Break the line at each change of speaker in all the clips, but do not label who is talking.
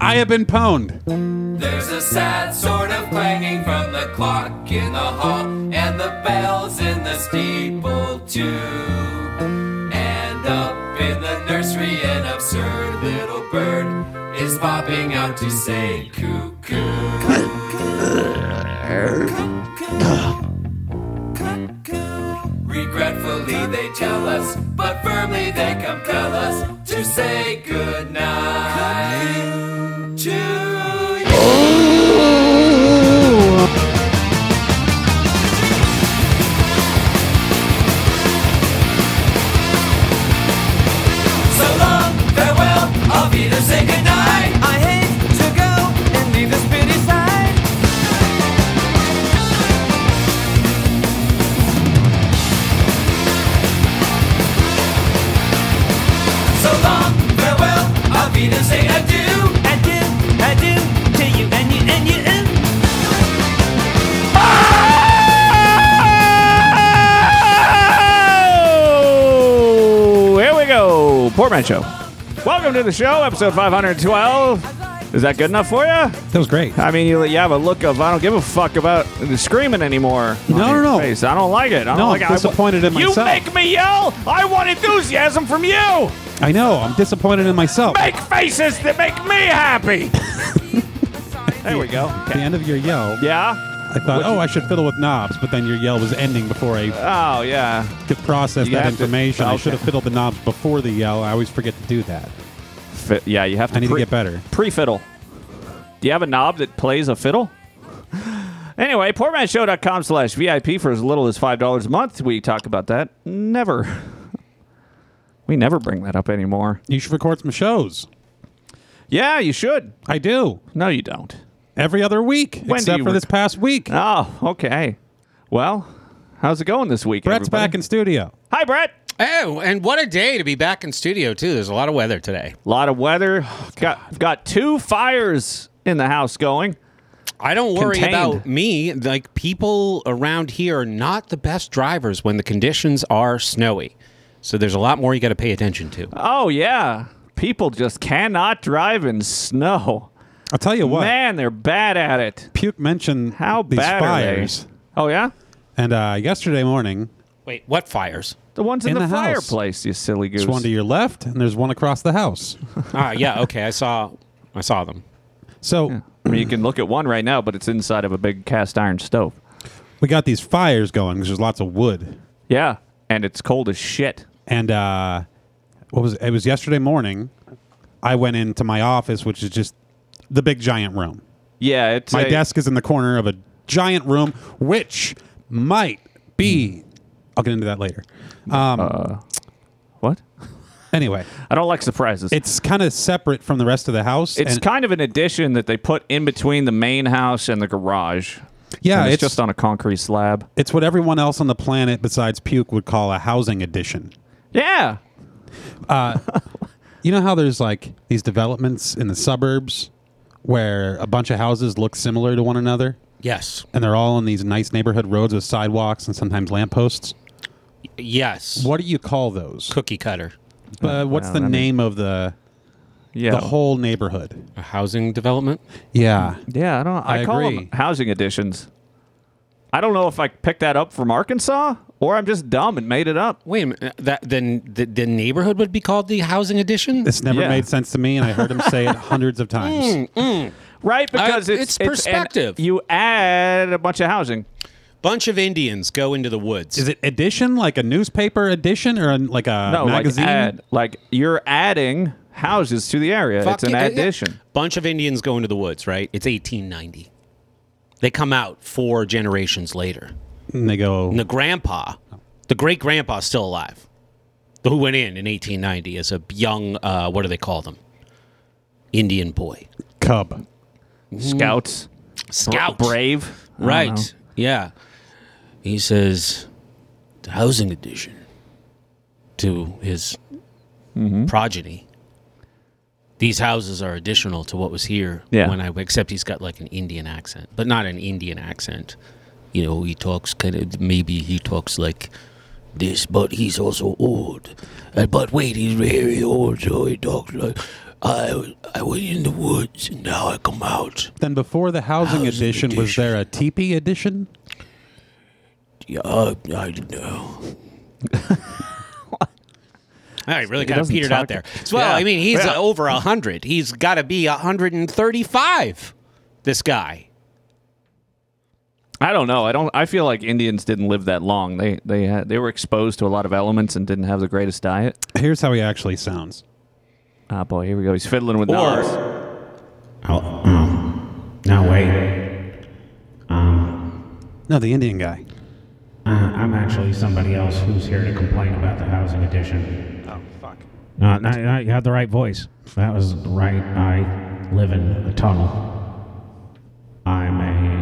I have been pwned.
There's a sad sort of clanging from the clock in the hall and the bells in the steeple too. And up in the nursery, an absurd little bird is popping out to say cuckoo. Regretfully, they tell us, but firmly they compel us to say goodnight to you. So long, farewell, I'll be to say goodnight.
I hate to go and leave this pretty sight.
So long, farewell, I'll be to say adieu.
I do, I do to you and you and you and.
Oh, here we go. Poor Man Show. Welcome to the show, episode 512. Is that good enough for you?
That was great.
I mean, you, you have a look of I don't give a fuck about screaming anymore. on
No,
your
no, no.
face. I don't like it. I don't
No,
like
I'm
it. I-
disappointed in
you
myself.
make me yell. I want enthusiasm from you.
I know. I'm disappointed in myself.
Make faces that make me happy. there we go.
At the end of your yell,
Yeah.
I thought,
What'd
oh, I should fiddle with knobs, but then your yell was ending before I
Oh yeah.
could process
You
that
have to-
information. I
okay.
should have fiddled the knobs before the yell. I always forget to do that.
Fi- yeah, you have to.
I need
pre-
to get better.
Pre-fiddle. Do you have a knob that plays a fiddle? Anyway, poormanshow.com slash VIP for as little as $5 a month. We talk about that. Never. We never bring that up anymore.
You should record some shows.
Yeah, you should.
I do
No, you don't.
every other week,
do
except
you
for this
rec-
past week.
Oh, okay. Well, how's it going this week?
Brett's
everybody?
back in studio.
Hi, Brett.
Oh, and what a day to be back in studio too. There's a lot of weather today.
A lot of weather.
Oh,
got got two fires in the house going.
I don't worry
Contained.
about me. Like people around here are not the best drivers when the conditions are snowy. So there's a lot more you got to pay attention to.
Oh yeah, people just cannot drive in snow.
I'll tell you what.
Man, they're bad at it.
Puke mentioned
How
these
bad
fires,
are they? Oh yeah,
and uh, yesterday morning,
Wait, what fires?
the ones in,
In
the,
the house.
fireplace. You silly goose.
there's one to your left, and there's one across the house.
Ah, yeah, okay. I saw I saw them.
So
I mean, you can look at one right now, but it's inside of a big cast iron stove.
we got these fires going because there's lots of wood.
Yeah, and it's cold as shit.
And uh, what was it? it was yesterday morning. I went into my office, which is just the big giant room.
Yeah, it's
My
a-
desk is in the corner of a giant room, which might be. I'll get into that later.
What?
Anyway,
I don't like surprises.
it's kind of separate from the rest of the house.
It's
and-
kind of an addition that they put in between the main house and the garage.
yeah,
and it's, just on a concrete slab.
It's what everyone else on the planet besides Puke would call a housing addition.
Yeah.
You know how there's like these developments in the suburbs where a bunch of houses look similar to one another
Yes.
and they're all on these nice neighborhood roads with sidewalks and sometimes lampposts?
Yes.
What do you call those?
Cookie cutter.
Uh, what's
Wow,
the
that'd be-
name of the
Yeah.
the whole neighborhood?
A housing development?
Yeah.
Oh. yeah, I don't I,
I
call
agree.
them housing additions. I don't know if I picked that up from Arkansas or I'm just dumb and made it up.
Wait a minute. That then the, the neighborhood would be called the housing addition?
It's never
Yeah.
made sense to me and I heard him say it hundreds of times.
Right? Because it's,
it's
an-
perspective.
you add a bunch of housing.
Bunch of Indians go into the woods.
Is it edition like a newspaper edition or an like a
No,
magazine?
like add. Like you're adding houses to the area.
Fuck
it's an
yeah, yeah.
addition.
Bunch of Indians go into the woods, right? It's 1890. They come out four generations later.
and they go
And the grandpa, the great grandpa's still alive, the who went in in 1890 as a young, uh, what do they call them? Indian boy.
cub.
Scouts.
Scout.
Brave. I don't know.
Right. Yeah. He says, the housing addition to his
Mm-hmm.
progeny. These houses are additional to what was here
Yeah.
when I except he's got like an Indian accent, but not an Indian accent. You know, he talks kind of maybe he talks like this, but he's also old. And, but wait, he's very old, so he talks like, I, I went in the woods and now I come out.
Then before the housing
Housing
edition, was
edition.
there a teepee edition?
Yeah, I, I don't know. All right, really kind of
doesn't
petered out
talk-
there. Well,
Yeah.
I mean, he's
Yeah.
uh, over 100. He's got to be 135, this guy.
I don't know. I don't. I feel like Indians didn't live that long. They they had, they were exposed to a lot of elements and didn't have the greatest diet.
Here's how he actually sounds.
Ah, boy, here we go. He's fiddling with knobs.
No, wait.
No, the Indian guy.
Uh, I'm actually somebody else who's here to complain about the housing edition.
Oh fuck.
Uh, no, no, you had the right voice. That was the right. I live in a tunnel. I'm a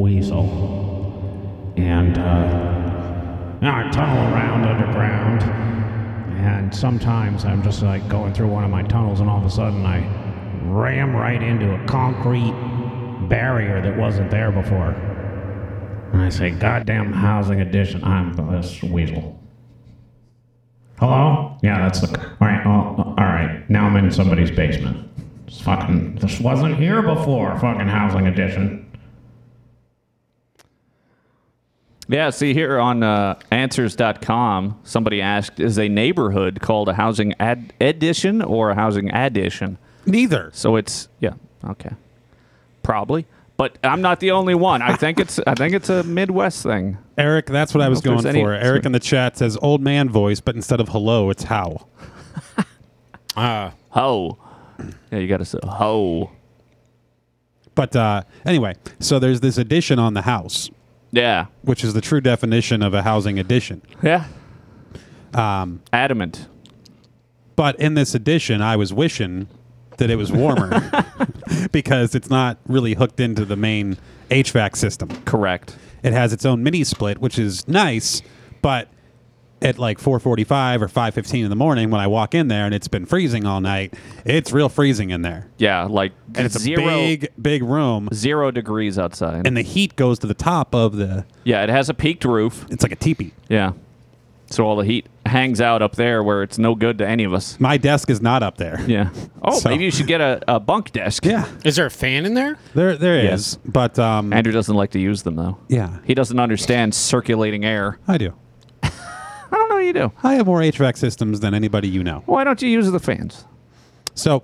weasel. And uh, I tunnel around underground. And sometimes I'm just like going through one of my tunnels, and all of a sudden I ram right into a concrete barrier that wasn't there before. And I say, goddamn housing edition, I'm this weasel. Hello? Yeah, that's the. All right, well, all right. Now I'm in somebody's basement. It's fucking. This wasn't here before, fucking housing edition.
Yeah, see here on uh, answers.com, somebody asked, is a neighborhood called a housing ad- edition or a housing addition?
Neither.
So it's yeah, okay, probably. But I'm not the only one. I think it's I think it's a Midwest thing.
Eric, that's what I was
if there's
going
any-
for. Eric in the chat says old man voice, but instead of hello, it's how.
Ho, yeah, you got to say ho.
But uh, anyway, so there's this addition on the house,
Yeah,
which is the true definition of a housing addition.
yeah. Um, Adamant.
But in this edition, I was wishing that it was warmer because it's not really hooked into the main HVAC system.
Correct.
It has its own mini split, which is nice, but at like 4:45 or 5:15 in the morning when I walk in there and it's been freezing all night, it's real freezing in there.
Yeah, like
And it's
zero,
a big big room
zero degrees outside.
and the heat goes to the top of the
yeah, it has a peaked roof.
it's like a teepee.
Yeah, so all the heat hangs out up there where it's no good to any of us.
My desk is not up there.
Yeah. Oh,
So-
maybe you should get a, a bunk desk.
Yeah,
Is there a fan in there?
there there is,
Yes.
But um
Andrew doesn't like to use them though.
yeah,
He doesn't understand circulating air.
I do.
I don't know you do.
I have more HVAC systems than anybody you know.
Why don't you use the fans?
So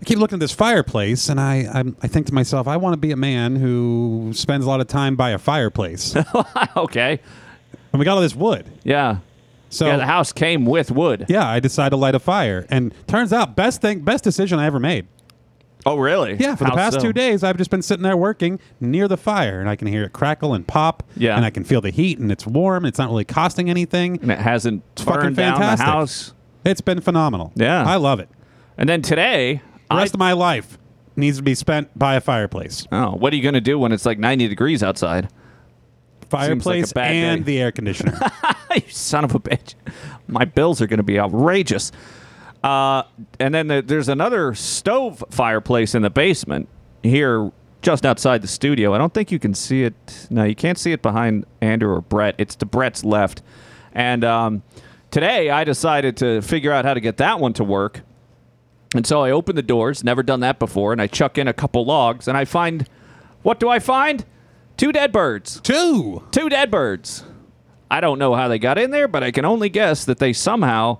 I keep looking at this fireplace, and I I'm, I think to myself, I want to be a man who spends a lot of time by a fireplace. and
okay.
we got all this wood,
Yeah.
so
yeah, the
yeah,
house came with wood.
I decide to light a fire, and turns out best thing, best decision I ever made.
Oh, really?
Yeah, for the
How
past
so?
two days, I've just been sitting there working near the fire, and I can hear it crackle and pop.
Yeah.
and I can feel the heat, and it's warm, and it's not really costing anything.
And it hasn't
Fucking
burned down the
fantastic.
house.
It's been phenomenal.
Yeah.
I love it.
And then today,
The
I-
rest of my life needs to be spent by a fireplace,
oh, what are you going to do when it's like 90 degrees outside?
fireplace
bad day.
and the air conditioner.
you son of a bitch. My bills are going to be outrageous. Uh, and then there- there's another stove fireplace in the basement here just outside the studio. I don't think you can see it. No, you can't see it behind Andrew or Brett. It's to Brett's left. And um, today I decided to figure out how to get that one to work. And so I open the doors, never done that before, and I chuck in a couple logs and I find what do I find? Two dead birds
Two.
two dead birds. I don't know how they got in there, but I can only guess that they somehow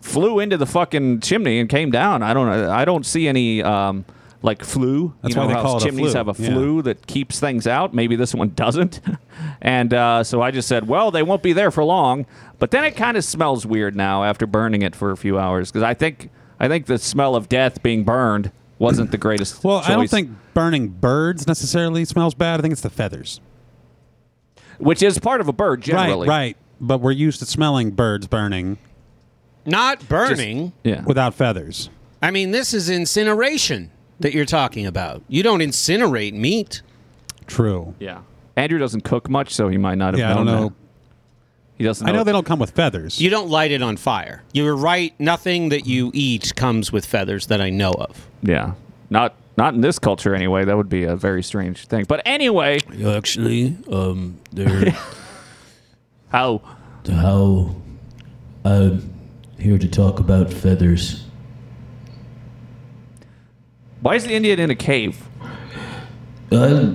flew into the fucking chimney and came down. I don't I don't see any um, like flu.
That's
you know
why they
how
call it a
chimneys
flue.
have a
Yeah.
flu that keeps things out. Maybe this one doesn't. and uh, so I just said, well, they won't be there for long. But then it kind of smells weird now after burning it for a few hours because I think I think the smell of death being burned wasn't the greatest.
Well, I don't
choice.
think burning birds necessarily smells bad. I think it's the feathers.
which is part of a bird generally.
Right, right. But we're used to smelling birds burning
Not burning.
Yeah.
without feathers.
I mean, this is incineration that you're talking about. You don't incinerate meat.
True.
Yeah. Andrew doesn't cook much, so he might not have
Yeah, I
known
don't know.
that. He doesn't. Know
I know they don't come with feathers.
You don't light it on fire. You're right. Nothing that you eat comes with feathers that I know of.
Yeah, not Not in this culture, anyway. That would be a very strange thing. But anyway,
Actually, um, they're
how?
how I'm here to talk about feathers.
Why is the Indian in a cave?
Uh,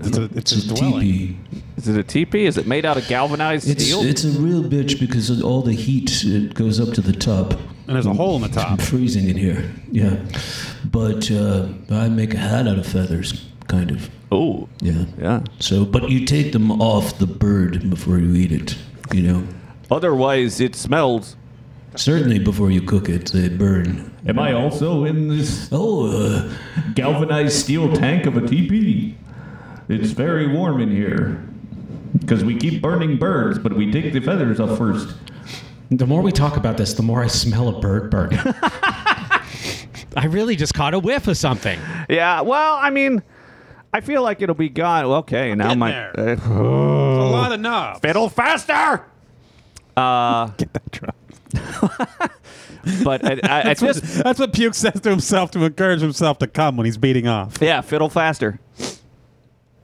It's a, it's a dwelling.
Is it a teepee? Is it made out of galvanized
It's
steel?
it's a real bitch because of all the heat it goes up to the top.
And there's a hole in the top.
I'm freezing in here. Yeah, but uh, I make a hat out of feathers, kind of.
oh,
Yeah.
yeah.
So, but you take them off the bird before you eat it. You know,
Otherwise, it smells.
certainly before you cook it, they burn.
Am I also in this
Oh, uh,
galvanized steel tank of a teepee? It's very warm in here. Because we keep burning birds, but we take the feathers off first.
The more we talk about this, the more I smell a bird burning. I really just caught a whiff of something.
Yeah. Well, I mean, I feel like it'll be gone. Okay, now
getting
my
there. A lot of knobs.
fiddle faster.
Get that drunk.
Uh, But at, at, at this,
That's what Puke says to himself to encourage himself to come when he's beating off.
Yeah, fiddle faster.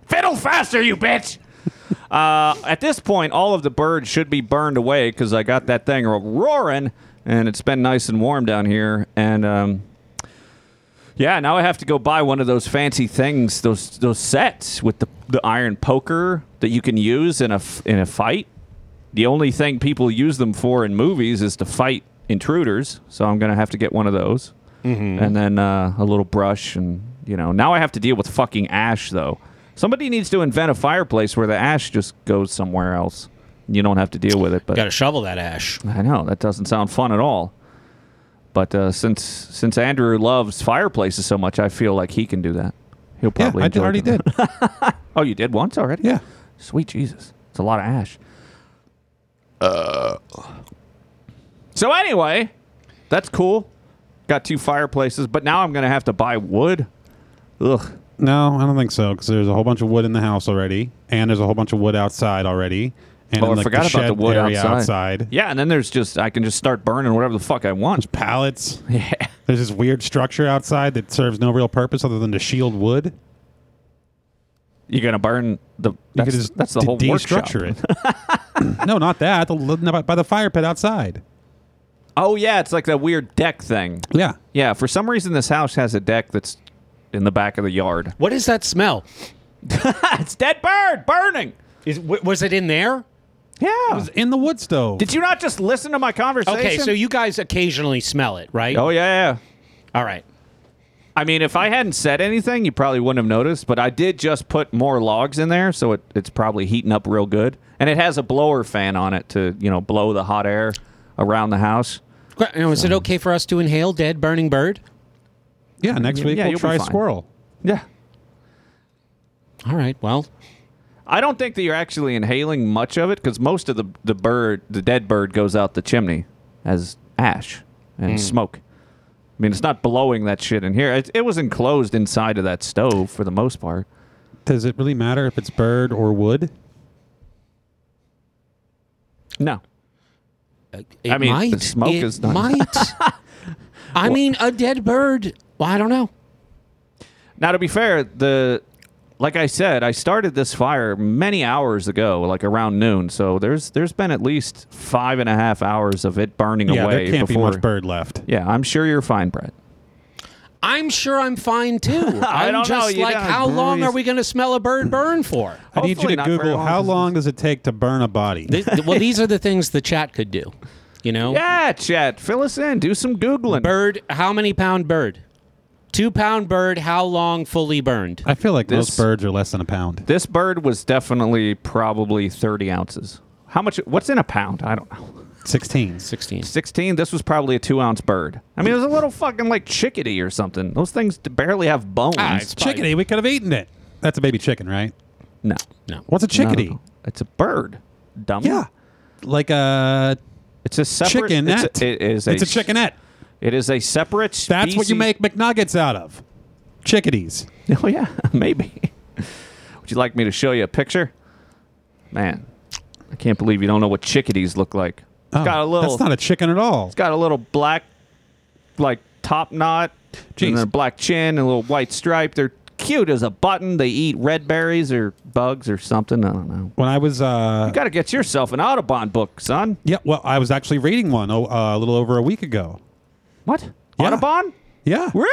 Fiddle faster, you bitch! uh, at this point, all of the birds should be burned away because I got that thing roaring, and it's been nice and warm down here. And um, yeah, now I have to go buy one of those fancy things, those those sets with the, the iron poker that you can use in a f- in a fight. The only thing people use them for in movies is to fight intruders, so I'm gonna have to get one of those and then uh, a little brush and you know now i have to deal with fucking ash though somebody needs to invent a fireplace where the ash just goes somewhere else you don't have to deal with it but
Got to shovel that ash.
i know that doesn't sound fun at all but uh, since since andrew loves fireplaces so much i feel like he can do that he'll
Yeah,
probably
I
enjoy
already
doing
did.
that. oh you did once already
Yeah.
Sweet Jesus. It's a lot of ash. So anyway, that's cool. Got two fireplaces, but now I'm gonna have to buy wood. Ugh.
No, I don't think so because there's a whole bunch of wood in the house already, and there's a whole bunch of wood outside already. And
Oh,
in,
I
like,
forgot
the
about the
shed
wood
area
outside.
outside.
Yeah, and then there's just I can just start burning whatever the fuck I want.
Pallets.
Yeah.
There's this weird structure outside that serves no real purpose other than to shield wood.
You're gonna burn the
You
that's,
could just
that's the whole
de-
workshop.
destructure it. no, not that. The, li- by the fire pit outside.
Oh yeah, it's like that weird deck thing.
Yeah.
Yeah, for some reason this house has a deck that's in the back of the yard.
What is that smell?
it's dead bird burning.
Is w- was it in there?
Yeah.
In the wood stove.
Did you not just listen to my conversation?
Okay, so you guys occasionally smell it, right?
Oh yeah, yeah.
All right.
I mean, if I hadn't said anything, you probably wouldn't have noticed, but I did just put more logs in there, so it, it's probably heating up real good. And it has a blower fan on it to, you know, blow the hot air around the house.
Gr- Now, is
Um.
it okay for us to inhale dead burning bird?
yeah, next week
Yeah,
we'll
you'll be
try
fine.
squirrel.
Yeah.
All right. Well,
I don't think that you're actually inhaling much of it because most of the, the bird, the dead bird, goes out the chimney as ash
Hmm.
and smoke. I mean, it's not blowing that shit in here. It, it was enclosed inside of that stove for the most part.
Does it really matter if it's bird or wood?
No.
it
I mean, the
might.
smoke
it
is not-
might. I mean, a dead bird. Well, I don't know.
Now, to be fair, the like I said, I started this fire many hours ago, like around noon. So there's there's been at least five and a half hours of it burning
Yeah,
away.
there can't
before,
be much bird left.
Yeah, I'm sure you're fine, Brett.
I'm sure I'm fine too.
I
I'm
don't know,
just
you
like,
don't-
how long
Breeze.
are we going to smell a bird burn for?
I need you
Hopefully
to
not very
Google
long,
how
'cause
long does it take to burn a body.
Th- th- well, these are the things the chat could do. You know,
Yeah, chat, fill us in. Do some googling.
bird. How many pound bird? Two pound bird. How long fully burned?
I feel like
This-
most birds are less than a pound.
This bird was definitely probably 30 ounces. How much? What's in a pound? I don't know.
Sixteen.
Sixteen.
16. This was probably a two ounce bird. I mean, it was a little fucking like chickadee or something. Those things barely have bones.
Ah, it's probably-
Chickadee, eh? we could have eaten it. That's a baby chicken, right?
no,
What's a chickadee?
No. It's a bird. Dumb.
Yeah. Like a
It's a separate
chickenette.
It's a, it is
It's a chickenette.
It is a separate.
That's what you make
species-
McNuggets out of. Chickadees.
Oh yeah, maybe. Would you like me to show you a picture? Man, I can't believe you don't know what chickadees look like. It's
Oh,
got a little.
That's not a chicken at all.
it's got a little black, like top knot,
Jeez.
and then a black chin, and a little white stripe. They're cute as a button. They eat red berries or bugs or something. I don't know.
When I was uh,
You got to get yourself an Audubon book, son.
yeah, well, I was actually reading one oh, uh, a little over a week ago.
What?
Yeah.
Audubon?
Yeah,
Really?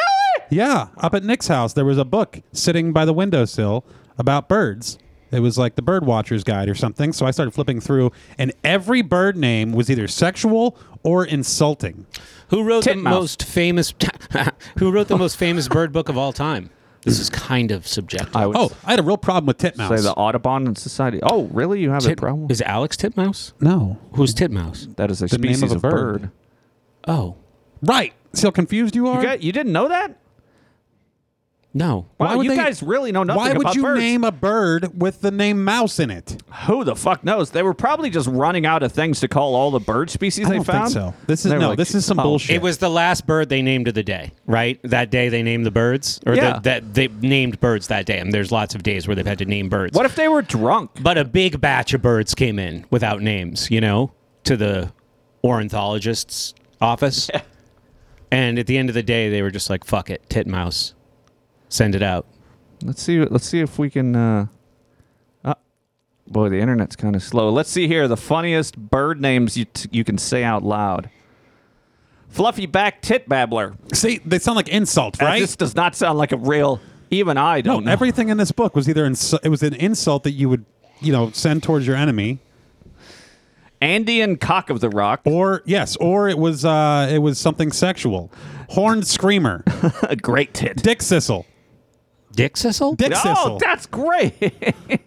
yeah. Up at Nick's house, there was a book sitting by the windowsill about birds. It was like the Bird Watcher's Guide or something. So I started flipping through, and every bird name was either sexual or insulting.
Who wrote the
Titmouse.
most famous? who wrote the most famous bird book of all time? This is kind of subjective.
I would
Oh, I had a real problem with
say
titmouse.
the Audubon and Society. Oh, really? You have a
Tit-
problem?
is it Alex Titmouse?
no,
Who's Titmouse?
that is a
the name of
species
a
of
bird.
bird.
Oh
right? See how confused you are.
You, got, you didn't know that?
no,
Why
Wow,
would
you
they-
guys really know nothing
Why would
about
you
birds.
name a bird with the name mouse in it?
Who the fuck knows? They were probably just running out of things to call all the bird species
I
they
don't think
found.
so. This is
They were
no.
like,
this is some
oh.
bullshit.
it was the last bird they named of the day. Right, that day they named the birds, or
Yeah.
the, that they named birds that day. And there's lots of days where they've had to name birds.
What if they were drunk?
But a big batch of birds came in without names, you know, to the ornithologist's office. And at the end of the day, they were just like, fuck it, titmouse, send it out.
Let's see. Let's see if we can. Uh, uh, boy, the internet's kind of slow. Let's see here. The funniest bird names you t- you can say out loud. Fluffy back tit babbler.
See, they sound like insult,
That
right?
This does not sound like a real. Even I
no,
don't know.
everything in this book was either insu- it was an insult that you would you know send towards your enemy,
Andean cock of the rock.
or yes, or it was uh it was something sexual. Horned screamer,
a great tit.
dick sissel,
Dick Sissel?
dick
Oh,
sissel.
that's great.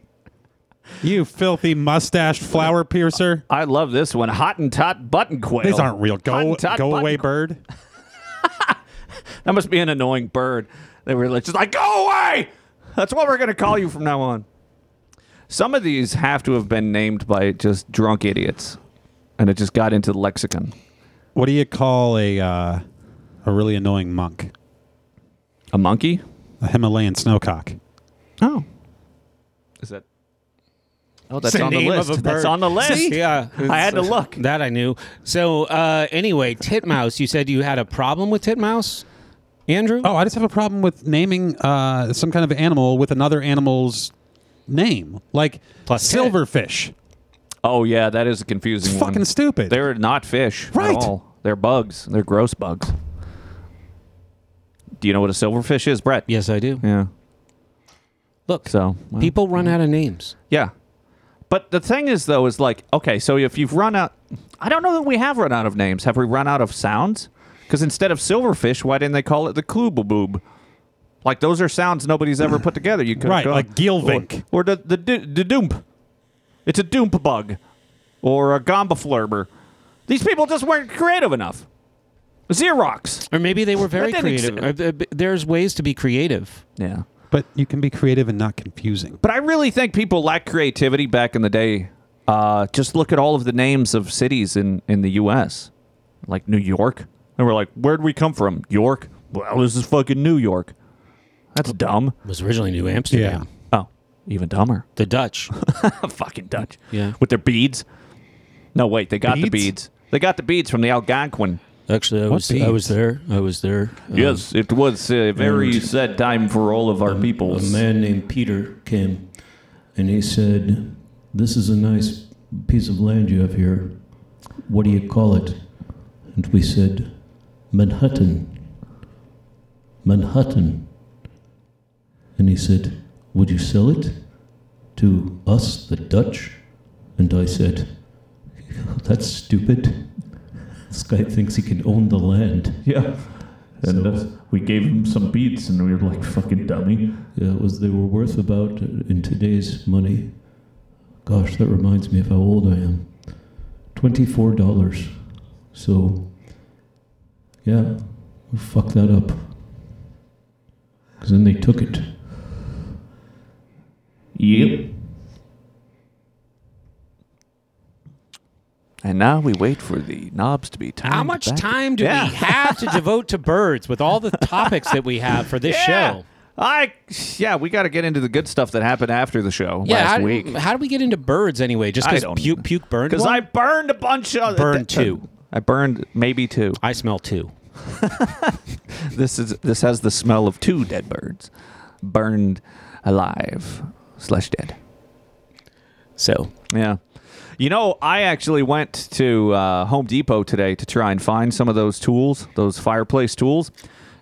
You filthy mustached flower piercer.
I love this one. Hot and tot button quail.
These aren't real. Go
Hottentot
go
button
away,
quail.
bird.
That must be an annoying bird. They were like, just like, go away. That's what we're going to call you from now on. Some of these have to have been named by just drunk idiots, and it just got into the lexicon.
What do you call a uh, a really annoying monk?
A monkey?
A Himalayan snowcock.
Oh. Is that. Oh, that's on the,
name
list.
of a
That's
bird. uh,
on the list.
Yeah.
I had to look.
That I knew. So, uh, anyway, Titmouse, you said you had a problem with Titmouse, Andrew?
Oh, I just have a problem with naming uh, some kind of animal with another animal's name, like
Plus tit.
silverfish.
Oh, yeah, that is a confusing
It's
one.
fucking stupid.
They're not fish
Right.
at all. They're bugs. They're gross bugs. Do you know what a silverfish is, Brett?
Yes, I do.
Yeah.
Look,
So well.
people run out of names.
Yeah. But the thing is, though, is like, okay, so if you've run out, I don't know that we have run out of names. Have we run out of sounds? Because instead of silverfish, why didn't they call it the klubaboob? Like those are sounds nobody's ever put together. You could
Right, like geelvink.
or, or the the do- the doomp. It's a doomp bug, or a gombaflurber. These people just weren't creative enough. Xerox.
Or maybe they were very
That didn't
creative. Uh, uh, There's ways to be creative.
Yeah.
but you can be creative and not confusing.
But I really think people lack creativity back in the day. Uh, just look at all of the names of cities in, in the U.S., like New York. And we're like, where'd we come from? York? Well, this is fucking New York. That's dumb.
It was originally New Amsterdam.
Yeah.
Oh, even dumber.
The Dutch.
fucking Dutch.
Yeah.
With their beads. No, wait, they got the
Beads?
beads. They got the beads from the Algonquin.
Actually, I was I
beads?
was there. I was there. Um,
Yes,
It was a
very
sad time for all of our
Um,
people.
people.
Well,
A man named Peter came and he said, This is a nice piece of land you have here. What do you call it? And we said, Manhattan. Manhattan. And he said, Would you sell it to us, the Dutch? And I said, That's stupid. This guy thinks he can own the land.
Yeah. And
So-
that's, we gave him some beats, and we were like, fucking dummy.
Yeah, it was they were worth about uh, in today's money. Gosh, that reminds me of how old I am. Twenty-four dollars. So, yeah, we fucked that up. Because then they took it.
Yep.
And now we wait for the knobs to be timed.
How much
back.
time do
Yeah.
we have to devote to birds with all the topics that we have for this show?
I yeah, we got to get into the good stuff that happened after the show last
how,
week.
how do we get into birds anyway? Just
I
because
don't-
puke, puke burned?
Because
one?
I burned a bunch of
Burned two.
I burned maybe two.
I smell two.
This is this has the smell of two dead birds, burned alive slash dead.
So
Yeah. You know, I actually went to uh, Home Depot today to try and find some of those tools, those fireplace tools.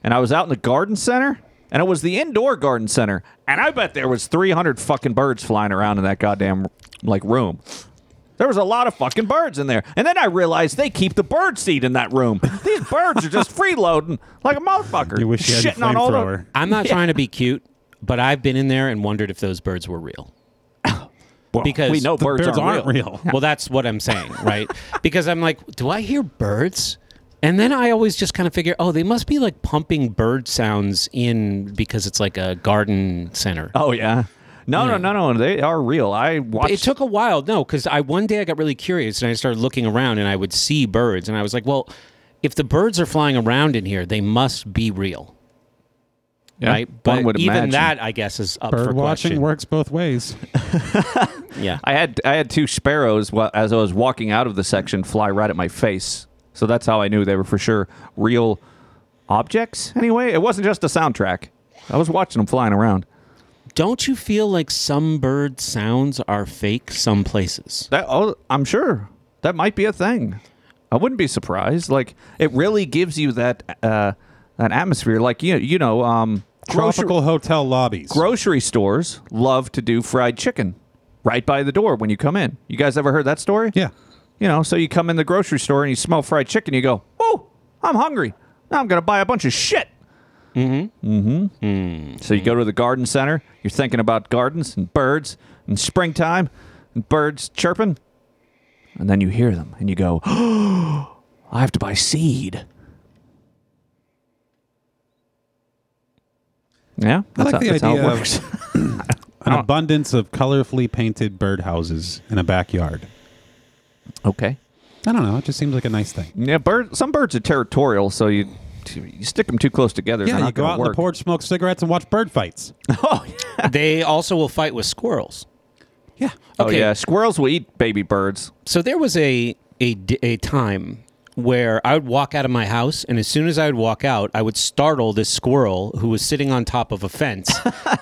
And I was out in the garden center, and it was the indoor garden center. And I bet there was 300 fucking birds flying around in that goddamn like room. There was a lot of fucking birds in there. And then I realized they keep the bird seed in that room. These birds are just freeloading like a motherfucker.
You wish you had
shitting
a
on all the
flamethrower.
I'm not trying to be cute, but I've been in there and wondered if those birds were real.
Well,
Because
we know
the
birds,
birds
aren't,
aren't real.
Well, that's what I'm saying, right? because I'm like, do I hear birds? And then I always just kind of figure, oh, they must be like pumping bird sounds in because it's like a garden center.
Oh yeah. No, no, no, no. They are real. I watched
It took a while, no, because I one day I got really curious and I started looking around and I would see birds and I was like, well, if the birds are flying around in here, they must be real, right? But
one would
even
imagine.
that, I guess, is up for
Bird
question.
watching works both ways.
Yeah,
I had I had two sparrows wa- as I was walking out of the section fly right at my face. So that's how I knew they were for sure real objects. Anyway, it wasn't just a soundtrack. I was watching them flying around.
Don't you feel like some bird sounds are fake some places?
That oh, I'm sure that might be a thing. I wouldn't be surprised. Like it really gives you that uh, that atmosphere. Like you you know um, grocery-
Tropical hotel lobbies.
grocery stores love to do fried chicken right by the door when you come in. You guys ever heard that story?
yeah.
You know, so you come in the grocery store and you smell fried chicken, you go, "Whoa, I'm hungry. Now I'm gonna buy a bunch of shit." Mm-hmm. Mm-hmm.
Mm.
So you go to the garden center. You're thinking about gardens and birds and springtime and birds chirping, and then you hear them and you go, oh, "I have to buy seed." Yeah,
I
that's,
like
how,
the
that's
idea
how
of-
it works.
An abundance of colorfully painted birdhouses in a backyard.
okay.
I don't know. It just seems like a nice thing.
Yeah, bird. Some birds are territorial, so you you stick them too close together. they're
yeah,
not
you go
gonna
out on the
work.
porch, smoke cigarettes, and watch bird fights.
oh, yeah.
they also will fight with squirrels.
yeah.
Okay.
Oh yeah, squirrels will eat baby birds.
So there was a, a d- a time where I would walk out of my house, and as soon as I would walk out, I would startle this squirrel who was sitting on top of a fence,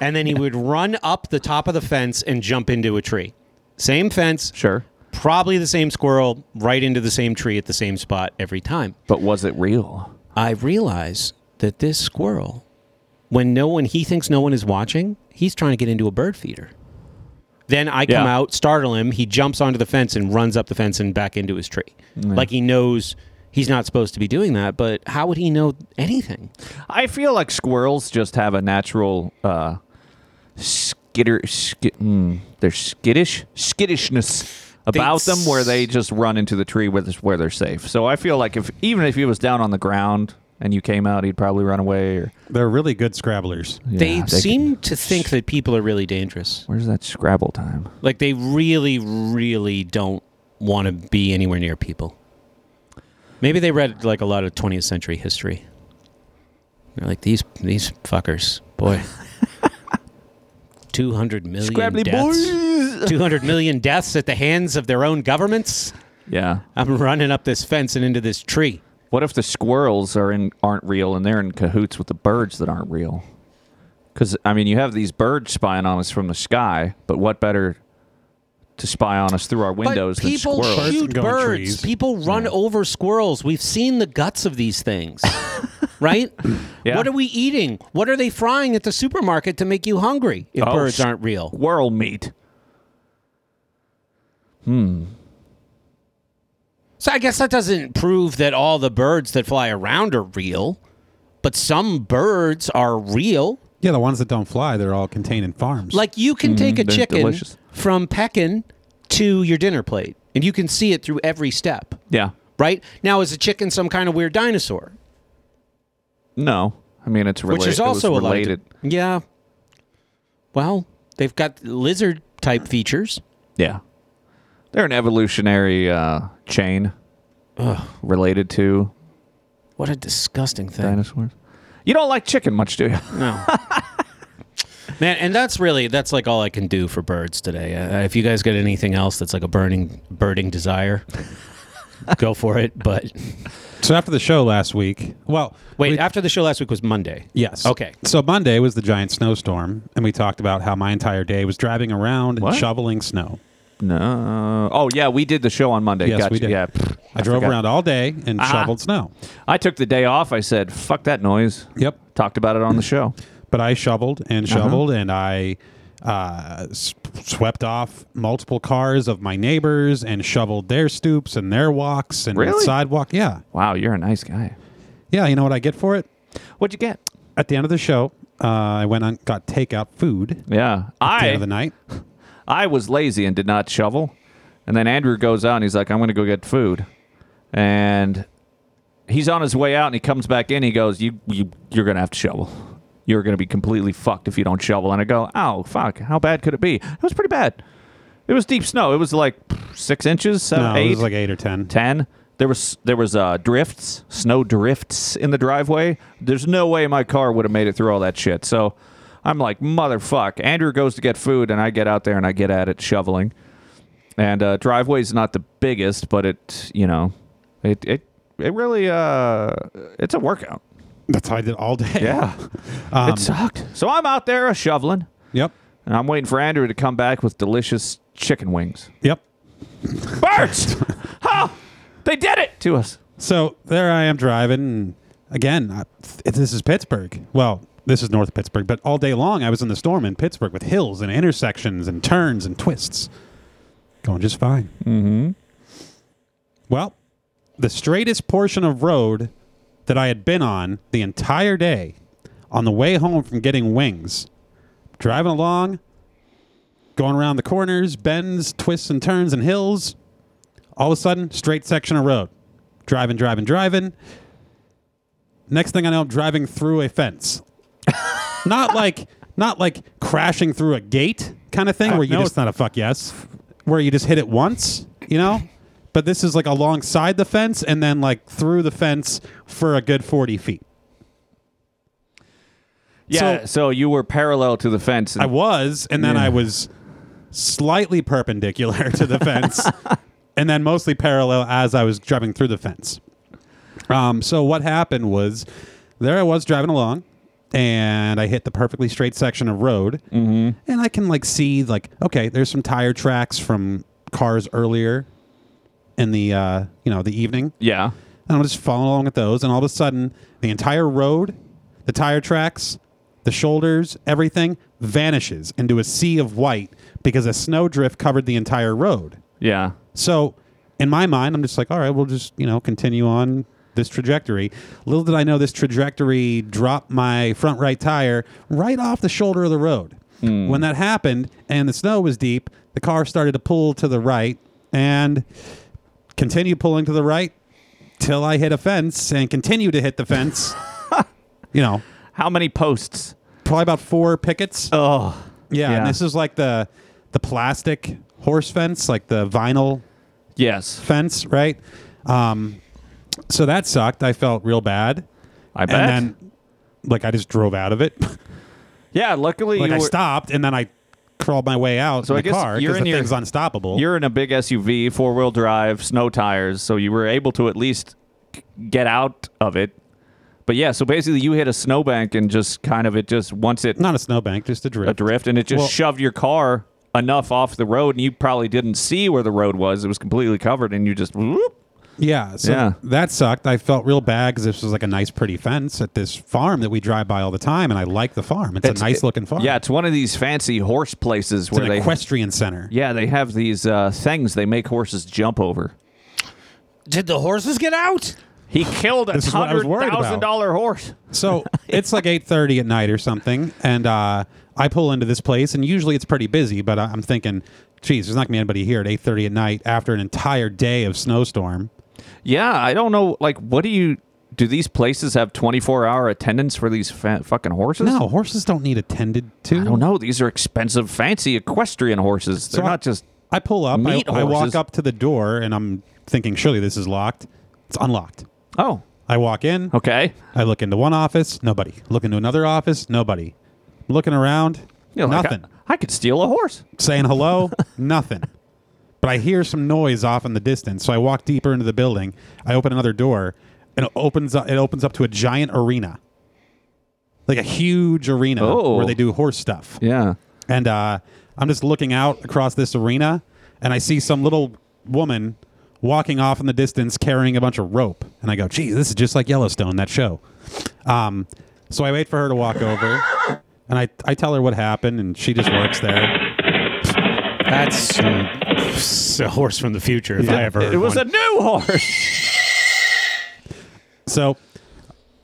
and then he would run up the top of the fence and jump into a tree. Same fence,
Sure,
probably the same squirrel, right into the same tree at the same spot every time.
but was it real?
I realize that this squirrel, when no one he thinks no one is watching, he's trying to get into a bird feeder. Then I come
Yeah.
out, startle him. He jumps onto the fence and runs up the fence and back into his tree, like he knows he's not supposed to be doing that. But how would he know anything?
I feel like squirrels just have a natural uh, skitter. Sk- mm, they're skittish, skittishness about them, where they just run into the tree where, this, where they're safe. So I feel like if even if he was down on the ground and you came out, he'd probably run away. Or
They're really good scrabblers.
Yeah,
they,
could-
seem to think that people are really dangerous.
Where's that Scrabble time?
Like they really, really don't want to be anywhere near people. Maybe they read like a lot of 20th century history. They're like these these fuckers, boy. 200 million
Scrabbly
deaths.
boys.
200 million deaths at the hands of their own governments.
Yeah.
I'm running up this fence and into this tree.
What if the squirrels are in aren't real and they're in cahoots with the birds that aren't real? Because I mean, you have these birds spying on us from the sky, but what better to spy on us through our windows
but
than
people
squirrels?
Birds
shoot
can go in
birds.
trees.
People run over squirrels. We've seen the guts of these things, right?
Yeah.
What are we eating? What are they frying at the supermarket to make you hungry? If
Oh,
birds
sh-
aren't real,
Squirrel meat.
so I guess that doesn't prove that all the birds that fly around are real, but some birds are real.
Yeah, the ones that don't fly, they're all contained in farms.
Like you can take a
Mm, they're
chicken
delicious.
from Pekin to your dinner plate, and you can see it through every step.
Yeah.
Right now, is a chicken some kind of weird dinosaur?
No, I mean it's related.
which is also
it was
a lot of
related.
di- yeah. Well, they've got lizard type features.
Yeah. They're an evolutionary uh, chain related to
What a disgusting thing.
dinosaurs. You don't like chicken much, do you?
No. Man, and that's really that's like all I can do for birds today. Uh, if you guys got anything else that's like a burning birding desire, go for it. But
So after the show last week, well,
Wait,
we-
after the show last week was Monday.
Yes.
Okay.
So Monday was the giant snowstorm, and we talked about how my entire day was driving around and
What?
shoveling snow.
No. Oh yeah, we did the show on Monday.
Yes,
gotcha.
we did.
Yeah. pfft,
I, drove
forgot.
around all day and
Ah.
shoveled snow.
I took the day off. I said, "Fuck that noise."
Yep.
Talked about it on the show.
But I shoveled and
Uh-huh.
shoveled, and I uh, s- swept off multiple cars of my neighbors and shoveled their stoops and their walks and
Really?
sidewalk. Yeah.
Wow, you're a nice guy.
Yeah. You know what I get for it?
What'd you get?
At the end of the show, uh, I went on, got takeout food
Yeah,
at the end
I
of the night.
I was lazy and did not shovel. And then Andrew goes out and he's like, I'm going to go get food. And he's on his way out and he comes back in. He goes, you, you, You're going to have to shovel. You're going to be completely fucked if you don't shovel. And I go, Oh, fuck. How bad could it be? It was pretty bad. It was deep snow. It was like six inches, seven,
No, it
eight,
was like eight or 10.
ten. There was there was uh, drifts, snow drifts in the driveway. There's no way my car would have made it through all that shit. So I'm like, motherfuck. Andrew goes to get food, and I get out there and I get at it shoveling. And uh, driveway's not the biggest, but it you know, it it it really uh, it's a workout.
That's how I did all day.
Yeah,
Um,
it sucked. So I'm out there shoveling,
Yep.
and I'm waiting for Andrew to come back with delicious chicken wings.
Yep.
Birds, huh? They did it to us.
So there I am driving. And again, I, th- this is Pittsburgh. Well, this is north of Pittsburgh, but all day long I was in the storm in Pittsburgh with hills and intersections and turns and twists. Going just fine. Mm-hmm. Well, the straightest portion of road that I had been on the entire day on the way home from getting wings, driving along, going around the corners, bends, twists, and turns and hills. All of a sudden, straight section of road driving, driving, driving. Next thing I know, I'm driving through a fence. not like not like crashing through a gate kind of thing where you
no,
just Uh, not a fuck yes, where you just hit it once, you know. But this is like alongside the fence and then like through the fence for a good forty feet.
Yeah, so,
So-
you were parallel to the fence. and-
I was, and then
Yeah.
I was slightly perpendicular to the fence, and then mostly parallel as I was driving through the fence. Um, so what happened was, there I was driving along, and I hit the perfectly straight section of road,
Mm-hmm.
and I can like see like okay, there's some tire tracks from cars earlier in the uh, you know the evening,
yeah.
and I'm just following along with those. And all of a sudden, the entire road, the tire tracks, the shoulders, everything vanishes into a sea of white because a snowdrift covered the entire road.
Yeah.
So, in my mind, I'm just like, all right, we'll just you know continue on this trajectory. Little did I know this trajectory dropped my front right tire right off the shoulder of the road.
Hmm.
When that happened, and the snow was deep, the car started to pull to the right and continued pulling to the right till I hit a fence and continued to hit the fence. you know,
How many posts?
probably about four pickets.
Oh.
yeah,
yeah.
and this is like the the plastic horse fence, like the vinyl
Yes.
fence, right? Um, so that sucked. I felt real bad.
I bet.
And then, like, I just drove out of it.
yeah, luckily
like,
you
I
were,
stopped and then I crawled my way out
So
in
I
the
guess
car
you're
because
in
the
your-
thing's unstoppable.
you're in a big SUV, four wheel drive, snow tires, so you were able to at least c- get out of it. But yeah, so basically you hit a snowbank and just kind of it just once it
Not a snowbank, just a drift.
adrift and it just
Well-
shoved your car enough off the road and you probably didn't see where the road was. It was completely covered and you just whoop.
Yeah, so
Yeah.
that sucked. I felt real bad because this was like a nice, pretty fence at this farm that we drive by all the time, and I like the farm. It's, a nice looking farm.
Yeah, it's one of these fancy horse places
it's
where
an
they
equestrian center.
Yeah, they have these uh, things they make horses jump over.
Did the horses get out?
He killed a
This is what I was
hundred
worried about.
thousand dollar horse.
So it's like eight thirty at night or something, and uh, I pull into this place, and usually it's pretty busy. But I- I'm thinking, geez, there's not gonna be anybody here at eight thirty at night after an entire day of snowstorm.
Yeah, I don't know. Like, what do you do? These places have twenty four hour attendance for these fa- fucking horses?
No, horses don't need attended to.
I don't know. These are expensive, fancy equestrian horses. They're
I-
not just.
I pull up, I,
Meat
I walk
horses.
up to the door, and I'm thinking, surely this is locked. It's unlocked.
Oh,
I walk in.
okay.
I look into one office, nobody. Look into another office, nobody. Looking around,
You know, like,
nothing.
I, I could steal a horse.
Saying hello, nothing. But I hear some noise off in the distance, so I walk deeper into the building. I open another door, and it opens up, it opens up to a giant arena, like a huge arena
Oh.
where they do horse stuff.
Yeah.
And uh, I'm just looking out across this arena, and I see some little woman walking off in the distance carrying a bunch of rope. And I go, geez, this is just like Yellowstone, that show. Um, so I wait for her to walk over, and I, I tell her what happened, and she just works there.
That's a horse from the future, if I ever.
It was a new horse.
So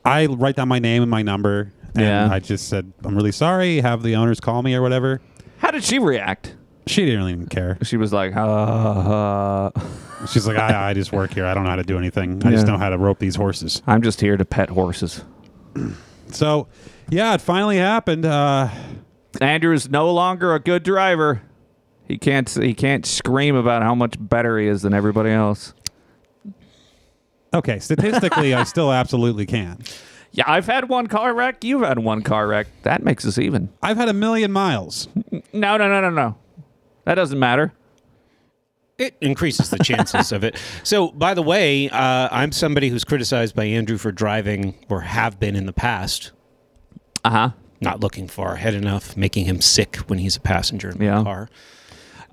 I write down my name and my number, and
Yeah.
I just said, I'm really sorry, have the owners call me or whatever.
How did she react?
She didn't really even care.
She was like, uh,
She's like, I, I just work here. I don't know how to do anything. I just
Yeah.
know how to rope these horses.
I'm just here to pet horses.
So, yeah, it finally happened. Uh,
Andrew's no longer a good driver. He can't he can't scream about how much better he is than everybody else.
okay, statistically, I still absolutely can.
Yeah, I've had one car wreck. You've had one car wreck. That makes us even.
I've had a million miles.
No, no, no, no, no. That doesn't matter.
It increases the chances of it. So, by the way, uh, I'm somebody who's criticized by Andrew for driving, or have been in the past,
Uh huh.
not looking far ahead enough, making him sick when he's a passenger in
Yeah.
the car.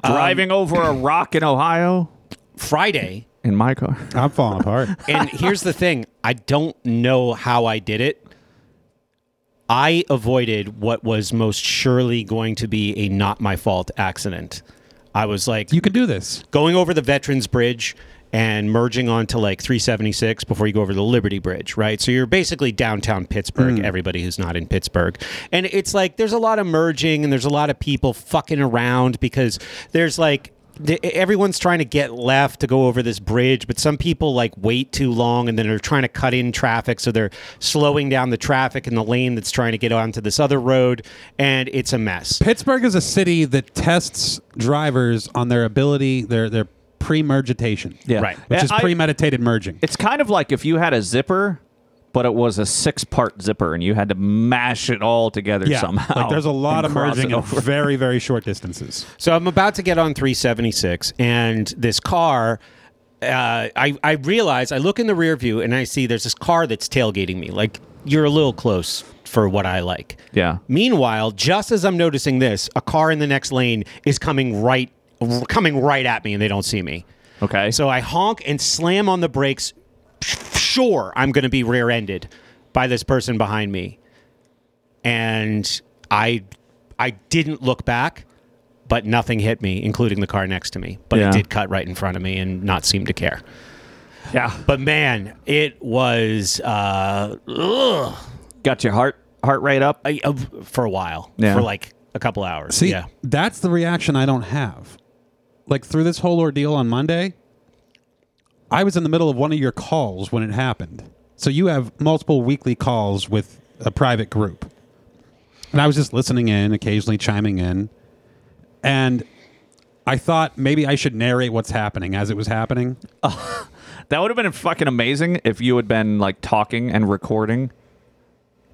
Driving over a rock in Ohio
Um, Friday,
in my car.
I'm falling apart.
and here's the thing I don't know how I did it. I avoided what was most surely going to be a not my fault accident. I was like,
You can do this.
going over the Veterans Bridge and merging onto like 376 before you go over the Liberty Bridge, right? So you're basically downtown Pittsburgh, everybody who's not in Pittsburgh. And it's like there's a lot of merging and there's a lot of people fucking around because there's like th- everyone's trying to get left to go over this bridge but some people like wait too long and then are trying to cut in traffic so they're slowing down the traffic in the lane that's trying to get onto this other road and it's a mess
Pittsburgh is a city that tests drivers on their ability, their their pre-mergitation.
Yeah.
Right.
Which is
I-
premeditated merging.
It's kind of like if you had a zipper, but it was a six part zipper and you had to mash it all together
yeah.
somehow.
Like there's a lot
and
of
cross
merging
it
at
over.
very, very short distances.
So I'm about to get on 376, and this car. Uh, I I realize I look in the rear view and I see there's this car that's tailgating me. Like you're a little close for what I like.
Yeah.
Meanwhile, just as I'm noticing this, a car in the next lane is coming right r- coming right at me, and they don't see me.
Okay.
So I honk and slam on the brakes. Sure, I'm going to be rear ended by this person behind me. And I I didn't look back, but nothing hit me, including the car next to me. But
Yeah.
it did cut right in front of me and not seem to care.
yeah.
But man, it was uh, ugh,
Got your heart heart rate up.
I- uh, for a while,
Yeah.
for like a couple hours.
See,
yeah.
that's the reaction I don't have. Like through this whole ordeal on Monday, I was in the middle of one of your calls when it happened. So you have multiple weekly calls with a private group. And I was just listening in, occasionally chiming in. And I thought maybe I should narrate what's happening as it was happening.
That would have been fucking amazing if you had been like talking and recording.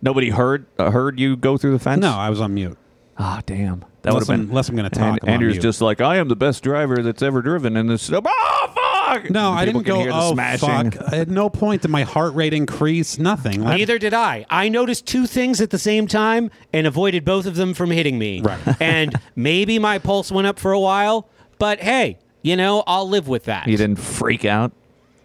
Nobody heard uh, heard you go through the fence.
No, I was on mute.
Ah, damn. That would
Unless
have
I'm-
been.
unless I'm gonna talk, I'm on
Andrew's
mute.
just like, I am the best driver that's ever driven in this. Oh fuck!
No,
And
I
people
didn't
can
go.
hear the
Oh
smashing.
fuck! At no point did my heart rate increase. Nothing. Like,
Neither did I. I noticed two things at the same time and avoided both of them from hitting me.
Right.
and maybe my pulse went up for a while, but hey, you know, I'll live with that.
You didn't freak out.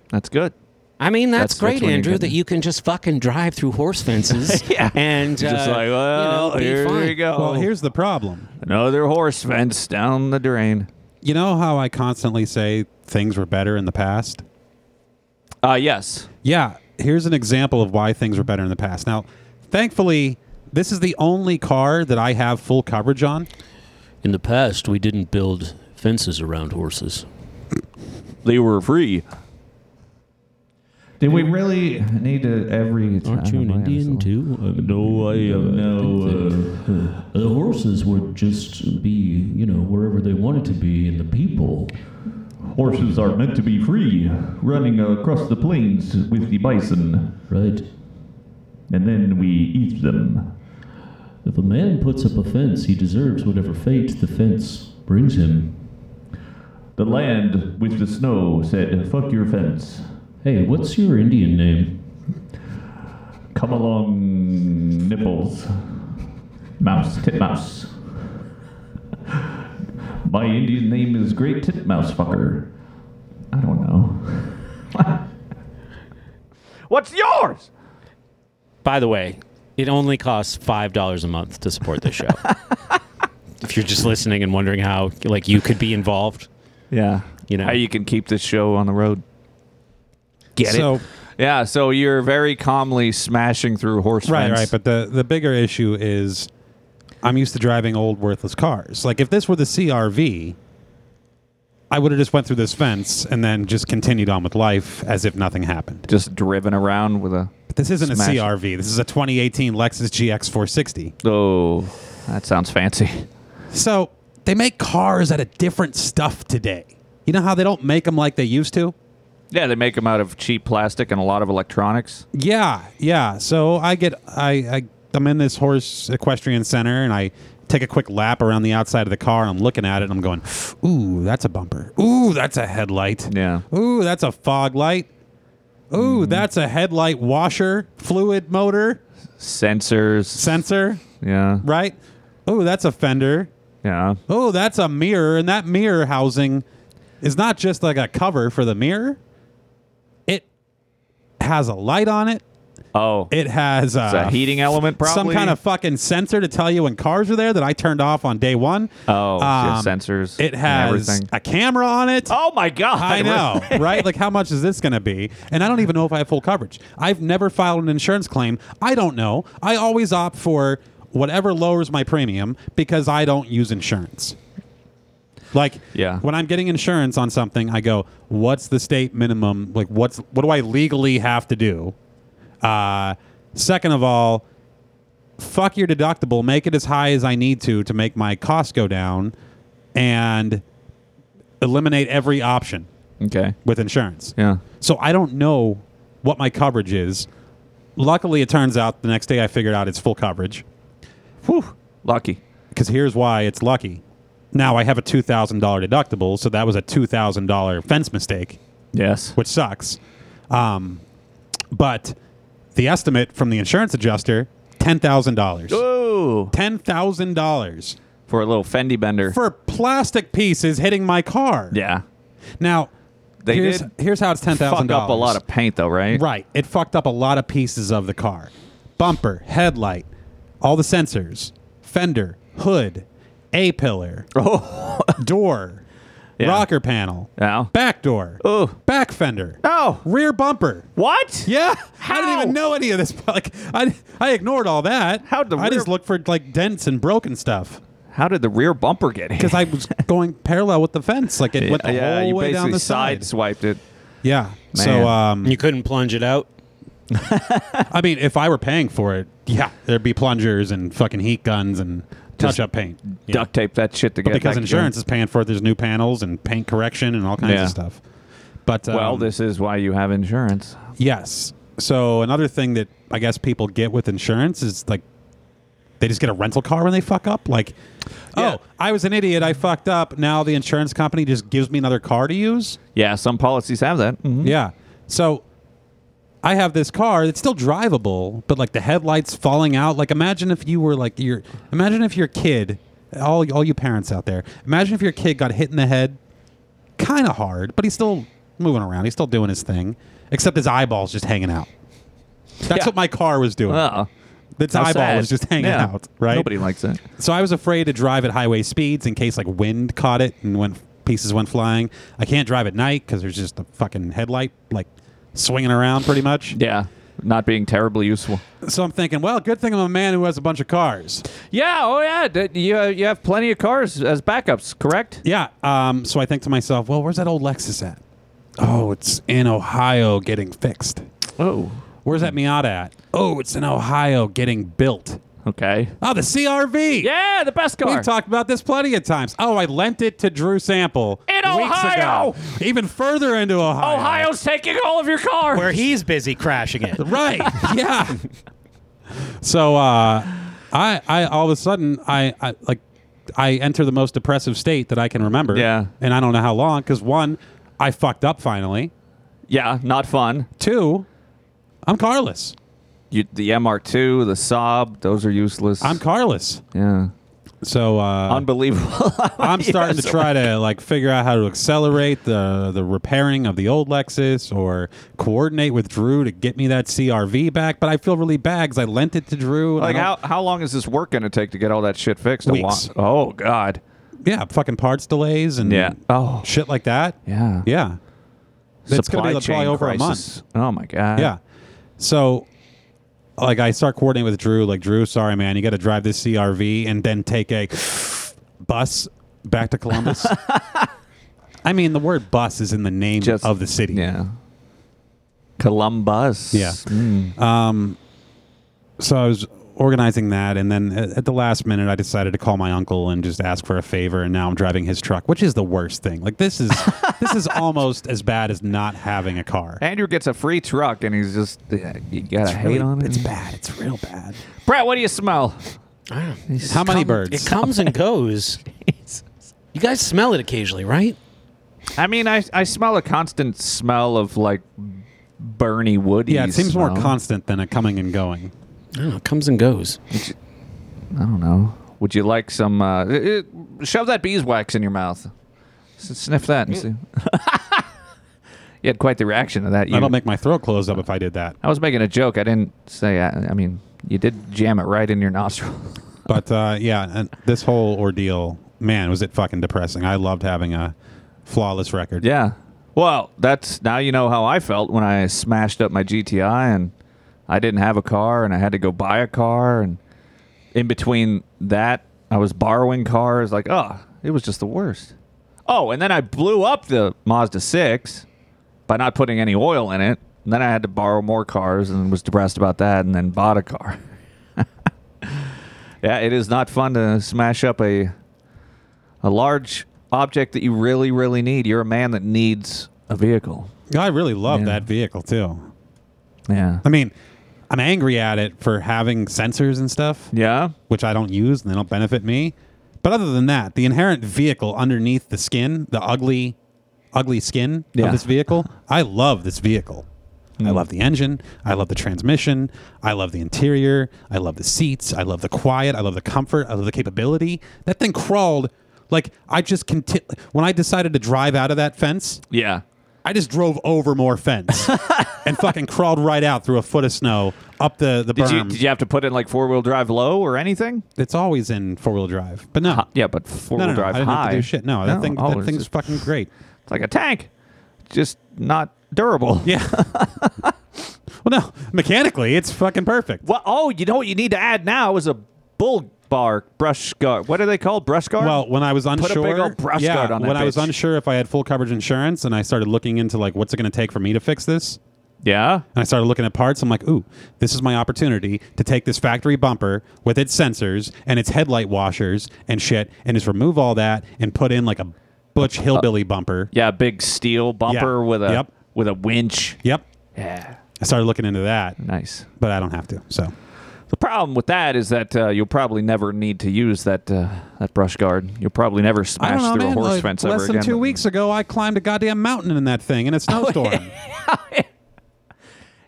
That's good.
I mean,
That's-
that's,
that's
great,
when you're
Andrew,
getting-
that you can just fucking drive through horse fences.
Yeah.
And
Just
uh,
like,
you know,
well,
be
here
fine.
we go.
Well, here's the problem.
another horse fence down the drain.
You know how I constantly say things were better in the past?
Uh yes.
Yeah, here's an example of why things were better in the past. Now, thankfully, this is the only car that I have full coverage on.
In the past, we didn't build fences around horses.
They were free.
Do we really need to every time?
Aren't you an
I am
Indian
so-
too?
Uh,
No, I am no. Uh,
The horses would just be, you know, wherever they wanted to be, and the people.
horses are meant to be free, running across the plains with the bison,
Right.
and then we eat them.
If a man puts up a fence, he deserves whatever fate the fence brings him.
The land with the snow said, "Fuck your fence."
Hey, what's your Indian name?
Come along, nipples. Mouse, titmouse. My Indian name is Great Titmouse Fucker. I don't know.
What's yours?
By the way, it only costs five dollars a month to support this show. if you're just listening and wondering how like you could be involved,
Yeah.
you know,
How you can keep this show on the road. Get
so,
it? Yeah, so you're very calmly smashing through horse
Right,
fence.
right. But the the bigger issue is, I'm used to driving old worthless cars. Like if this were the CRV, I would have just went through this fence and then just continued on with life as if nothing happened.
just driven around with a
But this isn't
Smash it.
a CRV. This is a 2018 Lexus GX 460.
oh, that sounds fancy.
So they make cars out of different stuff today. You know how they don't make them like they used to.
Yeah, they make them out of cheap plastic and a lot of electronics.
Yeah, yeah. So I get I, I I'm in this horse equestrian center and I take a quick lap around the outside of the car and I'm looking at it and I'm going, "Ooh, that's a bumper. Ooh, that's a headlight.
Yeah.
Ooh, that's a fog light. Ooh, that's a headlight washer, fluid motor,
Sensors.
sensor,
Yeah.
right? Ooh, that's a fender.
Yeah.
Oh, that's a mirror, and that mirror housing is not just like a cover for the mirror. It has a light on it.
Oh.
It has uh,
it's a heating element probably.
some kind of fucking sensor to tell you when cars are there that I turned off on day one.
Oh, yeah,
Um,
sensors.
It
and
has
everything.
a camera on it.
Oh my god.
I know,
Really?
right? Like, how much is this going to be? And I don't even know if I have full coverage. I've never filed an insurance claim. I don't know. I always opt for whatever lowers my premium because I don't use insurance. Like,
Yeah.
when I'm getting insurance on something, I go, "What's the state minimum? Like, what's what do I legally have to do?" Uh, second of all, fuck your deductible. Make it as high as I need to to make my cost go down, and eliminate every option
Okay.
with insurance.
Yeah.
So I don't know what my coverage is. Luckily, it turns out the next day I figured out it's full coverage. Whew.
Lucky.
Because here's why it's lucky. Now I have a $2,000 deductible, so that was a $2,000 fence mistake,
Yes.
which sucks. Um, but the estimate from the insurance adjuster $10,000.
Ooh.
$10,000
For a little Fendi bender.
for plastic pieces hitting my car.
yeah.
Now,
They
here's,
did
here's how it's $10,000.
Fuck up a lot of paint though, right?
Right. It fucked up a lot of pieces of the car bumper, headlight, all the sensors, fender, hood, A pillar, door,
Oh. Yeah.
rocker panel,
Yeah.
back door,
Ooh.
back fender,
Oh.
rear bumper.
What?
Yeah, I
How?
didn't even know any of this. Like, I, I ignored all that.
How'd the
I just
rear-
looked for like dents and broken stuff
How did the rear bumper get hit?
because I was going parallel with the fence. Like it went the
yeah,
whole
you
way
basically
down the side.
sideswiped it.
Yeah.
Man.
So um,
you couldn't plunge it out.
I mean, if I were paying for it, yeah, there'd be plungers and fucking heat guns and
Just
touch up paint. Yeah.
Duct tape that shit together.
because insurance is paying for it, there's new panels and paint correction and all kinds
Yeah.
of stuff. But um,
well, this is why you have insurance.
yes. So another thing that I guess people get with insurance is like they just get a rental car when they fuck up. Like,
Yeah.
oh, I was an idiot. I fucked up. Now the insurance company just gives me another car to use.
Yeah, some policies have that. Mhm.
Yeah. So I have this car that's still drivable, but like the headlights falling out. Like imagine if you were like your imagine if your kid all all you parents out there, imagine if your kid got hit in the head kinda hard, but he's still moving around. He's still doing his thing. Except his eyeball's just hanging out. That's
Yeah.
what my car was doing.
Well,
its
how
eyeball
sad.
was just hanging
Yeah.
out, right?
Nobody likes it.
So I was afraid to drive at highway speeds in case like wind caught it and went pieces went flying. I can't drive at night because there's just a fucking headlight like swinging around pretty much.
Yeah, not being terribly useful.
So I'm thinking, well, good thing I'm a man who has a bunch of cars.
Yeah, oh yeah, that- you have, you have plenty of cars as backups, correct?
Yeah. Um, so I think to myself, well, where's that old Lexus at? Oh, it's in Ohio getting fixed.
Oh,
Where's that Miata at? Oh, it's in Ohio getting built.
okay.
Oh, the CRV.
Yeah, the best car.
We've talked about this plenty of times. Oh, I lent it to Drew Sample
In
weeks
Ohio!
ago. Even further into Ohio.
Ohio's taking all of your cars.
Where he's busy crashing it.
Right. yeah. So uh, I I all of a sudden I, I like I enter the most depressive state that I can remember.
Yeah.
And I don't know how long because one, I fucked up finally.
yeah, not fun.
Two, I'm Carlos.
You, the MR2, the Saab, those are useless.
I'm Carlos.
yeah,
So uh,
unbelievable.
I'm starting to try to like figure out how to accelerate the the repairing of the old Lexus or coordinate with Drew to get me that CRV back. But I feel really bad because I lent it to Drew. and I
like
don't-
how how long is this work going to take to get all that shit fixed? A
Weeks.
lot- Oh God.
Yeah, fucking parts delays and
Yeah. Oh.
shit like that.
Yeah.
Yeah, It's gonna be like
Supply
probably
chain
over a
crisis. Oh my God.
yeah. So, like, I start coordinating with Drew. Like, Drew, sorry, man, you got to drive this CRV and then take a bus back to Columbus. I mean, the word "bus" is in the name
Just
of the city.
Yeah. Columbus.
Yeah. so I was organizing that, and then at, at the last minute, I decided to call my uncle and just ask for a favor. And now I'm driving his truck, which is the worst thing. Like this is this is almost as bad as not having a car.
Andrew gets a free truck, and he's just yeah, you gotta hate
Really,
on it.
It's bad. It's real bad.
Brett, what do you smell?
How many
It
birds?
comes and goes. You guys smell it occasionally, right?
I mean, I I smell a constant smell of like Bernie wood.
yeah, it seems more constant than a coming and going.
I don't know. It comes and goes.
I don't know. Would you like some? Uh, it- it- shove that beeswax in your mouth. S- Sniff that and see. you had quite the reaction to that. You,
That'll make my throat close up if I did that.
I was making a joke. I didn't say. I, I mean, you did jam it right in your nostril.
But uh, yeah, and this whole ordeal, man, was it fucking depressing. I loved having a flawless record.
Yeah. Well, that's now you know how I felt when I smashed up my GTI and I didn't have a car and I had to go buy a car and in between that I was borrowing cars like oh it was just the worst. Oh, and then I blew up the Mazda 6 by not putting any oil in it. And then I had to borrow more cars and was depressed about that and then bought a car. yeah, it is not fun to smash up a a large object that you really, really need. You're a man that needs a vehicle.
I really loved
Yeah.
that vehicle too.
Yeah.
I mean, I'm angry at it for having sensors and stuff.
Yeah.
which I don't use and they don't benefit me. But other than that, the inherent vehicle underneath the skin, the ugly, ugly skin
Yeah.
of this vehicle, I love this vehicle. I love the engine. I love the transmission. I love the interior. I love the seats. I love the quiet. I love the comfort. I love the capability. That thing crawled. Like I just conti- when I decided to drive out of that fence,
Yeah.
I just drove over more fence and fucking crawled right out through a foot of snow up the the
Did you
berm.
did you have to put in like four wheel drive low or anything?
it's always in four wheel drive, but no,
Huh, Yeah, but four
no,
wheel
no, no. I
drive
didn't
high.
have to do shit. No, that thing,
oh,
that
it's
thing's
just-
fucking great.
it's like a tank, just not durable.
Yeah. well, no, mechanically, it's fucking perfect.
Well, oh, you know what you need to add now is a bull bar brush guard. What are they called? Brush guard.
Well, when I was
big
unsure,
old brush
yeah,
guard on that
when I was
bitch.
unsure if I had full coverage insurance, and I started looking into like what's it going to take for me to fix this,
yeah.
and I started looking at parts. I'm like, ooh, this is my opportunity to take this factory bumper with its sensors and its headlight washers and shit, and just remove all that and put in like a butch
Uh,
hillbilly bumper.
Yeah, big steel bumper
Yeah.
with a
Yep.
with a winch.
Yep.
Yeah.
I started looking into that,
Nice.
but I don't have to. So
The problem with that is that uh, you'll probably never need to use that uh, that brush guard. You'll probably never smash through a horse
Like,
fence
less
ever
than
again. Oh,
two weeks ago, I climbed a goddamn mountain in that thing in a snowstorm.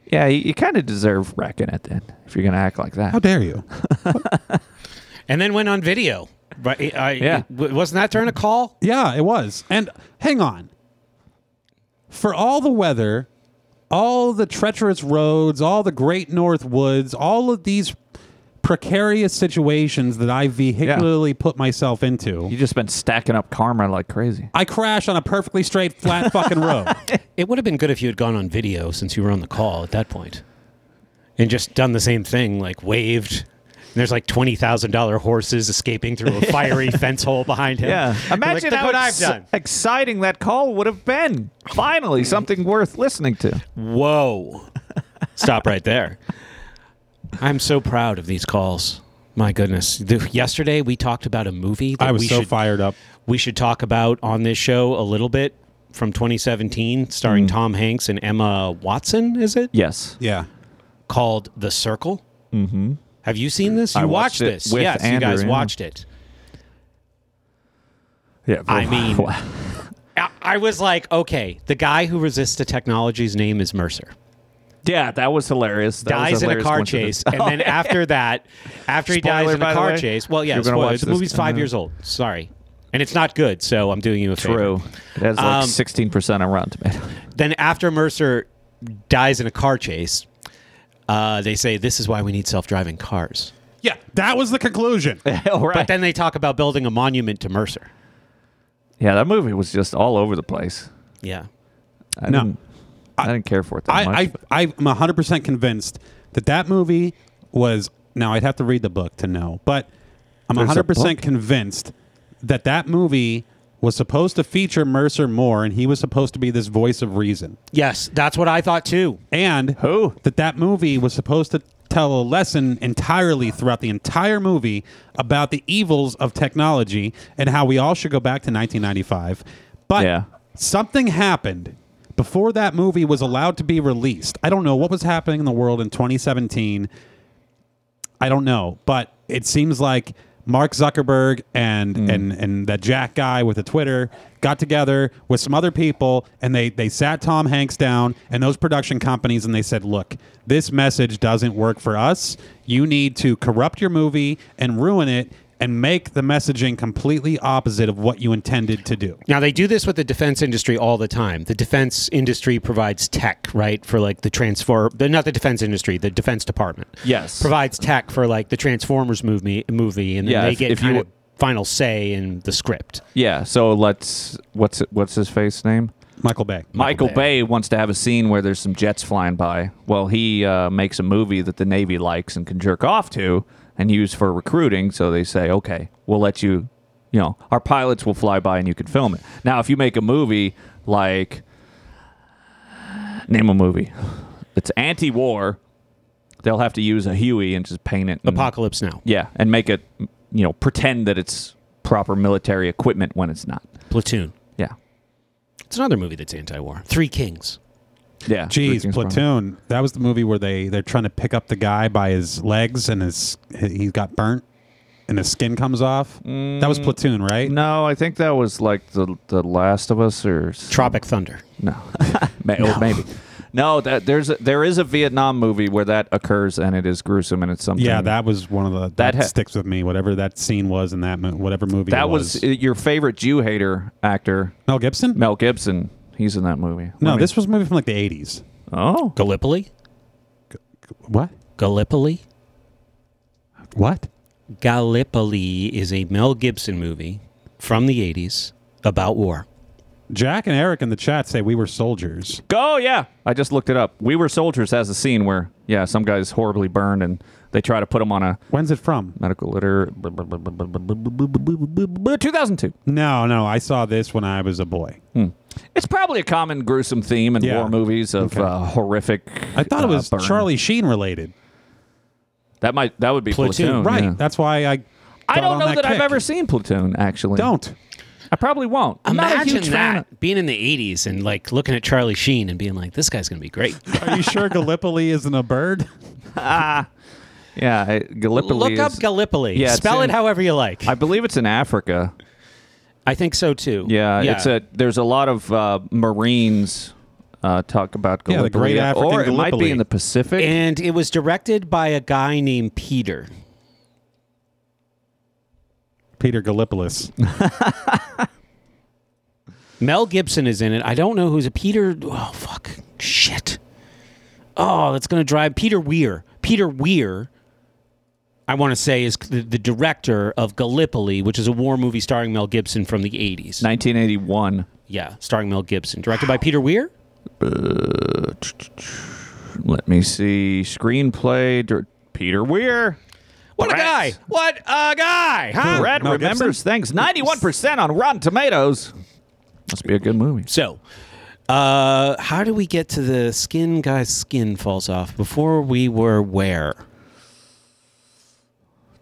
Yeah, you, you kind of deserve wrecking it then if you're gonna act like that.
How dare you?
And then went on video. Right? I,
Yeah.
w- wasn't that during a call?
Yeah, it was. And hang on. For all the weather, all the treacherous roads, all the great north woods, all of these precarious situations that I vehicularly put myself into,
you just been stacking up karma like crazy.
I crash on a perfectly straight, flat fucking road.
It would have been good if you had gone on video since you were on the call at that point and just done the same thing, like waved. And there's like twenty thousand dollar horses escaping through a fiery fence hole behind him.
imagine
like, "Look
how
what
ex-
I've done. Mm-hmm.
exciting that call would have been. Finally, something worth listening to.
Whoa! Stop right there. I'm so proud of these calls. My goodness. The- yesterday we talked about a movie that
I was
we
so
should
fired up.
we should talk about on this show a little bit from 2017, starring
Mm-hmm.
Tom Hanks and Emma Watson. Is it
Yes,
Yeah.
called The Circle? Mm-hmm. Have you seen this? You
I watched it
this?
with
yes, you
Andrew,
guys
yeah.
watched it.
yeah.
I mean- I, I was like, okay, the guy who resists the technology's name is Mercer.
Yeah, that was hilarious. That was
dies in a
hilarious
car
coincidence.
chase, and then after that, after he dies
Spoiler,
in
by
a
the
car
way.
chase, well, yeah,
You're gonna
spoiler.
watch
the
this Mm-hmm.
movie's five
tonight.
years old. Sorry, and it's not good. So I'm doing you a favor.
Oh, True. It has
Um,
like sixteen percent on Rotten Tomatoes.
Then after Mercer dies in a car chase, uh, they say this is why we need self-driving cars.
Yeah, that was the conclusion.
All right.
But then they talk about building a monument to Mercer.
yeah, that movie was just all over the place.
Yeah.
I
No.
didn't, I, didn't care for it that much.
I, I I'm 100 percent convinced that that movie was. Now I'd have to read the book to know, but I'm
There's a
100 percent
book?
convinced that that movie was supposed to feature Mercer Moore, and he was supposed to be this voice of reason,
Yes, that's what I thought too.
and
Who?
that that movie was supposed to tell a lesson entirely throughout the entire movie about the evils of technology and how we all should go back to 1995, but
Yeah.
something happened before that movie was allowed to be released. I don't know what was happening in the world in 2017. I don't know, but it seems like Mark Zuckerberg and and and that Jack guy with the Twitter got together with some other people and they they sat Tom Hanks down and those production companies and they said, "Look, this message doesn't work for us. You need to corrupt your movie and ruin it." And make the messaging completely opposite of what you intended to do.
Now they do this with the defense industry all the time. The defense industry provides tech, right, for like the transform. Not the defense industry, the defense department.
Yes.
provides tech for like the Transformers movie, movie, and then
Yeah,
they
if-
get
if you
kind of
w- Mm-hmm.
final say in the script.
yeah. So let's what's what's his face name?
Michael Bay.
Michael,
Michael
Bay. wants to have a scene where there's some jets flying by. Well, he uh, makes a movie that the Navy likes and can jerk off to and use for recruiting. So they say, okay, we'll let you, you know, our pilots will fly by and you can film it. Now, if you make a movie like, name a movie that's anti war, they'll have to use a Huey and just paint it. and-
Apocalypse Now,
Yeah, and make it, you know, pretend that it's proper military equipment when it's not.
Platoon.
Yeah.
It's another movie that's anti-war. Three Kings.
Yeah.
Jeez,
Everything's wrong.
Platoon. That was the movie where they they're trying to pick up the guy by his legs and his he got burnt and his skin comes off. That was Platoon, right?
Mm, No, I think that was like the the Last of Us or s-
Tropic Thunder.
no, May, no. maybe. No, that there's a, there is a Vietnam movie where that occurs and it is gruesome and it's something.
Yeah, that was one of the that,
That ha-
sticks with me. Whatever that scene was in that mo- whatever movie
that
it
was, uh, your favorite Jew hater actor
Mel Gibson.
Mel Gibson. He's in that movie.
no,
I mean-
this was a movie from like the eighties.
oh
Gallipoli.
What?
Gallipoli.
What?
Gallipoli is a Mel Gibson movie from the '80s about war.
Jack and Eric in the chat say we were soldiers.
go yeah. I just looked it up. We Were Soldiers has a scene where yeah, some guy's horribly burned and they try to put him on a
When's it from?
medical litter. 2002.
No, no, I saw this when I was a boy.
It's probably a common gruesome theme in
Yeah.
war movies of
Okay.
uh, horrific.
I thought it
uh,
was
burn.
Charlie Sheen related.
That might that would be platoon,
Platoon,
Right.
Oh, yeah.
That's why I.
I
got
don't
on
know that, I've
kick.
ever seen platoon. Actually,
Don't.
I probably won't. I'm not a
Imagine
huge fan.
that being in the '80s and like looking at Charlie Sheen and being like, "This guy's gonna be great."
Are you sure Gallipoli isn't a bird?
Yeah, I, Gallipoli.
Look up
is-
Gallipoli.
Yeah, it's
Spell
in-
it however you like.
I
I,
believe it's in Africa.
think so too.
Yeah, it's a. There's a lot of uh, Marines uh, talk about
Yeah,
Gallipoli,
the Great African
or it might be
Gallipoli.
in the Pacific.
And it was directed by a guy named Peter.
Peter Gallipolis.
Mel Gibson is in it. I don't know who's a Peter. Oh fuck, shit. Oh, that's gonna drive Peter Weir. Peter Weir, I want to say, is the, the director of Gallipoli, which is a war movie starring Mel Gibson from the '80s.
1981.
Yeah, starring Mel Gibson, directed by Peter Weir.
Let me see. Screenplay. dir- Peter Weir.
What
Brett.
a guy! What a guy! Huh?
Brad
Mel
remembers things. Ninety-one percent on Rotten Tomatoes. Must be a good movie.
So, uh, how do we get to the skin guy's skin falls off before we were where?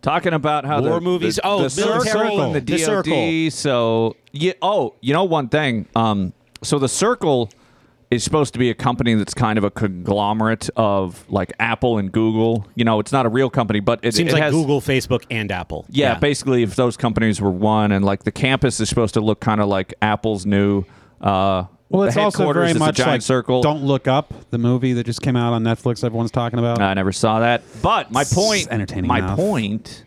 Talking about how
War
the,
movies-
the,
oh,
the
military-
circle and the,
the
DoD.
circle.
So yeah. Oh, you know one thing. Um, so the circle is supposed to be a company that's kind of a conglomerate of like Apple and Google. You know, it's not a real company, but it
Seems
it
like
has,
Google, Facebook, and Apple.
Yeah, basically, if those companies were one, and like the campus is supposed to look kind of like Apple's new uh,
Well, it's also
headquarters
very
is a
much
giant
like
circle.
Don't Look Up, the movie that just came out on Netflix. Everyone's talking about.
I never saw that. But my point,
entertaining
my
enough.
point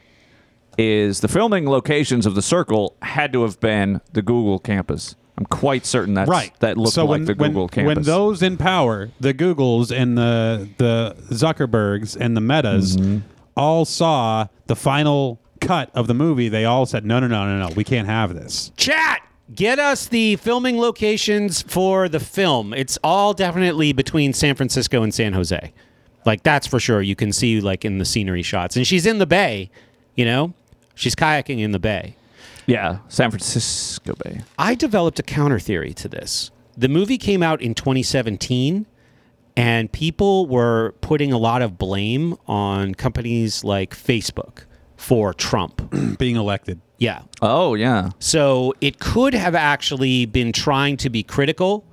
is the filming locations of the circle had to have been the Google campus. I'm quite certain that's
right.
that looked
so
like
when,
the Google
when,
campus.
When those in power, the Googles and the the Zuckerbergs and the Metas,
Mm-hmm.
all saw the final cut of the movie, they all said, "No, no, no, no, no, we can't have this."
Chat, get us the filming locations for the film. It's all definitely between San Francisco and San Jose. Like that's for sure. You can see like in the scenery shots. And she's in the bay, you know? She's kayaking in the bay.
yeah, San Francisco Bay.
I developed a counter theory to this. The movie came out in 2017 and people were putting a lot of blame on companies like Facebook for Trump.
Being elected,
yeah.
Oh yeah,
So it could have actually been trying to be critical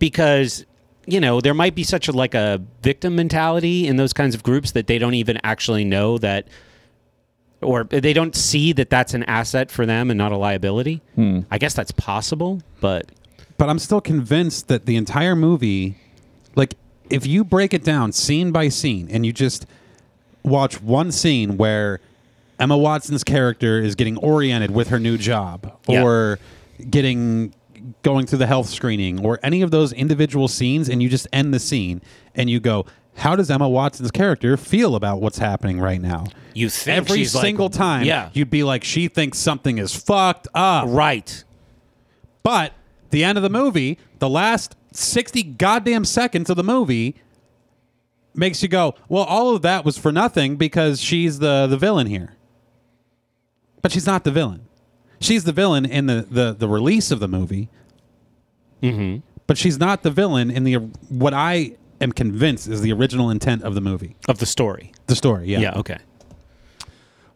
because you know there might be such a like a victim mentality in those kinds of groups that they don't even actually know that or they don't see that that's an asset for them and not a liability.
Hmm.
I guess that's possible, but
but I'm still convinced that the entire movie, like if you break it down scene by scene and you just watch one scene where Emma Watson's character is getting oriented with her new job
Yeah.
or getting going through the health screening or any of those individual scenes and you just end the scene and you go how does Emma Watson's character feel about what's happening right now?
You think
every
she's like-
single time
Yeah.
you'd be like she thinks something is fucked up.
right.
But the end of the movie, the last 60 goddamn seconds of the movie makes you go, well, all of that was for nothing because she's the, the villain here. But she's not the villain. She's the villain in the, the, the release of the movie. Mm-hmm. But she's not the villain in the what I am convinced is the original intent of the movie.
Of the story.
The story, yeah.
Yeah, okay.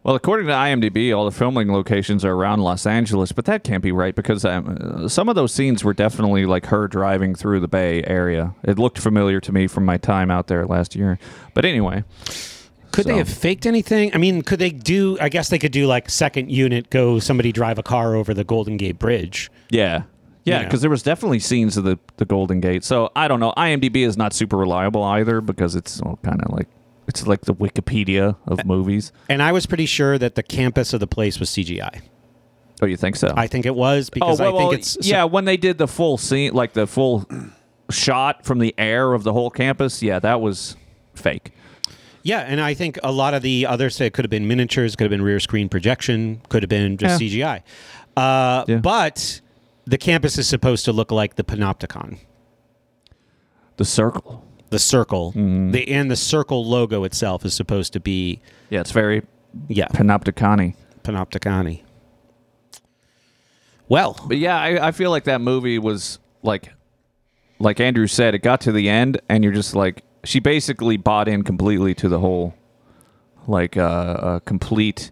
Well, according to IMDb, all the filming locations are around Los Angeles, but that can't be right because um, uh, some of those scenes were definitely like her driving through the Bay Area. It looked familiar to me from my time out there last year. But anyway,
Could
So-
they have faked anything? I mean, could they do? I guess they could do like second unit, go somebody drive a car over the Golden Gate Bridge.
yeah. Yeah,
Yeah.
because there was definitely scenes of the, the Golden Gate. So I don't know. IMDb is not super reliable either because it's all kind of like it's like the Wikipedia of movies.
And I was pretty sure that the campus of the place was CGI.
Oh, you think so?
I think it
Oh,
was because I think it's
Oh, yeah. When they did the full scene, like the full shot from the air of the whole campus, yeah, that was fake.
yeah, and I think a lot of the other say it could have been miniatures, could have been rear screen projection, could have been just CGI. Uh,
Yeah.
But the campus is supposed to look like the Panopticon,
The circle.
the circle,
Mm-hmm.
the and the circle logo itself is supposed to be
Yeah, it's very
yeah
panopticon
Panopticon. Well,
But yeah, I, I feel like that movie was like, like Andrew said, it got to the end, and you're just like, she basically bought in completely to the whole, like, uh, uh, complete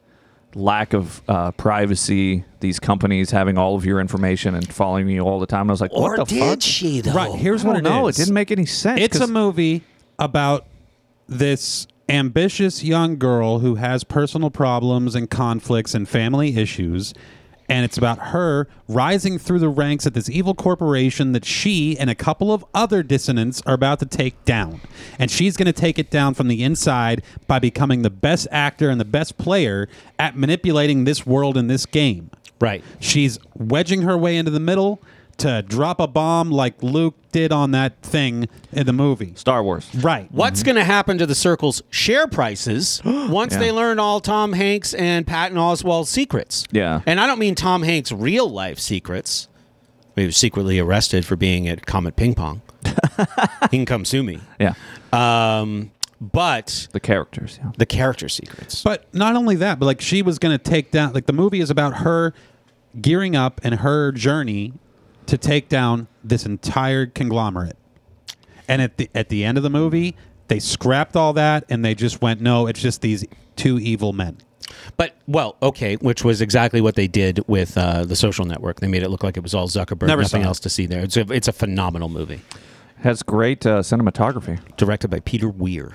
lack of uh, privacy. These companies having all of your information and following you all the time. I was like, what the fuck?
she though?
Right, here's
I
what
don't
it
know.
is.
Oh, It didn't make any sense.
It's a
'cause-
movie about this ambitious young girl who has personal problems and conflicts and family issues. And it's about her rising through the ranks at this evil corporation that she and a couple of other dissonants are about to take down. And she's going to take it down from the inside by becoming the best actor and the best player at manipulating this world and this game.
right.
She's wedging her way into the middle to drop a bomb like Luke did on that thing in the movie.
Star Wars.
Right.
What's going to happen to the circle's share prices once they learn all Tom Hanks and Patton Oswald's secrets?
Yeah.
And I don't mean Tom Hanks' real life secrets. He was secretly arrested for being at Comet Ping Pong. he can come sue me.
Yeah,
Um, but
the characters. Yeah.
the character secrets.
But not only that, but like she was going to take down, like the movie is about her gearing up and her journey to take down this entire conglomerate. And at the, at the end of the movie, they scrapped all that and they just went, no, it's just these two evil men.
But, well, okay, which was exactly what they did with uh, the social network. They made it look like it was all Zuckerberg,
Never saw
nothing
it.
else to see there. It's a, it's a phenomenal movie,
Has great uh, cinematography.
directed by Peter Weir.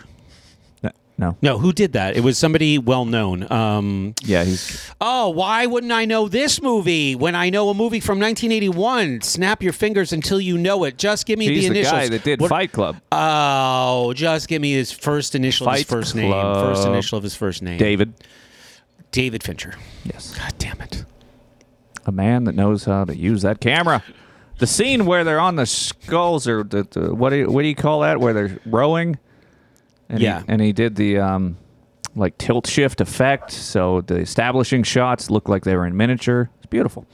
No.
No, who did that? It was somebody well known. Um,
Yeah, he's
oh, why wouldn't I know this movie when I know a movie from 1981? Snap your fingers until you know it. Just give me
he's
the
the,
initials.
guy that did
What-
Fight Club.
Oh, just give me his first initial of his
Fight
first name. First
Club.
initial of his first name.
David.
David Fincher.
Yes.
God damn it.
A man that knows how to use that camera. The scene where they're on the skulls or the, the what do you, what do you call that? Where they're rowing. And
Yeah.
He, and he did the um, like tilt shift effect, so the establishing shots look like they were in miniature. It's beautiful.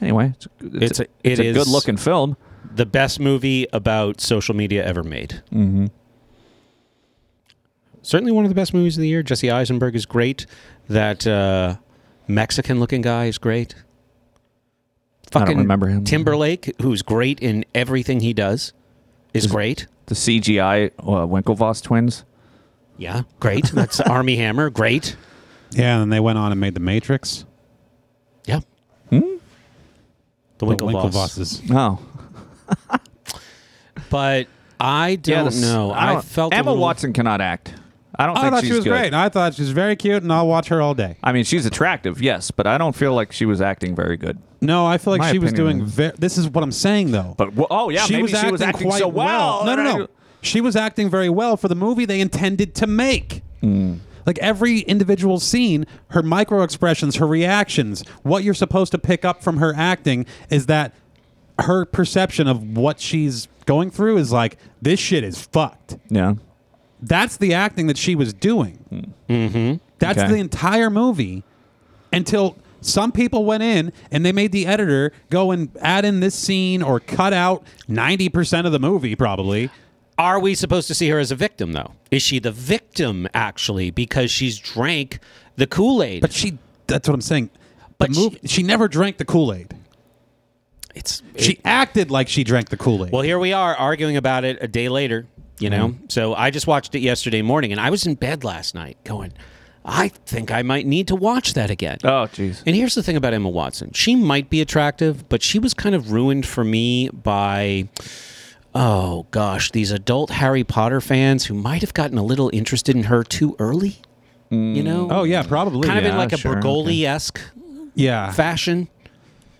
Anyway, it's,
It's a-
it's
it
a
is-
good looking film.
The best movie about social media ever made. Mm-hmm. Certainly one of the best movies of the year. Jesse Eisenberg is great. That uh, Mexican looking guy is great.
I don't remember him.
Timberlake, who's great in everything he does, is great.
The CGI uh, Winklevoss twins.
Yeah, great. That's Army Hammer. Great.
Yeah, and they went on and made The Matrix.
Yeah.
Hmm?
The
The
Winklevoss.
Winklevosses.
Oh,
But I
Yeah,
don't
the s-
know. I,
don't-
felt a
Emma
little-
Watson cannot act. I don't
Oh, I
think
thought she
she's
was
good.
great. I thought she was very cute, and I'll watch her all day.
I mean, she's attractive, yes, but I don't feel like she was acting very good.
No, I feel like
My
she was
opinion
doing.
is-
Ve- this is what I'm saying, though.
But well, oh yeah,
she
maybe
was
she
acting
was acting
quite
so well.
No, no,
that I-
no. She was acting very well for the movie they intended to make.
Mm.
Like every individual scene, her micro expressions, her reactions, what you're supposed to pick up from her acting is that her perception of what she's going through is like this shit is fucked.
Yeah,
That's the acting that she was doing. Mm-hmm. That's
Okay.
the entire movie until some people went in and they made the editor go and add in this scene or cut out 90% of the movie, probably.
Are we supposed to see her as a victim, though? Is she the victim, actually, because she's drank the Kool Aid?
But she, that's what I'm saying. But
But she-
she, never drank the Kool Aid.
it's.
She acted like she drank the Kool Aid.
well, here we are arguing about it a day later, you know? So I just watched it yesterday morning, and I was in bed last night going, I think I might need to watch that again.
Oh jeez.
And here's the thing about Emma Watson. She might be attractive, but she was kind of ruined for me by oh gosh, these adult Harry Potter fans who might have gotten a little interested in her too early. You know?
oh, yeah, probably.
Kind of in
yeah,
like a
sure, okay.
Bergoli esque
Yeah.
fashion.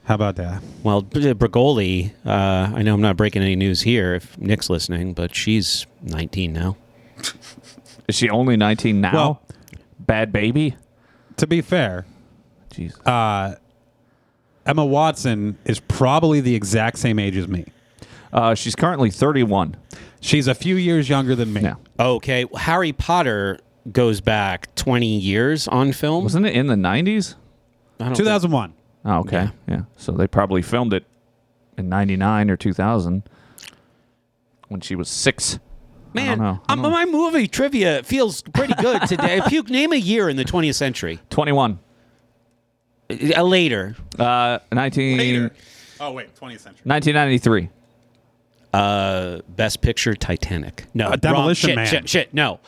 How about that?
Well, B- Bergoli, uh, I know I'm not breaking any news here if Nick's listening, but she's 19 now.
Is she only 19 now?
Well-
Bad baby.
To be fair,
Jeez.
uh, Emma Watson is probably the exact same age as me.
Uh, she's currently 31.
She's a few years younger than me.
Yeah.
Okay, Harry Potter goes back 20 years on film.
Wasn't it in the 90s?
I don't think-
2001.
Oh, okay. Yeah. So they probably filmed it in 99 or 2000 when she was six.
Man,
know. I
um, my movie trivia feels pretty good today. Puke, name a year in the 20th century.
21.
A later.
Uh, 19,
Oh, wait, 20th century.
1993.
Uh, best picture, Titanic. No,
Uh,
wrong.
Demolition
shit,
Man.
Shit, shit, no.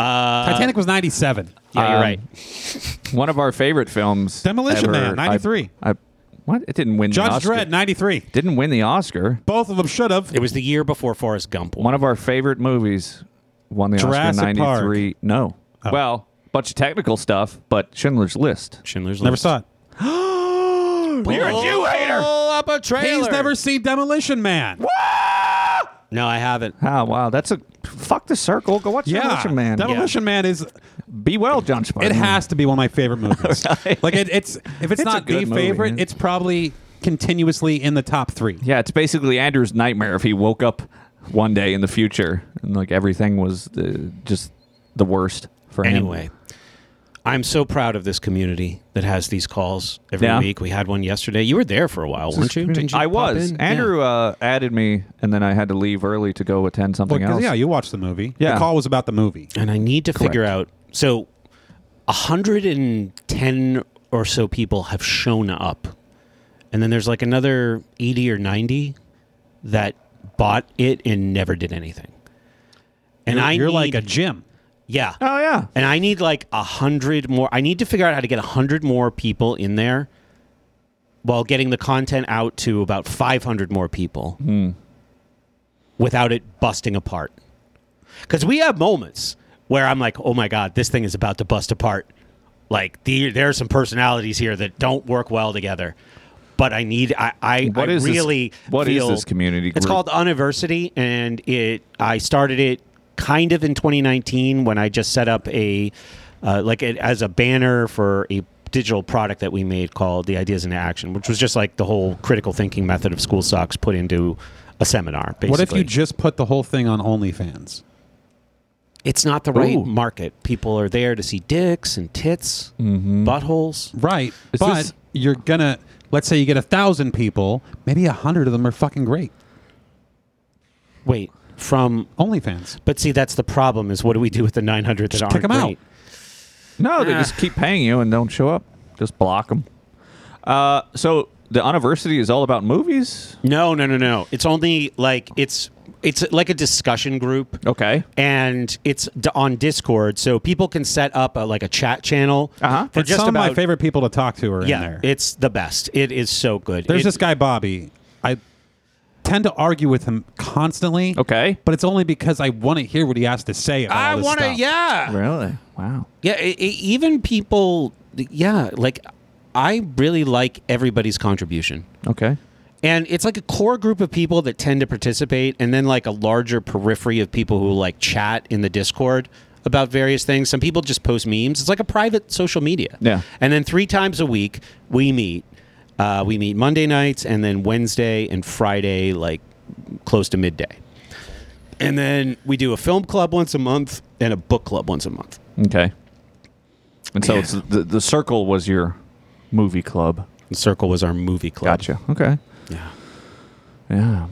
Uh,
Titanic was 97.
Yeah, you're
Um,
right.
One of our favorite films.
Demolition
ever.
Man, 93.
I, I- what? It didn't win the
Judge
Oscar.
Dredd, 93.
Didn't win the Oscar.
Both of them should have.
It was the year before Forrest Gump.
One of our favorite movies won the
Jurassic
Oscar in 93. No.
Oh.
Well, bunch of technical stuff, but Schindler's List. Oh.
Schindler's
Never
List.
saw it.
You're a Jew hater.
Pull up a trailer.
He's never seen Demolition Man.
No, I haven't.
Oh, wow. That's a fuck the circle. Go watch
Yeah,
Demolition Man.
Demolition Man is
Be well, John Spartan.
it has to be one of my favorite movies. Like it, it's if it's,
It's a
not the
good movie,
favorite,
yeah.
it's probably continuously in the top three.
Yeah, it's basically Andrew's nightmare if he woke up one day in the future and like everything was the, just the worst for him.
Anyway, I'm so proud of this community that has these calls every
Yeah.
week. We had one yesterday. You were there for a while, weren't you? Didn't you
I
pop
was.
in? Yeah.
Andrew uh, added me, and then I had to leave early to go attend something
Well, 'cause,
else.
yeah, you watched the movie.
Yeah.
The call was about the movie.
and I need to figure out. So, 110 or so people have shown up, and then there's like another 80 or 90 that bought it and never did anything. And
you're,
I
you're
need,
like a gym.
yeah,
Oh yeah.
and I need like a hundred more. I need to figure out how to get a hundred more people in there, while getting the content out to about five hundred more people,
Hmm.
without it busting apart. Because we have moments where I'm like, oh my god, this thing is about to bust apart. Like the, there are some personalities here that don't work well together. But I need I I,
What
I
is this-
really
what is
feel,
this community
It's
group?
called University, and it I started it kind of in 2019 when I just set up a uh, like it as a banner for a digital product that we made called the Ideas into Action, which was just like the whole critical thinking method of school socks put into a seminar. Basically,
What if you just put the whole thing on OnlyFans?
it's not the right
Ooh.
market. People are there to see dicks and tits,
Mm-hmm.
buttholes.
Right.
Is
but
this-
you're gonna let's say you get a thousand people, maybe a hundred of them are fucking great.
Wait, from
OnlyFans.
but see that's the problem is what do we do with the 900 that
Just
aren't
kick 'em out.
great?
No, they just keep paying you and don't show up. Just block them. Uh, so the university is all about movies.
No, no, no, no. It's only like it's it's like a discussion group.
Okay.
And it's d- on Discord, so people can set up a, like a chat channel
Uh-huh.
for
And
just
some
about
of my favorite people to talk to are
Yeah,
in there.
it's the best. It is so good.
There's
It-
this guy Bobby. I tend to argue with him constantly.
Okay.
But it's only because I want to hear what he has to say. About
I
want
want to. Yeah.
Really? Wow.
Yeah, i i even people. Yeah, like I really like everybody's contribution,
Okay.
and it's like a core group of people that tend to participate, and then like a larger periphery of people who like chat in the Discord about various things. Some people just post memes. It's like a private social media.
Yeah.
and then three times a week we meet. Uh, we meet Monday nights, and then Wednesday and Friday, like close to midday. And then we do a film club once a month and a book club once a month.
Okay. And so it's the, the circle was your movie club.
The Circle was our movie club.
Gotcha. Okay.
Yeah.
Yeah.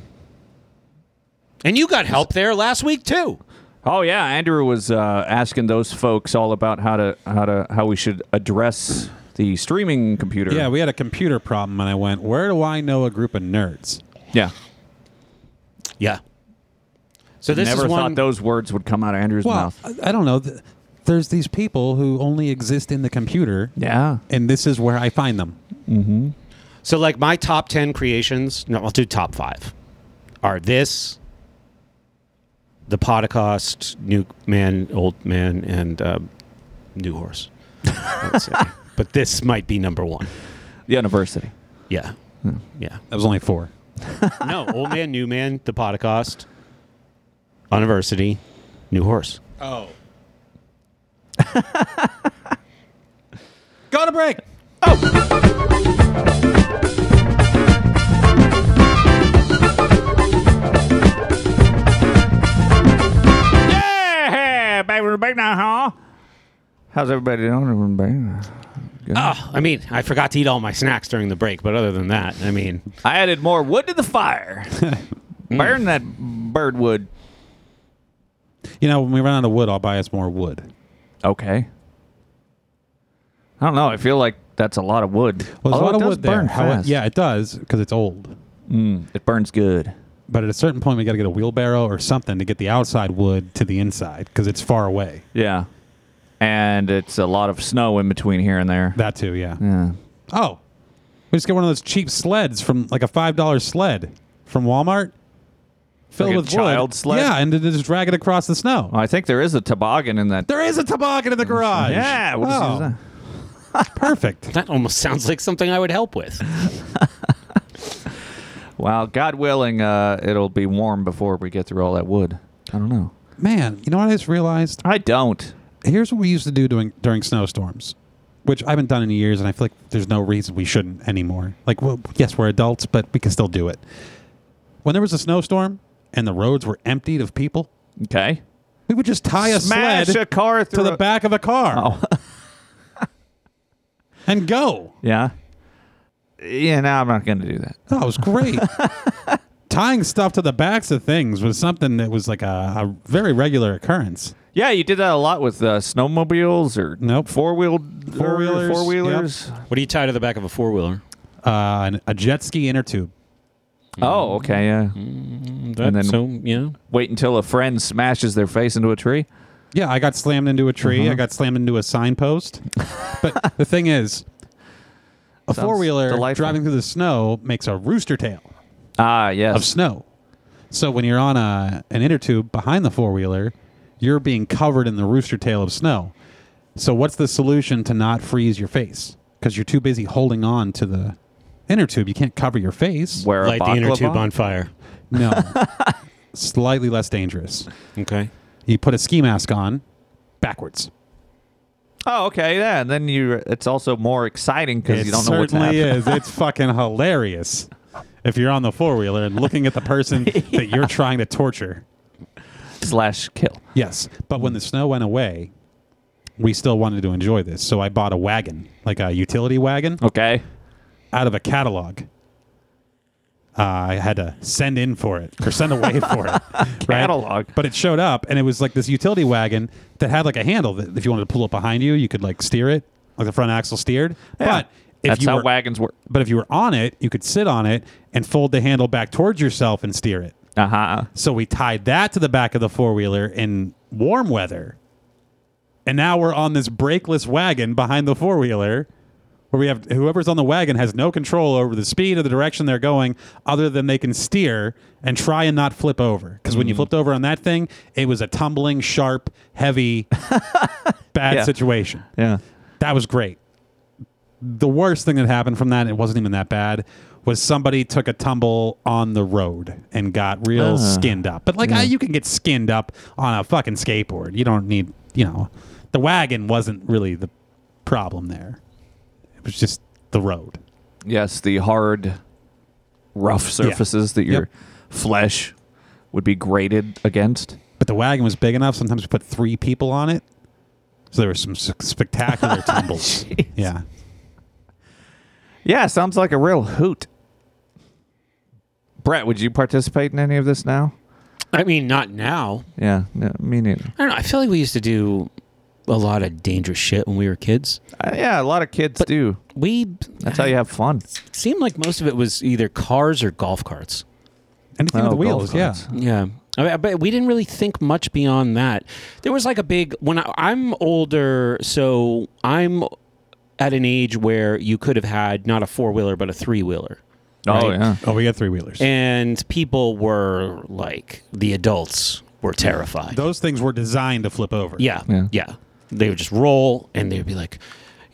And you got help there last week too.
Oh yeah, Andrew was uh, asking those folks all about how to how to how we should address the streaming computer.
Yeah, we had a computer problem, and I went, "Where do I know a group of nerds?"
yeah.
Yeah. So this
Never
is one.
thought those words would come out of Andrew's
Well,
mouth.
I, I don't know. Th- There's these people who only exist in the computer,
Yeah.
and this is where I find them.
so like my top ten creations. No, I'll do top five. Are this, the Podcast, New Man, Old Man, and um, New Horse. I would say. but this might be number one.
The university.
Yeah. Yeah.
That was only four.
No, Old Man, New Man, the Podcast, University, New Horse.
Oh. Go to break.
Yeah, baby, we're back now, huh? How's everybody doing? Everybody back?
Oh, I mean, I forgot to eat all my snacks during the break, but other than that, I mean,
I added more wood to the fire. Burn that bird wood.
You know, when we run out of wood, I'll buy us more wood.
Okay. I don't know. I feel like that's a lot of wood.
Well, there's a
Although
lot
it
of
does
wood
burn
there. However-
fast.
yeah, it does because it's old.
It burns good.
But at a certain point, we got to get a wheelbarrow or something to get the outside wood to the inside because it's far away.
Yeah. And it's a lot of snow in between here and there.
That too, yeah.
Yeah.
Oh, we just get one of those cheap sleds from like a five dollar sled from Walmart, filled
Like a
with
child
wood.
sled?
Yeah, and to just drag it across the snow.
Well, I think there is a toboggan in that.
There is a toboggan in the garage.
Yeah. We'll just use
oh,
that.
perfect.
that almost sounds like something I would help with.
Well, God willing, uh, it'll be warm before we get through all that wood. I don't know.
Man, you know what I just realized?
I don't.
Here's what we used to do during during snowstorms, which I haven't done in years, and I feel like there's no reason we shouldn't anymore. Like, well, yes, we're adults, but we can still do it. When there was a snowstorm and the roads were emptied of people,
Okay.
we would just tie a
Smash
sled
a oh. car
to
through
the
a-
back of a car and go.
Yeah. Yeah, no, I'm not going to do that.
That was great. Tying stuff to the backs of things was something that was like a, a very regular occurrence.
Yeah, you did that a lot with uh, snowmobiles or
Nope.
four wheeled
Four-wheelers,
four wheelers.
What do you tie to the back of a four wheeler?
Uh, an- a jet ski inner tube.
Oh, okay, yeah. And then-
so yeah,
Wait until a friend smashes their face into a tree.
Yeah, I got slammed into a tree.
Uh-huh.
I got slammed into a signpost. but the thing is, a
Sounds
four wheeler
delightful.
driving through the snow makes a rooster tail
Ah, yes.
of snow. So when you're on a an inner tube behind the four wheeler, you're being covered in the rooster tail of snow. So what's the solution to not freeze your face? Because you're too busy holding on to the inner tube. You can't cover your face.
Where
Light the inner tube on fire.
No. Slightly less dangerous.
Okay.
You put a ski mask on backwards.
Oh, okay. Yeah, and then you. It's also more exciting because
It
you don't know what's
certainly
happening.
is. It's fucking hilarious. If you're on the four wheeler and looking at the person that you're trying to torture.
Slash kill.
Yes, but when the snow went away, we still wanted to enjoy this. So I bought a wagon, like a utility wagon,
Okay.
out of a catalog. Uh, I had to send in for it or send away for it. right?
Catalog.
But it showed up and it was like this utility wagon that had like a handle that if you wanted to pull it behind you, you could like steer it, like the front axle steered. But if
That's
you
how
were,
wagons work.
but if you were on it, you could sit on it and fold the handle back towards yourself and steer it.
Uh huh.
So we tied that to the back of the four wheeler in warm weather. And now we're on this brakeless wagon behind the four wheeler where we have whoever's on the wagon has no control over the speed or the direction they're going other than they can steer and try and not flip over. Because
Mm.
when you flipped over on that thing, it was a tumbling, sharp, heavy, bad
Yeah.
situation.
Yeah.
That was great. The worst thing that happened from that, and it wasn't even that bad, was somebody took a tumble on the road and got real skinned up. But like, I, you can get skinned up on a fucking skateboard. You don't need, you know, the wagon wasn't really the problem there. It was just the road.
Yes, the hard, rough surfaces that your
Yep.
flesh would be grated against.
But the wagon was big enough. Sometimes we put three people on it, so there were some s- spectacular tumbles. yeah,
Yeah, sounds like a real hoot. Brett, would you participate in any of this now?
I mean, not now.
Yeah, no, me neither.
I don't know. I feel like we used to do a lot of dangerous shit when we were kids.
Uh, yeah, a lot of kids do.
We
That's how you have fun.
seemed like most of it was either cars or golf carts.
anything
Oh,
with the wheels.
golf
Yeah,
carts.
Yeah. I mean, but we didn't really think much beyond that. There was like a big when I, I'm older, so I'm at an age where you could have had not a four wheeler but a three wheeler.
Oh yeah.
oh, we got three wheelers.
And people were like the adults were terrified.
Those things were designed to flip over.
Yeah,
Yeah.
yeah. They would just roll and they would be like,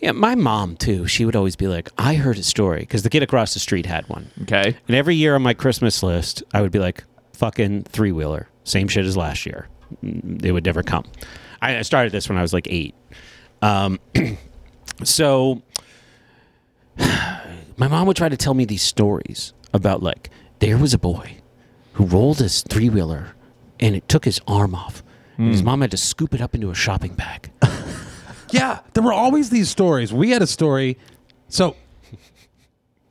yeah, my mom too. She would always be like, I heard a story because the kid across the street had one.
Okay.
And every year on my Christmas list, I would be like, fucking three wheeler. Same shit as last year. Mm, It would never come. I I started this when I was like eight. Um, so my mom would try to tell me these stories about like, there was a boy who rolled his three wheeler and it took his arm off. And his mom had to scoop it up into a shopping bag.
Yeah, there were always these stories. We had a story. So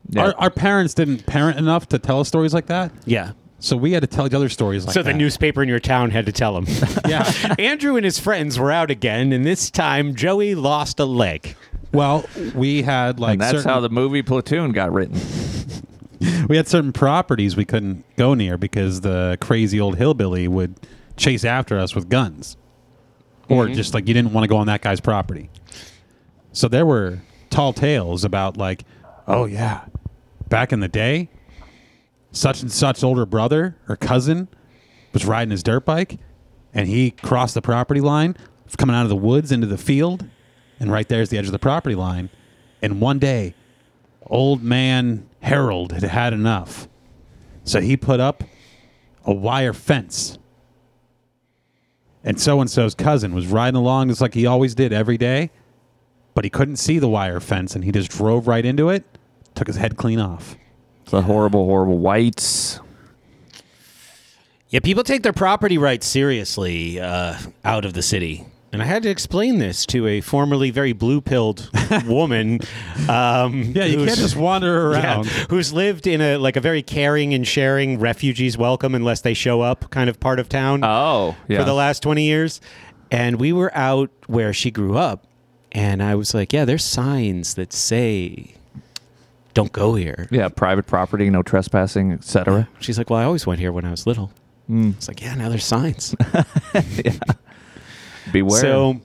Yeah.
our, our parents didn't parent enough to tell us stories like that.
yeah.
So we had to tell each other stories like
So
that.
the newspaper in your town had to tell him.
Yeah.
Andrew and his friends were out again, and this time Joey lost a leg.
well, we had like
and that's
certain,
how the movie Platoon got written.
we had certain properties we couldn't go near because the crazy old hillbilly would chase after us with guns. Or just like you didn't want to go on that guy's property. So there were tall tales about like, oh yeah, back in the day, such and such older brother or cousin was riding his dirt bike and he crossed the property line coming out of the woods into the field and right there's the edge of the property line and one day old man harold had had enough so he put up a wire fence and so and so's cousin was riding along just like he always did every day but he couldn't see the wire fence and he just drove right into it took his head clean off
The horrible, horrible whites.
Yeah, people take their property rights seriously uh, out of the city. And I had to explain this to a formerly very blue pilled woman. Um,
yeah you
who's-
can't just wander
yeah,
around
who's lived in a like a very caring and sharing refugees welcome unless they show up kind of part of town.
Oh, yeah.
for the last 20 years. And we were out where she grew up. And I was like, yeah, there's signs that say, don't go here.
yeah, private property, no trespassing, etc.
She's like, well, I always went here when I was little.
Hmm.
It's like, yeah, now there's signs.
Beware.
So,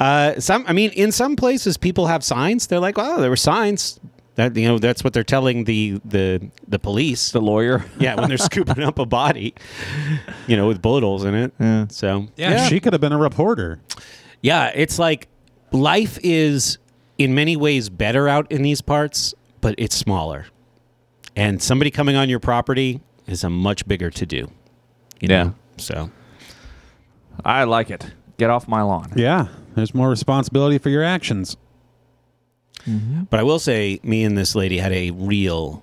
uh, some, I mean, in some places, people have signs. They're like, oh, there were signs. That you know, that's what they're telling the the the police.
The lawyer.
yeah, when they're scooping up a body, you know, with bullet holes in it.
Yeah.
So
yeah. She could have been a reporter.
yeah, it's like life is in many ways better out in these parts, but it's smaller. And somebody coming on your property is a much bigger to do. You
Yeah.
know? So
I like it. Get off my lawn.
Yeah. There's more responsibility for your actions.
but I will say me and this lady had a real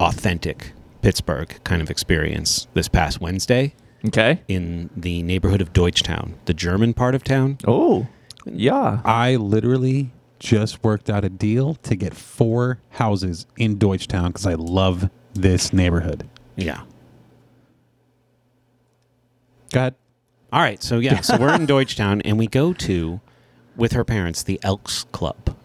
authentic Pittsburgh kind of experience this past Wednesday
Okay.
in the neighborhood of Deutschtown, the German part of town.
Oh, yeah.
I literally just worked out a deal to get four houses in Deutschtown because I love this neighborhood.
Yeah.
Go ahead.
All right, so yeah, so we're in Deutschtown, and we go to, with her parents, the Elks Club,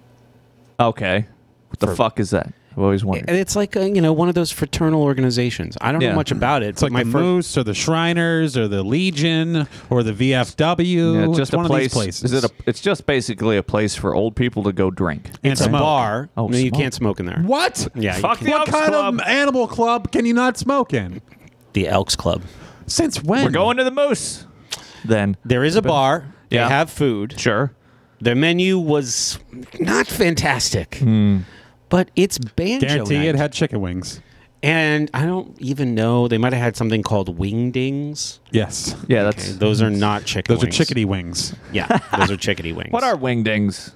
Okay. What the fuck is that? I've always wondered.
and it's like uh you know one of those fraternal organizations. I don't
Yeah.
know much about it.
It's like
my
the
fir-
Moose or the Shriners or the Legion or the VFW.
Yeah, it's
it's
just
one
a place.
of these places.
Is it a? It's just basically a place for old people to go drink.
And
It's a
smoke.
bar.
Oh,
no, you
smoke.
can't smoke in there.
What?
Yeah, you
Fuck
can't.
the
What
Elks
kind
Club.
of animal club can you not smoke in?
the Elks Club.
Since when?
We're going to the moose. Then
There is a bar. They
Yeah.
have food.
sure.
Their menu was not fantastic, but it's banjo
Hmm. Guarantee
night.
it had chicken wings.
and I don't even know. They might have had something called wingdings.
Yes.
Yeah, that's
Okay, those are not chicken.
Those are
wings.
chickadee wings.
Yeah, those are chickadee wings.
what are wingdings?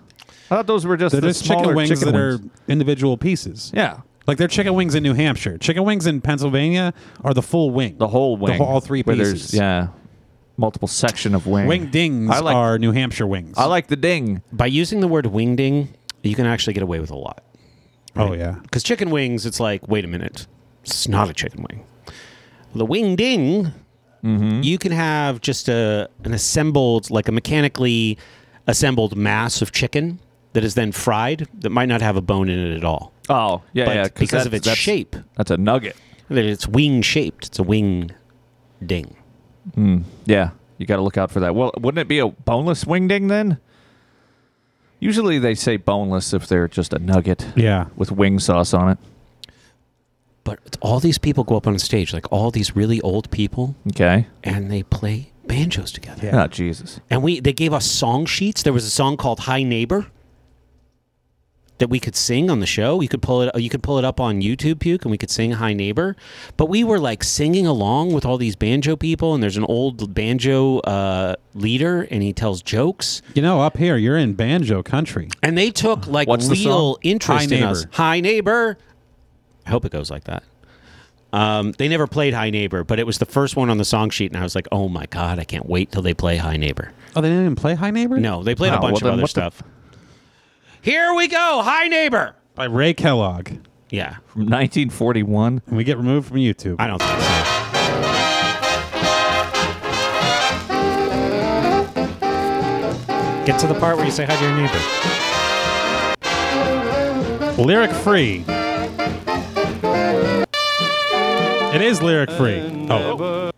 I thought those were just
They're
the
just chicken
smaller
wings
chicken
that
wings.
are individual pieces.
yeah
Like they're chicken wings in New Hampshire. Chicken wings in Pennsylvania are the full wing.
the whole wing.
whole- all three
where there's-
pieces.
Yeah, multiple section of wing.
Wing dings
I like-
are New Hampshire wings.
I like the ding.
by using the word wingding, you can actually get away with a lot.
Oh yeah.
Because chicken wings, it's like, wait a minute, it's not a chicken wing. The wingding,
Mm-hmm.
you can have just a an assembled, like a mechanically assembled mass of chicken that is then fried that might not have a bone in it at all.
Oh yeah,
But
yeah.
because of
that's-
its
that's-
shape,
that's a nugget.
that it's wing shaped. It's a wing ding.
Yeah, you got to look out for that. Well, wouldn't it be a boneless wingding then? Usually they say boneless if they're just a nugget
Yeah.
with wing sauce on it.
But it's- all these people go up on stage, like all these really old people,
Okay.
and they play banjos together.
Oh Jesus.
and we they gave us song sheets. There was a song called "Hi Neighbor" that we could sing on the show. You could pull it. You could pull it up on YouTube, puke, and we could sing "Hi Neighbor." But we were like singing along with all these banjo people, and there's an old banjo uh, leader, and he tells jokes,
You know, up here you're in banjo country.
and they took like
What's the
real
song?
interest
Hi
in us.
Neighbor.
"Hi Neighbor." I hope it goes like that. Um, they never played "Hi Neighbor," but it was the first one on the song sheet, and I was like, "Oh my god, I can't wait till they play "Hi Neighbor."
Oh, they didn't even play High Neighbor?
No, they played
Oh,
a
well,
bunch
then
of other
what the-
stuff. Here we go. Hi, neighbor.
By Ray Kellogg.
Yeah,
From 1941.
And we get removed from YouTube.
I don't think so. Get to the part where you say hi to your neighbor.
lyric free. It is lyric free. Oh.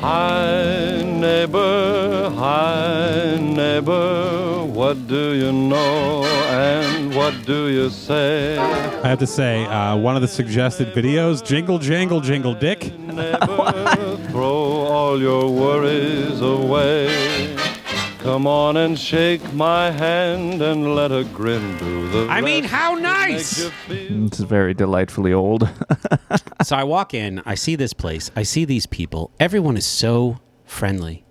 Hi, neighbor, hi, neighbor, what do you know and what do you say?
I have to say, uh, one of the suggested videos, Jingle Jangle Jingle Dick.
Neighbor, throw all your worries away. Come on and shake my hand and let a grin do the
I mean,
rest.
how
Makes
nice.
you feel
It's very delightfully old.
so I walk in. I see this place. I see these people. Everyone is so friendly.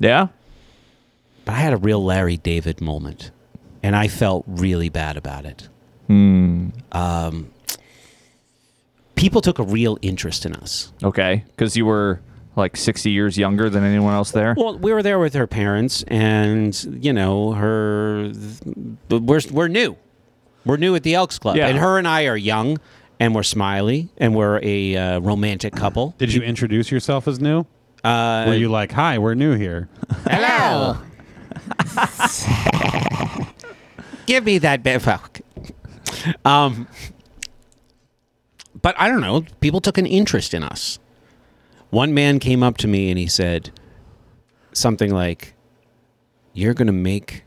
yeah.
But I had a real Larry David moment, and I felt really bad about it.
Hmm.
Um, people took a real interest in us.
Okay. Because you were like 60 years younger than anyone else there.
Well, we were there with her parents, and you know, her. th- We're we're new, we're new at the Elks Club,
Yeah.
and her and I are young, and we're smiley, and we're a uh, romantic couple.
Did you introduce yourself as new?
Uh,
Were you like, hi, we're new here?
Hello. Give me that bit fuck. Um, but I don't know. People took an interest in us. One man came up to me and he said something like, "You're gonna make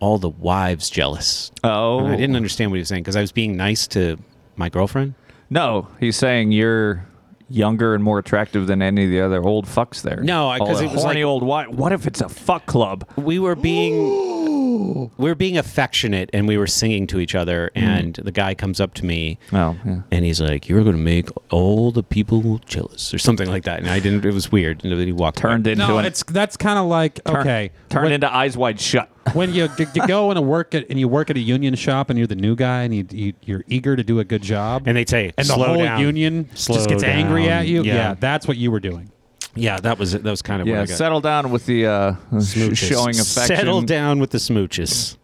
all the wives jealous.
Oh,
And I didn't understand what he was saying because I was being nice to my girlfriend.
No, he's saying you're younger and more attractive than any of the other old fucks there.
No, I-
All
'cause
the
it was
horny
like-
old white. What if it's a fuck club?
We were being we were being affectionate and we were singing to each other and the guy comes up to me
Oh, yeah.
and he's like, "You're going to make all the people jealous" or something like that. And I didn't. It was weird. And then he walked away.
turned into
No,
an,
it's that's kind of like
turn-
okay.
turned
when,
into eyes wide shut.
when you, you you go and work at and you work at a union shop and you're the new guy and you, you you're eager to do a good job
And they say,
and the
"Slow
whole
down.
union
Slow
just gets angry
down."
at you.
Yeah.
Yeah. that's what you were doing.
Yeah, that was it. That was kind of
Yeah,
what I got.
settle down with the uh, sh-
Smooches.
showing affection.
Settle down with the smooches.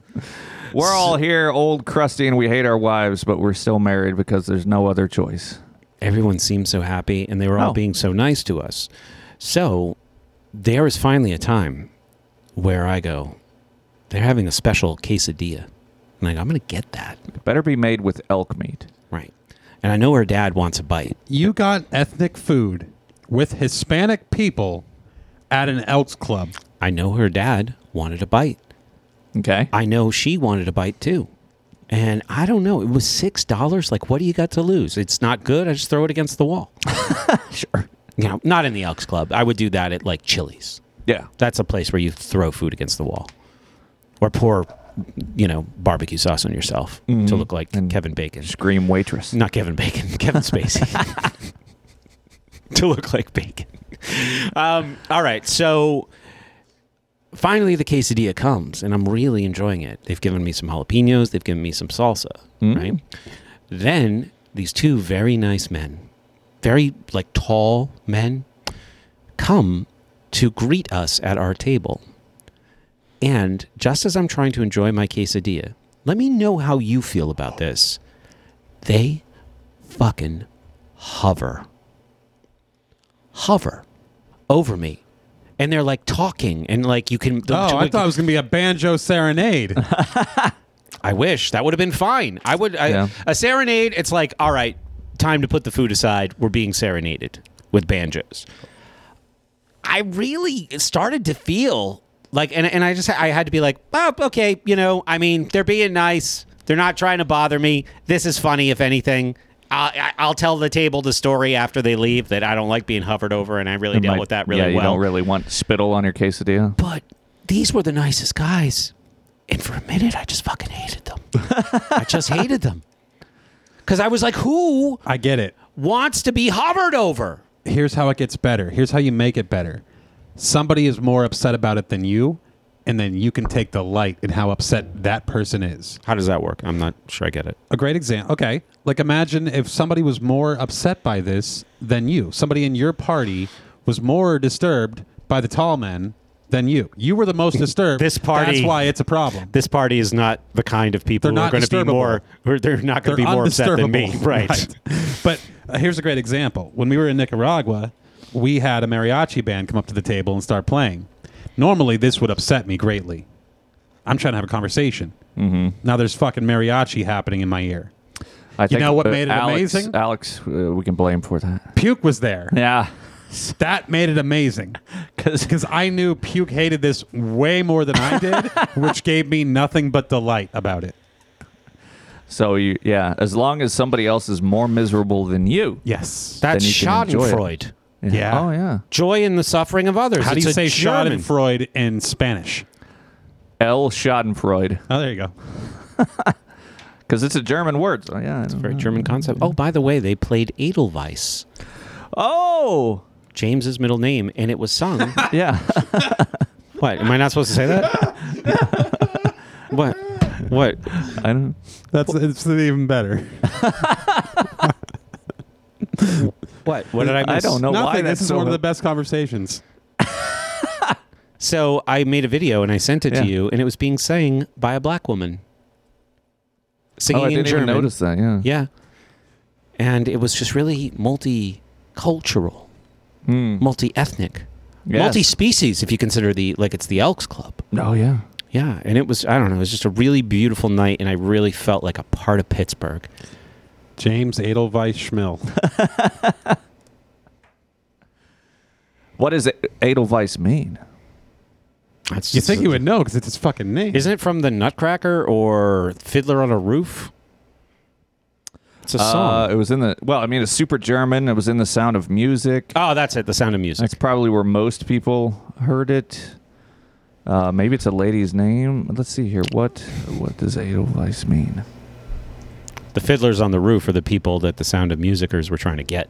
We're all here, old, crusty, and we hate our wives, but we're still married because there's no other choice.
Everyone seemed so happy, and they were all
Oh.
being so nice to us. So there is finally a time where I go. They're having a special quesadilla, and I go, I'm going to get that.
Better be made with elk meat.
Right. And I know her dad wants a bite.
You got ethnic food with Hispanic people at an Elks Club.
I know her dad wanted a bite.
Okay.
I know she wanted a bite too. And I don't know. It was six dollars. Like, what do you got to lose? It's not good. I just throw it against the wall. sure. You know, not in the Elks Club. I would do that at like Chili's.
yeah.
That's a place where you throw food against the wall, or pour, you know, barbecue sauce on yourself to look like Kevin Bacon.
Scream waitress.
Not Kevin Bacon. Kevin Spacey. to look like bacon. Um, all right. So finally, the quesadilla comes, and I'm really enjoying it. They've given me some jalapenos. They've given me some salsa. Right. Then these two very nice men, very like tall men, come to greet us at our table. And just as I'm trying to enjoy my quesadilla, let me know how you feel about this they fucking hover hover over me and they're like talking and like you can
Oh, I thought it was gonna be a banjo serenade.
I wish that would have been fine i would I,
Yeah.
a serenade it's like all right time to put the food aside we're being serenaded with banjos i really started to feel like and, and i just i had to be like oh, okay you know i mean they're being nice they're not trying to bother me this is funny if anything I, I- I'll tell the table the story after they leave that I don't like being hovered over, and I really dealt
Might-
with that really
yeah,
well.
you don't really want spittle on your quesadilla.
But these were the nicest guys. And for a minute, I just fucking hated them. I just hated them. Because I was like, who
I get it.
wants to be hovered over?
here's how it gets better. Here's how you make it better. Somebody is more upset about it than you, and then you can take the light in how upset that person is.
How does that work? I'm not sure I get it.
A great example. Okay. Like imagine if somebody was more upset by this than you. Somebody in your party was more disturbed by the tall men than you. You were the most disturbed.
This party-
That's why it's a problem.
This party is not the kind of people
They're
who are
not
going to be
disturbable.
more, or they're not going to be more upset than me.
undisturbable.
Right.
But uh, here's a great example. When we were in Nicaragua, we had a mariachi band come up to the table and start playing. Normally, this would upset me greatly. I'm trying to have a conversation. Mm-hmm. Now there's fucking mariachi happening in my ear.
I think
know what
uh,
made it
Alex-
amazing?
Alex, uh, we can blame for that.
Puke was there.
Yeah.
That made it amazing
Because
because I knew Puke hated this way more than I did, which gave me nothing but delight about it.
So you, yeah, as long as somebody else is more miserable than you.
Yes.
That's
you can enjoy it.
Schadenfreude.
Yeah.
Oh yeah.
Joy in the suffering of others.
How do
It's
you
a
say
German.
Schadenfreude in Spanish?
L Schadenfreude,
Oh, there you go.
because it's a German word. So yeah. I don't
Very
know.
German concept. Oh, by the way, they played Edelweiss,
Oh.
James's middle name, and it was sung
Yeah.
What? Am I not supposed to say that? what? What?
I don't.
That's it's even better.
What? What did I
I
miss?
don't know why
Nothing.
that's
This is
so
one of the best conversations.
So I made a video and I sent it
Yeah.
to you, and it was being sang by a black woman singing
Oh, I
in
didn't
German.
even notice that. Yeah.
Yeah, and it was just really multicultural, multi-ethnic,
Hmm. Yes.
multi-species. If you consider the like, it's the Elks Club.
Oh yeah.
Yeah, and it was I don't know, it was just a really beautiful night, and I really felt like a part of Pittsburgh.
James Edelweiss Schmill.
What does Edelweiss mean?
That's
You think he would know because it's his fucking name.
Isn't it from the Nutcracker or Fiddler on a Roof? It's a
Uh,
song.
it was in the well. I mean, it's super German. It was in the Sound of Music.
oh, that's it. The Sound of Music.
That's probably where most people heard it. Uh, maybe it's a lady's name. Let's see here. What what does Edelweiss mean?
The Fiddlers on the Roof are the people that the Sound of Musicers were trying to get.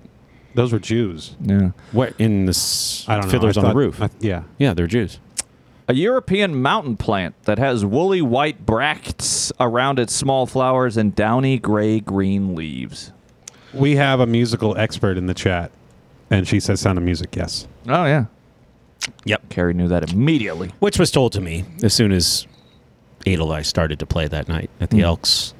Those were Jews.
Yeah.
What in the s-
I don't know.
Fiddlers
I
on
thought-
the Roof?
I- yeah.
yeah, they're Jews.
A European mountain plant that has woolly white bracts around its small flowers and downy gray green leaves.
We have a musical expert in the chat, and she says Sound of Music, yes.
Oh yeah.
Yep.
Carrie knew that immediately.
Which was told to me as soon as Edelweiss started to play that night at the
Hmm.
Elks.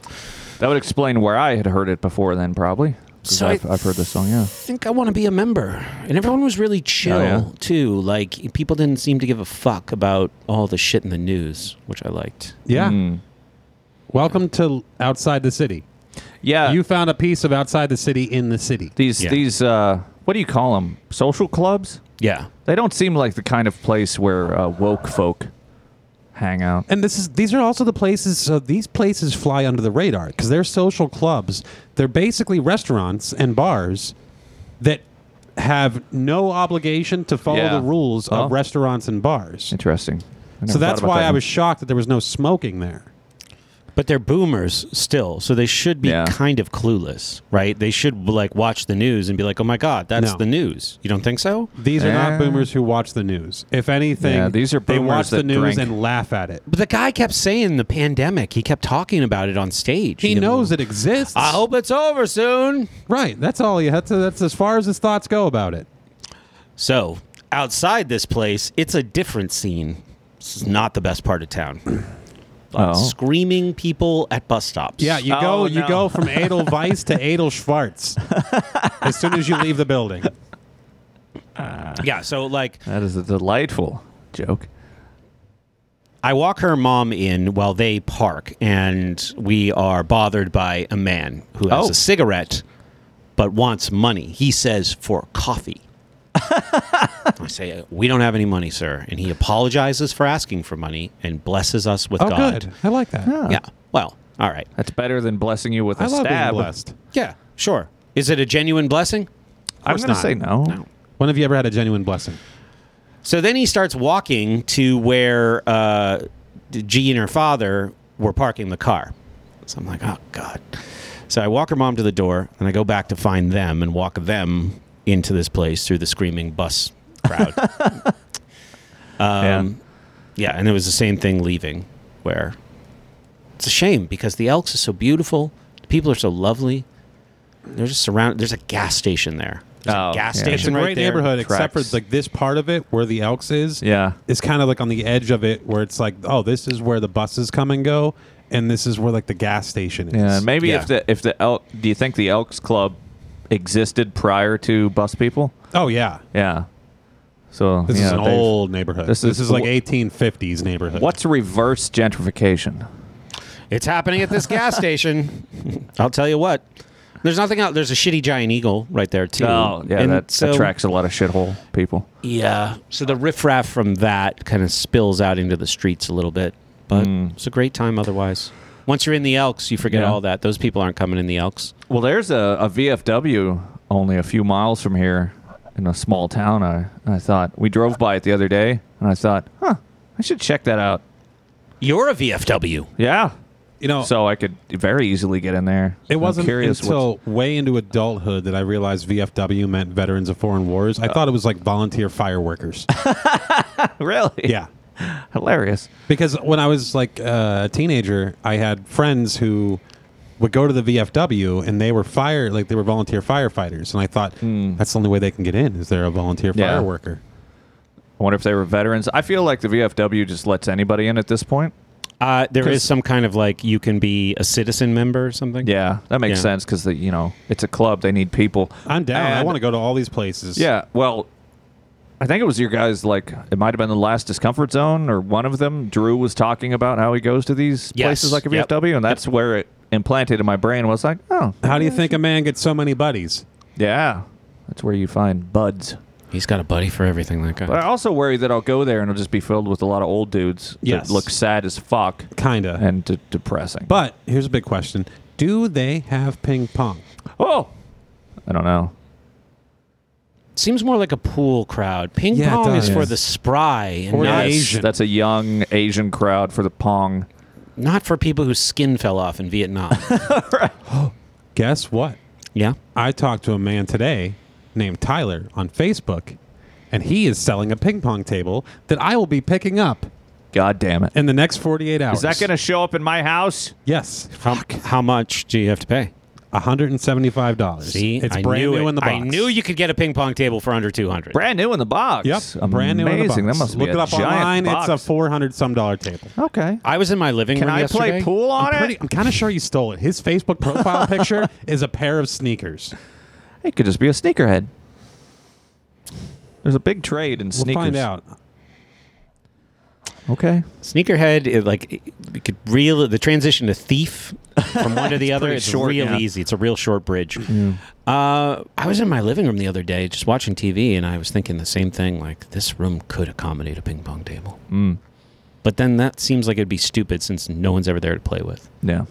That would explain where I had heard it before then, probably. 'Cause
So I
I've, I've heard this song, yeah.
I think I want to be a member. And everyone was really chill,
Oh, yeah?
too. Like, people didn't seem to give a fuck about all the shit in the news, which I liked.
Yeah.
Mm.
Welcome to Outside the City.
Yeah.
you found a piece of Outside the City in the city.
these
Yeah.
these uh, what do you call them? Social clubs?
Yeah.
They don't seem like the kind of place where uh, woke folk hang out.
And this is these are also the places. So these places fly under the radar because they're social clubs. They're basically restaurants and bars that have no obligation to follow
Yeah.
the rules
Well.
of restaurants and bars.
Interesting. I never
So
thought
that's
about
why
that.
I was shocked that there was no smoking there.
But they're boomers still, so they should be
Yeah.
kind of clueless, right? They should like watch the news and be like, "Oh my god, that's
No.
the news." You don't think so?
These are
Yeah.
not boomers who watch the news. If anything,
Yeah, these are
they
boomers
watch the
that
news
drink.
and laugh at it.
But the guy kept saying the pandemic. He kept talking about it on stage.
He
You know,
knows it exists.
I hope it's over soon.
Right. That's all you had to. That's as far as his thoughts go about it.
So, outside this place, it's a different scene. This is not the best part of town.
Oh.
Screaming people at bus stops.
Yeah, you go
Oh,
you
no.
go from Edelweiss to Edel Schwartz as soon as you leave the building.
yeah. So, like,
That is a delightful joke.
I walk her mom in while they park, and we are bothered by a man who has
Oh.
a cigarette but wants money. He says for coffee. I say, We don't have any money, sir. And he apologizes for asking for money and blesses us with
Oh,
God.
good. I like that.
Yeah. Well, all right.
That's better than blessing you with a
I love
stab.
being blessed.
Yeah, sure. Is it a genuine blessing?
I'm
course
gonna
not.
say no.
When have you ever had a genuine blessing?
So then he starts walking to where uh, G and her father were parking the car. So I'm like, oh, God. So I walk her mom to the door and I go back to find them and walk them into this place through the screaming bus crowd. um, yeah. and it was the same thing leaving where it's a shame because the Elks is so beautiful. The people are so lovely. They're just surrounded. There's a gas station there. There's
Oh,
a gas
yeah.
station
It's
It's a
right
great
there.
neighborhood, except for
tracks.
like this part of it where the Elks is.
Yeah.
It's kind of like on the edge of it where it's like, oh, this is where the buses come and go, and this is where like the gas station is.
Yeah. and Maybe
Yeah.
if the if the elk, do you think the Elks Club existed prior to bus people?
Oh yeah.
Yeah. So
This
yeah,
is an
they've-
old neighborhood.
this
This
is-
is, like 1850s neighborhood.
What's reverse gentrification?
It's happening at this gas station. I'll tell you what. There's nothing out. There's a shitty giant eagle right there too.
Oh, yeah,
And
that
so-
attracts a lot of shithole people.
Yeah.
So the riffraff from that kind of spills out into the streets a little bit, but it's a great time otherwise. Once you're in the Elks, you forget
Hmm. Yeah.
all that. Those people aren't coming in the Elks.
Well, there's a, a VFW only a few miles from here in a small town. I, I thought we drove by it the other day, and I thought, huh, I should check that out.
You're a VFW.
Yeah.
you know?
So I could very easily get in there.
It
I'm
wasn't
curious what's-
until way into adulthood that I realized VFW meant Veterans of Foreign Wars. I thought it was like volunteer fireworkers.
really
yeah.
hilarious.
Because when I was like uh, a teenager, I had friends who would go to the VFW and they were fire, like they were volunteer firefighters. And I thought, that's the only way they can get in is they're a volunteer
Hmm. Yeah.
fireworker.
I wonder if they were veterans. I feel like the VFW just lets anybody in at this point.
Uh, there
'Cause-
is some kind of like you can be a citizen member or something.
Yeah, that makes
Yeah.
sense because you know it's a club. They need people.
I'm down. I
And-
want to go to all these places.
Yeah, well, I think it was your guys. Like, it might have been the last discomfort zone or one of them. Drew was talking about how he goes to these
Yes,
places like a
yep.
VFW, and that's where it implanted in my brain. Was like, oh,
How do you think a man gets so many buddies?
yeah, that's where you find buds.
He's got a buddy for everything, that guy.
But I also worry that I'll go there and it'll just be filled with a lot of old dudes
Yes.
that look sad as fuck
Kinda.
and de- depressing.
But here's a big question: Do they have ping pong?
oh, I don't know.
Seems more like a pool crowd. Ping
Yeah, it
pong is
does.
for the spry and
Or
not,
the
That's-
Asian.
That's a young Asian crowd for the pong.
not for people whose skin fell off in Vietnam.
Guess what?
yeah.
I talked to a man today named Tyler on Facebook, and he is selling a ping pong table that I will be picking up
God damn it.
in the next 48 hours.
Is that going to show up in my house?
Yes,
How, how much do you have to pay?
$175.
See,
it's
I
brand
knew
new
it.
in the box.
I knew you could get a ping pong table for under 200.
Brand new in the box.
Yep,
Amazing.
brand new in the box.
That must be
Look
a
it up
giant
online.
box.
It's a 400 some dollar table.
okay.
I was in my living
Can
room
I
yesterday.
play pool on
Pretty,
it?
I'm kind of sure you stole it. His Facebook profile picture is a pair of sneakers.
It could just be a sneakerhead. There's a big trade in sneakers.
We'll find out.
Okay.
Sneakerhead, it, like it, it could real the transition to thief from one to the other.
pretty
It's
short,
real
yeah.
easy. It's a real short bridge.
Uh, I was in my living room the other day just watching TV, and I was thinking the same thing like, this room could accommodate a ping pong table. But then that seems like it'd be stupid since no one's ever there to play with.
Yeah.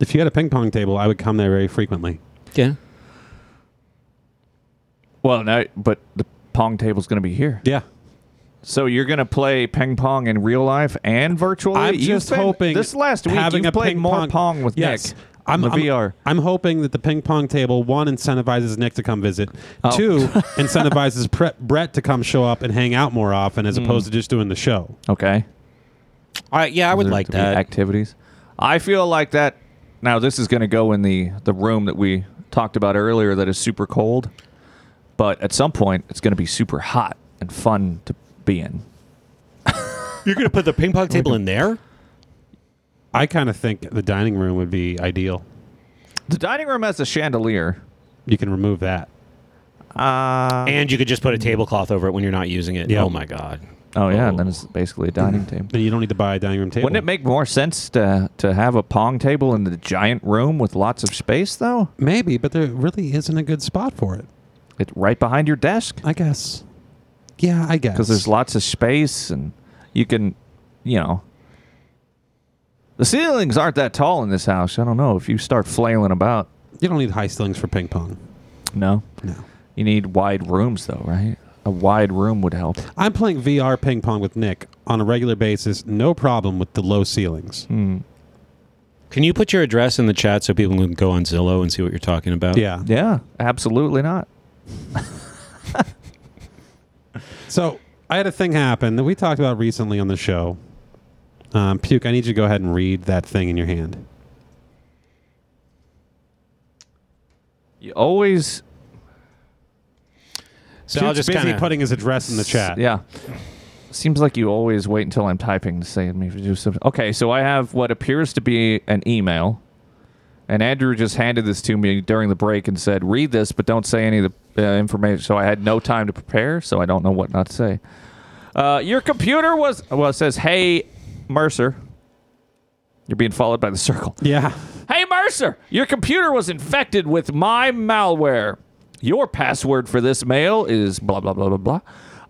If you had a ping pong table, I would come there very frequently.
Yeah.
Well, no, but the pong table's going to be here.
Yeah.
So you're going to play ping pong in real life and virtually?
I'm
You've
just
been-
hoping
This last week
having
you
a
played
ping
more
pong,
pong, with
yes,
Nick.
I'm,
on the
I'm-
VR.
I'm hoping that the ping pong table one incentivizes Nick to come visit,
Oh.
two incentivizes Pre- Brett to come show up and hang out more often
Hmm.
as opposed to just doing the show.
Okay.
I, yeah, I would
There
like
to be
that.
activities. I feel like that. Now this is going to go in the the room that we talked about earlier that is super cold, but at some point it's going to be super hot and fun to be in.
You're gonna put the ping pong table in there?
I kind of think the dining room would be ideal.
The dining room has a chandelier. Uh,
You can remove that.
and you could just put a tablecloth over it when you're not using it.
Yeah.
Oh my god.
Oh Mm-hmm. yeah, and then it's basically a dining table.
Then you don't need to buy a dining room table.
Wouldn't it make more sense to to have a pong table in the giant room with lots of space though?
Maybe, but there really isn't a good spot for it.
It right behind your desk
I guess. Yeah, I guess.
because there's lots of space and you can, you know. The ceilings aren't that tall in this house. I don't know if you start flailing about.
you don't need high ceilings for ping pong.
No.
No.
You need wide rooms, though, right? A wide room would help.
I'm playing VR ping pong with Nick on a regular basis. No problem with the low ceilings.
Can you put your address in the chat so people can go on Zillow and see what you're talking
Oh.
about?
Yeah.
Yeah, absolutely not.
So I had a thing happen that we talked about recently on the show. Um, Puke, I need you to go ahead and read that thing in your hand.
You always,
So
Puke's
I'll just
busy
kind of
putting his address in the chat.
yeah. Seems like you always wait until I'm typing to say me to do something. Okay, so I have what appears to be an email, and Andrew just handed this to me during the break and said, "Read this, but don't say any of the uh, information." So I had no time to prepare, so I don't know what not to say. Uh, your computer was well. It says, "Hey, Mercer, you're being followed by the circle."
Yeah.
Hey, Mercer, your computer was infected with my malware. Your password for this mail is blah, blah, blah, blah, blah.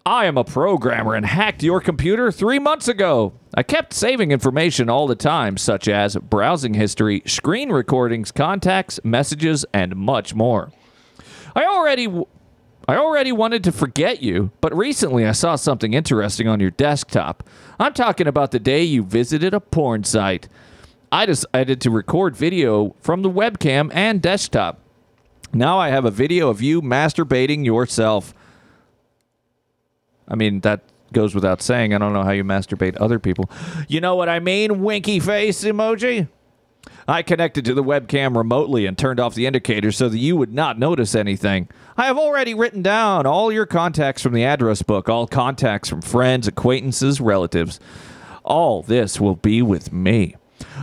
I am a programmer and hacked your computer three months ago. I kept saving information all the time, such as browsing history, screen recordings, contacts, messages, and much more. I already. W- I already wanted to forget you, but recently I saw something interesting on your desktop. I'm talking about the day you visited a porn site. I decided to record video from the webcam and desktop. Now I have a video of you masturbating yourself. I mean, that goes without saying. I don't know how you masturbate other people. You know what I mean? Winky face emoji? I connected to the webcam remotely and turned off the indicator so that you would not notice anything. I have already written down all your contacts from the address book, all contacts from friends, acquaintances, relatives. All this will be with me.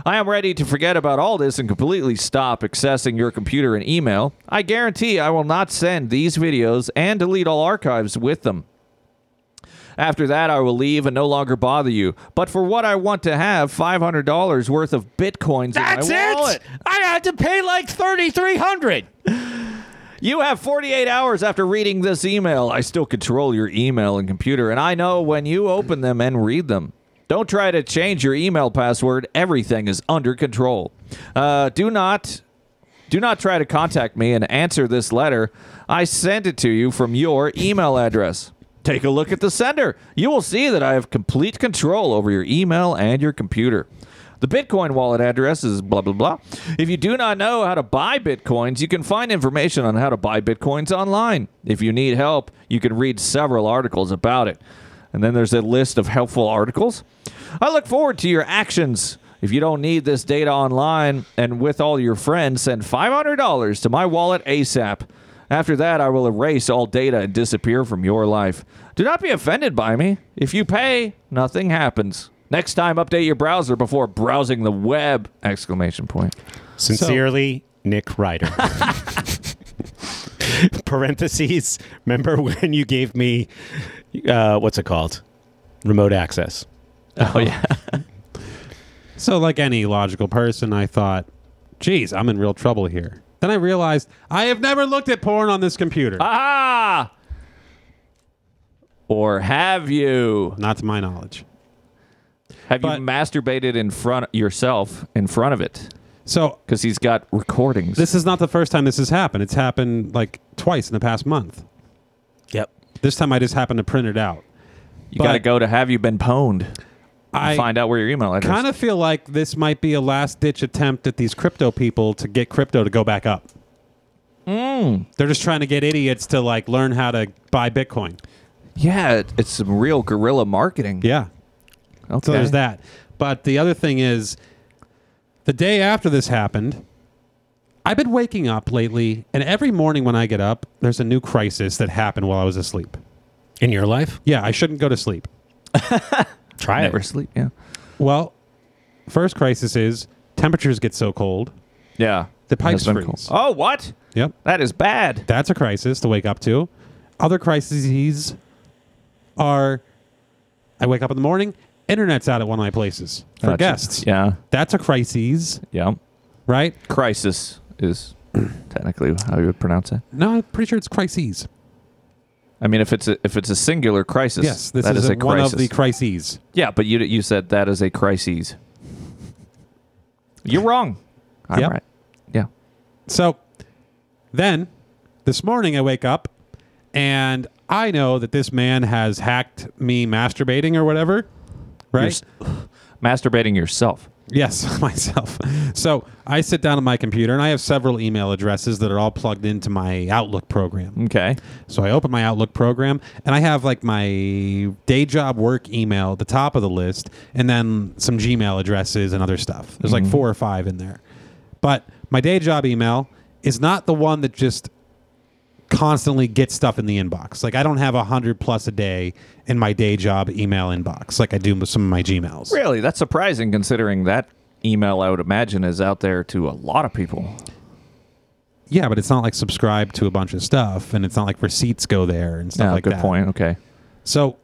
I am ready to forget about all this and completely stop accessing your computer and email. I guarantee I will not send these videos and delete all archives with them. After that, I will leave and no longer bother you. But for what I want to have, $500 worth of bitcoins
That's
in my wallet.
it. I had to pay like 3300
You have 48 hours after reading this email. I still control your email and computer, and I know when you open them and read them. Don't try to change your email password. Everything is under control. Uh, do not do not try to contact me and answer this letter. I sent it to you from your email address. Take a look at the sender. You will see that I have complete control over your email and your computer. The Bitcoin wallet address is blah, blah, blah. If you do not know how to buy Bitcoins, you can find information on how to buy Bitcoins online. If you need help, you can read several articles about it. And then there's a list of helpful articles. I look forward to your actions. If you don't need this data online and with all your friends, send $500 to my wallet ASAP. After that, I will erase all data and disappear from your life. Do not be offended by me. If you pay, nothing happens. Next time, update your browser before browsing the web! Exclamation point.
Sincerely, Nick Ryder. Parentheses. Remember when you gave me uh, what's it called? Remote access.
Oh yeah.
So, like any logical person, I thought, geez, I'm in real trouble here. Then I realized I have never looked at porn on this computer.
ah. Or have you?
Not to my knowledge.
Have
But-
you masturbated in front yourself in front of it?
So,
Because he's got recordings.
this is not the first time this has happened. It's happened like twice in the past month.
Yep.
This time I just happened to print it out.
you got to
but-
go to have you been pwned.
I
find out where your email address.
kind of feel like this might be a last ditch attempt at these crypto people to get crypto to go back up. They're just trying to get idiots to like learn how to buy Bitcoin.
Yeah, it, it's some real guerrilla marketing.
Yeah.
Okay.
So there's that. But the other thing is, the day after this happened, I've been waking up lately, and every morning when I get up, there's a new crisis that happened while I was asleep.
In your life?
Yeah, I shouldn't go to sleep.
Try
Never
it.
sleep. Yeah.
Well, first crisis is temperatures get so cold.
Yeah.
The pipes
That's been
freeze.
cool. Oh, what?
Yep.
That is bad.
That's a crisis to wake up to. Other crises are I wake up in the morning, internet's out at one of my places for
Gotcha.
guests.
Yeah.
That's a crisis,
Yeah.
right?
Crisis is technically how you would pronounce it.
No, I'm pretty sure it's crises.
I mean, if it's a, if it's a singular crisis,
Yes, this
that
is
is
a-
a
one
crisis.
of the crises.
yeah, but you you said that is a crisis. You're wrong. I'm
Yep.
right. Yeah.
So then this morning I wake up and I know that this man has hacked me masturbating or whatever, right?
You're s- masturbating yourself.
Yes, myself. So I sit down at my computer and I have several email addresses that are all plugged into my Outlook program.
Okay.
So I open my Outlook program and I have like my day job work email at the top of the list and then some Gmail addresses and other stuff. There's like four or five in there. But my day job email is not the one that just constantly gets stuff in the inbox. Like I don't have a hundred plus a day in my day job email inbox like I do with some of my Gmails.
Really, that's surprising considering that email I would imagine is out there to a lot of people.
Yeah, but it's not like subscribe to a bunch of stuff, and it's not like receipts go there and stuff
Yeah,
like
good
that.
point. Okay.
So,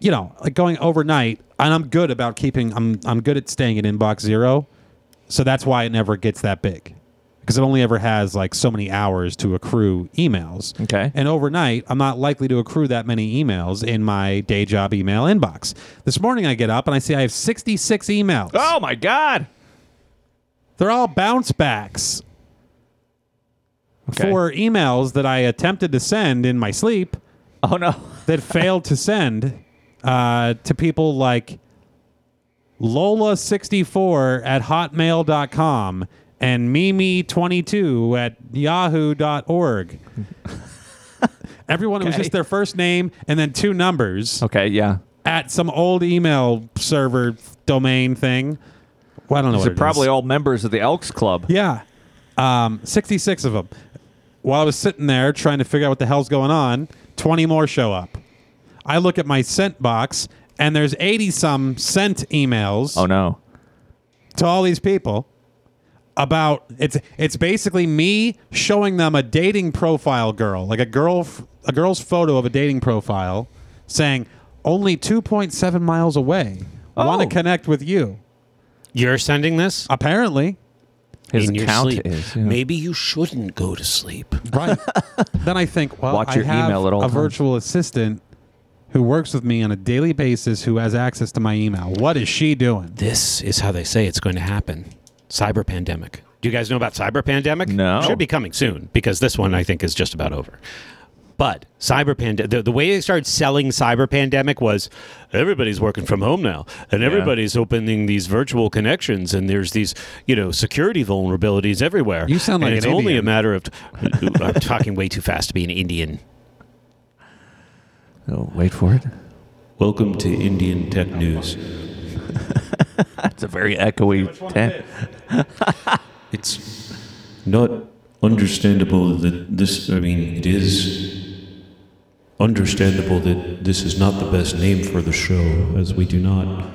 you know, like going overnight, and I'm good about keeping. I'm I'm good at staying at inbox zero, so that's why it never gets that big, because it only ever has like so many hours to accrue emails.
Okay.
And overnight, I'm not likely to accrue that many emails in my day job email inbox. This morning, I get up and I see I have 66 emails.
Oh my God.
They're all bounce backs. for emails that I attempted to send in my sleep
oh no.
that failed to send uh, to people like Lola64 at hotmail.com and Mimi22 at yahoo.org. Everyone, it was
Okay.
just their first name and then two numbers
Okay. Yeah.
at some old email server domain thing. Well, I don't know.
These
what
are
it
probably
is.
all members of the Elks Club.
Yeah. Um, 66 of them. While I was sitting there trying to figure out what the hell's going on, 20 more show up. I look at my sent box and there's 80 some sent emails
Oh no.
to all these people about it's it's basically me showing them a dating profile girl, like a girl f- a girl's photo of a dating profile saying only 2.7 miles away. Want
Oh.
to connect with you.
You're sending this?
Apparently,
His
in your
account
sleep.
is, yeah.
Maybe you shouldn't go to sleep.
Right. then I think, well,
Watch
I
your
have
email at all
a
times.
virtual assistant who works with me on a daily basis who has access to my email. What is she doing?
This is how they say it's going to happen. Cyber pandemic.
Do you guys know about cyber pandemic?
No.
Should be coming soon because this one I think is just about over. But cyber pandemic, the, the way they started selling cyber pandemic was everybody's working from home now and everybody's opening these virtual connections and there's these, you know, security vulnerabilities everywhere.
You sound like an
and it's only a
Indian.
matter of, I'm talking way too fast to be an Indian.
Oh, wait for it.
Welcome to Indian Tech News.
That's a very echoey. Ten.
It's not understandable that this, I mean, it is understandable that this is not the best name for the show, as we do not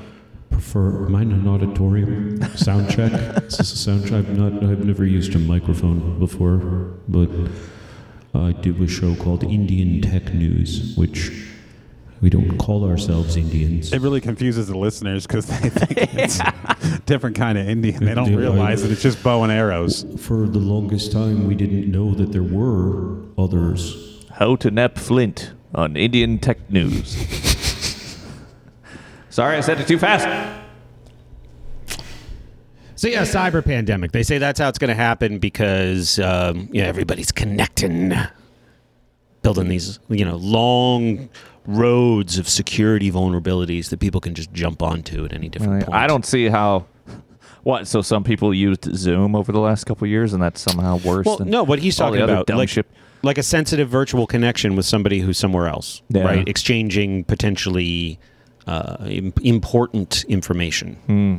prefer. Am I in an auditorium? Sound check? is this a sound check? I've, not, I've never used a microphone before, but I do a show called Indian Tech News, which we don't call ourselves Indians.
It really confuses the listeners because they think it's a different kind of Indian. They don't
Yeah.
realize that it's just bow and arrows.
For the longest time, we didn't know that there were others
How to nap Flint on Indian Tech News. Sorry, I said it too fast.
So yeah, cyber pandemic. They say that's how it's going to happen because um, you know, everybody's connecting, building these you know long roads of security vulnerabilities that people can just jump onto at any different point.
I don't see how. What? So some people used Zoom over the last couple of years, and that's somehow worse.
Well,
than
no, what he's
all
talking
the other
about,
dumb
like,
shit.
like a sensitive virtual connection with somebody who's somewhere else,
Yeah.
right? Exchanging potentially uh, im- important information.
Hmm.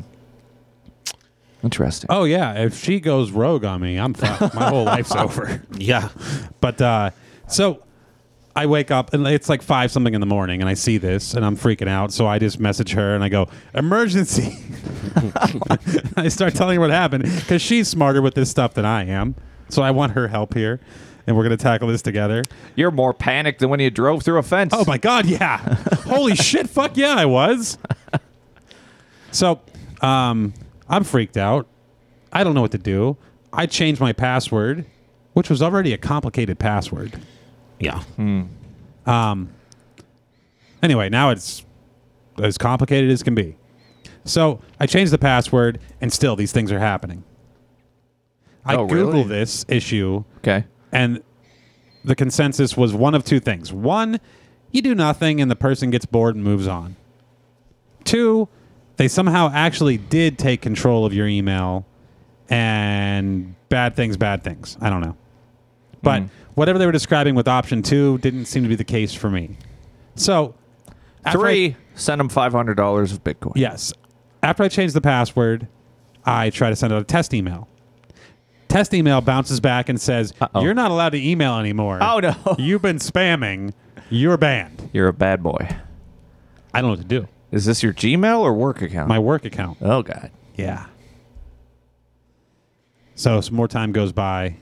Interesting.
Oh yeah, if she goes rogue on me, I'm fucked. My whole life's over.
Yeah,
But uh, so I wake up and it's like five something in the morning, and I see this, and I'm freaking out. So I just message her and I go, "Emergency!" I start telling her what happened because she's smarter with this stuff than I am. So I want her help here, and we're gonna tackle this together.
You're more panicked than when you drove through a fence.
Oh my god, yeah! Holy shit, fuck yeah, I was. So, um, I'm freaked out. I don't know what to do. I changed my password, which was already a complicated password.
yeah.
Anyway, now it's as complicated as can be. So I changed the password, and still these things are happening. I
Oh,
Googled
really?
this issue,
Okay.
and the consensus was one of two things. One, you do nothing, and the person gets bored and moves on. Two, they somehow actually did take control of your email, and bad things, bad things. I don't know. But whatever they were describing with option two didn't seem to be the case for me. So, after I-
Three. Send them five hundred dollars of Bitcoin.
Yes. After I change the password, I try to send out a test email. Test email bounces back and says,
Uh-oh.
You're not allowed to email anymore.
Oh, no.
You've been spamming. You're banned.
You're a bad boy.
I don't know what to do.
Is this your Gmail or work account?
My work account.
oh God.
Yeah. So some more time goes by,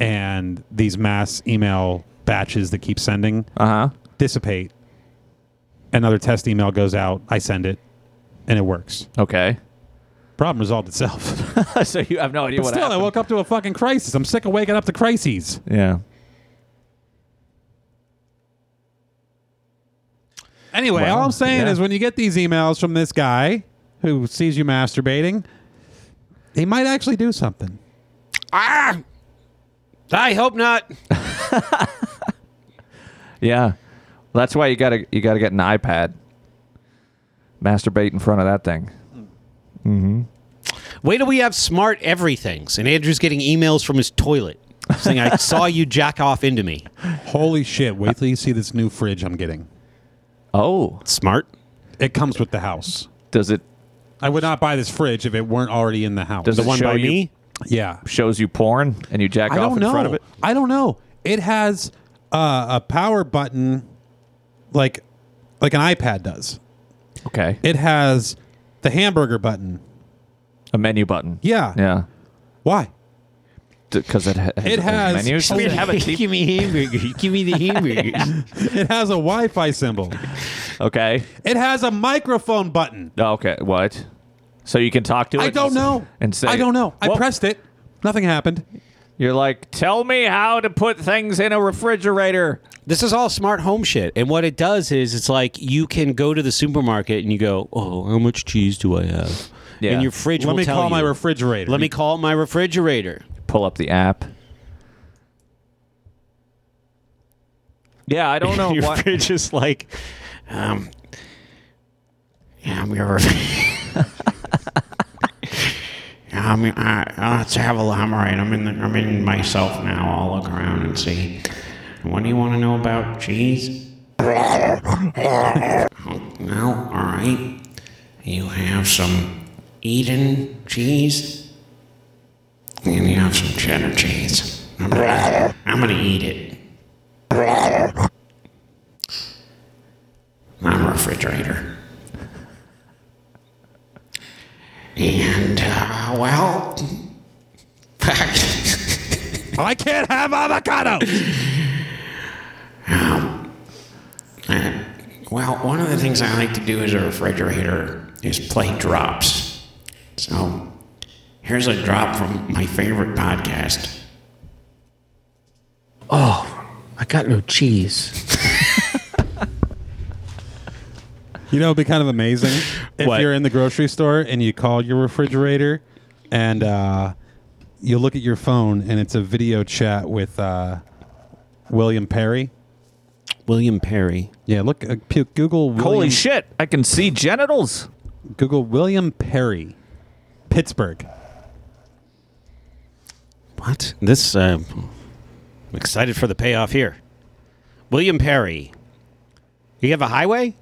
and these mass email batches that keep sending
Uh huh.
dissipate. Another test email goes out. I send it, and it works.
Okay.
Problem resolved itself.
so you have no idea
But
what
still,
happened.
I woke up to a fucking crisis. I'm sick of waking up to crises.
yeah.
Anyway,
Well,
all I'm saying
yeah.
is when you get these emails from this guy who sees you masturbating, he might actually do something.
Ah, I hope not.
Yeah. Well, that's why you gotta you gotta get an iPad. Masturbate in front of that thing.
Wait till we have smart everythings. And Andrew's getting emails from his toilet saying, I saw you jack off into me.
Holy shit. Wait till you see this new fridge I'm getting.
Oh.
Smart?
It comes with the house.
Does it
I would not buy this fridge if it weren't already in the house.
Does
The
it
one
show
by
you-
me?
yeah.
shows you porn and you jack
I
off
don't
in
know.
front of it?
I don't know. It has uh, a power button like like an iPad does.
Okay.
It has the hamburger button.
a menu button.
Yeah.
Yeah.
Why?
Because it, ha-
It has-
menus.
Oh,
Does it have a TV?
Give me hamburgers. Give me the hamburgers.
It has a Wi-Fi symbol.
Okay.
It has a microphone button.
Okay. Oh, What? So you can talk to it.
I
and
don't
s-
know.
And say,
I don't know. I
"Well,
pressed it. Nothing happened.
You're like, tell me how to put things in a refrigerator.
This is all smart home shit. And what it does is it's like you can go to the supermarket and you go, "Oh, how much cheese do I have?"
Yeah.
And your fridge
Let
will
me
tell
call my
you.
refrigerator.
Let me call my refrigerator.
Pull up the app. Yeah, I don't know
your
why.
fridge is like, um, yeah, I'm your ref- Yeah, I'm, I, uh, let's have a elaborate. I'm in the, I'm in myself now. I'll look around and see. What do you want to know about cheese? well, all right. You have some Eden cheese, and you have some cheddar cheese. I'm gonna, I'm gonna eat it. my refrigerator. And, uh, well,
I can't have avocado.
well, one of the things I like to do as a refrigerator is play drops. So, here's a drop from my favorite podcast.
I got no cheese.
You know, it'd be kind of amazing if
What?
you're in the grocery store and you call your refrigerator, and uh, you look at your phone and it's a video chat with uh, William Perry.
William Perry.
Yeah, look, uh, pu- Google William,
Holy shit! I can see genitals.
Google William Perry, Pittsburgh.
What? This, uh, I'm excited for the payoff here. William Perry. You have a highway?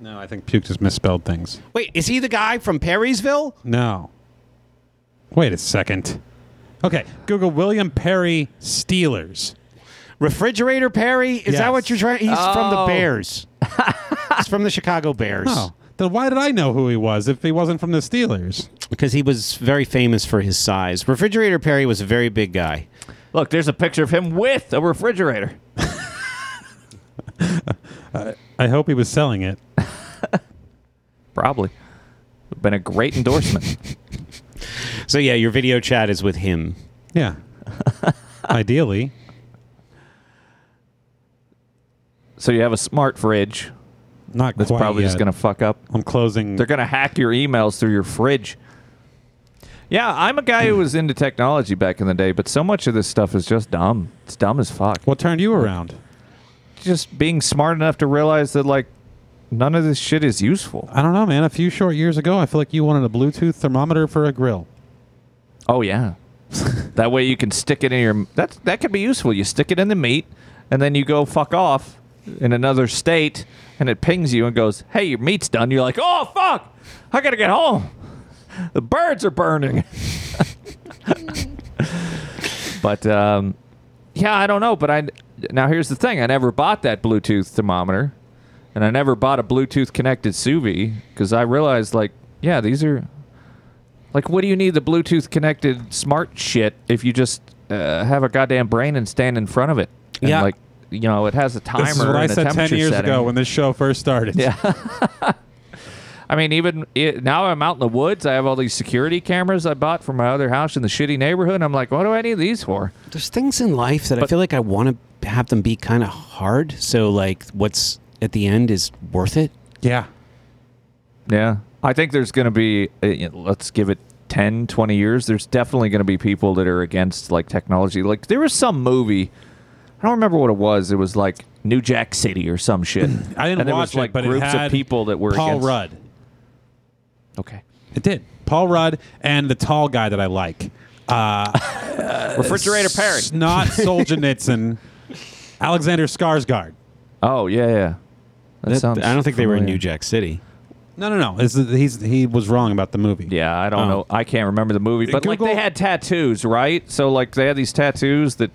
No, I think Puke just misspelled things.
Wait, is he the guy from Perrysville?
No. Wait a second. Okay, Google William Perry Steelers.
Refrigerator Perry? Is
Yes.
that what you're trying? He's from the
Oh.
Bears. He's from the Chicago Bears.
Oh, then why did I know who he was if he wasn't from the Steelers?
because he was very famous for his size. Refrigerator Perry was a very big guy.
Look, there's a picture of him with a refrigerator.
I hope he was selling it.
Probably. Been a great endorsement.
So yeah, your video chat is with him.
Yeah. Ideally.
so you have a smart fridge.
Not
That's
quite
probably
yet.
just gonna fuck up.
I'm closing.
They're gonna hack your emails through your fridge. Yeah, I'm a guy who was into technology back in the day, but so much of this stuff is just dumb. It's dumb as fuck.
What turned you around?
Just being smart enough to realize that like none of this shit is useful.
I don't know, man. A few short years ago, I feel like you wanted a Bluetooth thermometer for a grill.
Oh yeah. that way you can stick it in your that that could be useful. You stick it in the meat and then you go fuck off in another state and it pings you and goes, "Hey, your meat's done." You're like, "Oh fuck. I got to get home. The birds are burning." but um yeah, I don't know, but I now here's the thing. I never bought that Bluetooth thermometer and I never bought a Bluetooth connected sous vide cuz I realized like, yeah, these are like, what do you need the Bluetooth connected smart shit if you just uh, have a goddamn brain and stand in front of it? And
Yeah.
Like, you know, it has a timer
This is what
and
I
a
said
temperature
ten years
setting.
ago when this show first started.
Yeah. I mean, even it, now I'm out in the woods. I have all these security cameras I bought from my other house in the shitty neighborhood. And I'm like, what do I need these for?
There's things in life that I feel like I want to have them be kind of hard. So like, what's at the end is worth it.
Yeah.
Yeah. I think there's going to be, uh, you know, let's give it 10, 20 years. There's definitely going to be people that are against like technology. Like there was some movie, I don't remember what it was. It was like New Jack City or some shit.
I didn't
and there
watch
was, like,
it, but
groups
it had
of people that were
Paul
against-
Rudd.
Okay.
It did. Paul Rudd and the tall guy that I like,
Refrigerator Perry.
not Solzhenitsyn, Alexander Skarsgård.
Oh yeah, yeah. That, sounds.
I don't think they were in
familiar.
New Jack City.
No, no, no. It's, he's he was wrong about the movie.
Yeah, I don't
Oh.
know. I can't remember the movie, but like
Google-
they had tattoos, right? So like they had these tattoos that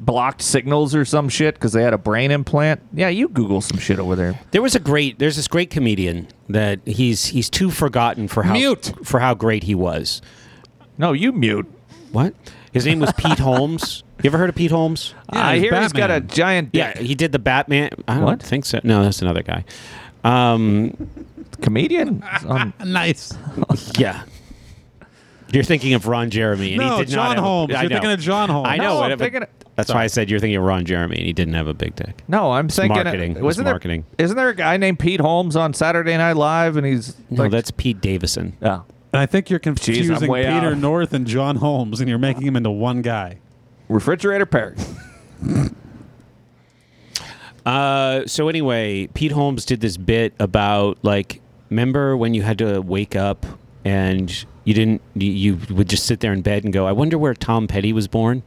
blocked signals or some shit because they had a brain implant. Yeah, you Google some shit over there.
There was a great. There's this great comedian that he's he's too forgotten for how
Mute.
for how great he was.
No, you mute.
What? His name was Pete Holmes. You ever heard of Pete Holmes?
Yeah,
I
it's
hear he's got a
Batman.
giant
Yeah,
dick.
he did the Batman. I don't
What?
think so. No, that's another guy. Um,
comedian. Um,
Nice.
Yeah. You're thinking of Ron Jeremy, and
No,
he did
John
not. have a-
Holmes.
I
You're
know.
thinking of John Holmes.
I know.
No,
but
I'm
if it-
thinking of-
that's why I said you're thinking of Ron Jeremy, and he didn't have a big dick.
no, I'm thinking
marketing. It's
Wasn't there-
marketing.
Isn't there a guy named Pete Holmes on Saturday Night Live, and he's
No,
like,
that's Pete Davison.
yeah,
And I think you're
I'm
confusing
way
Peter
off.
North and John Holmes, and you're making him into one guy.
refrigerator Perry.
Uh, so anyway, Pete Holmes did this bit about like, remember when you had to wake up and you didn't, you, you would just sit there in bed and go, I wonder where Tom Petty was born,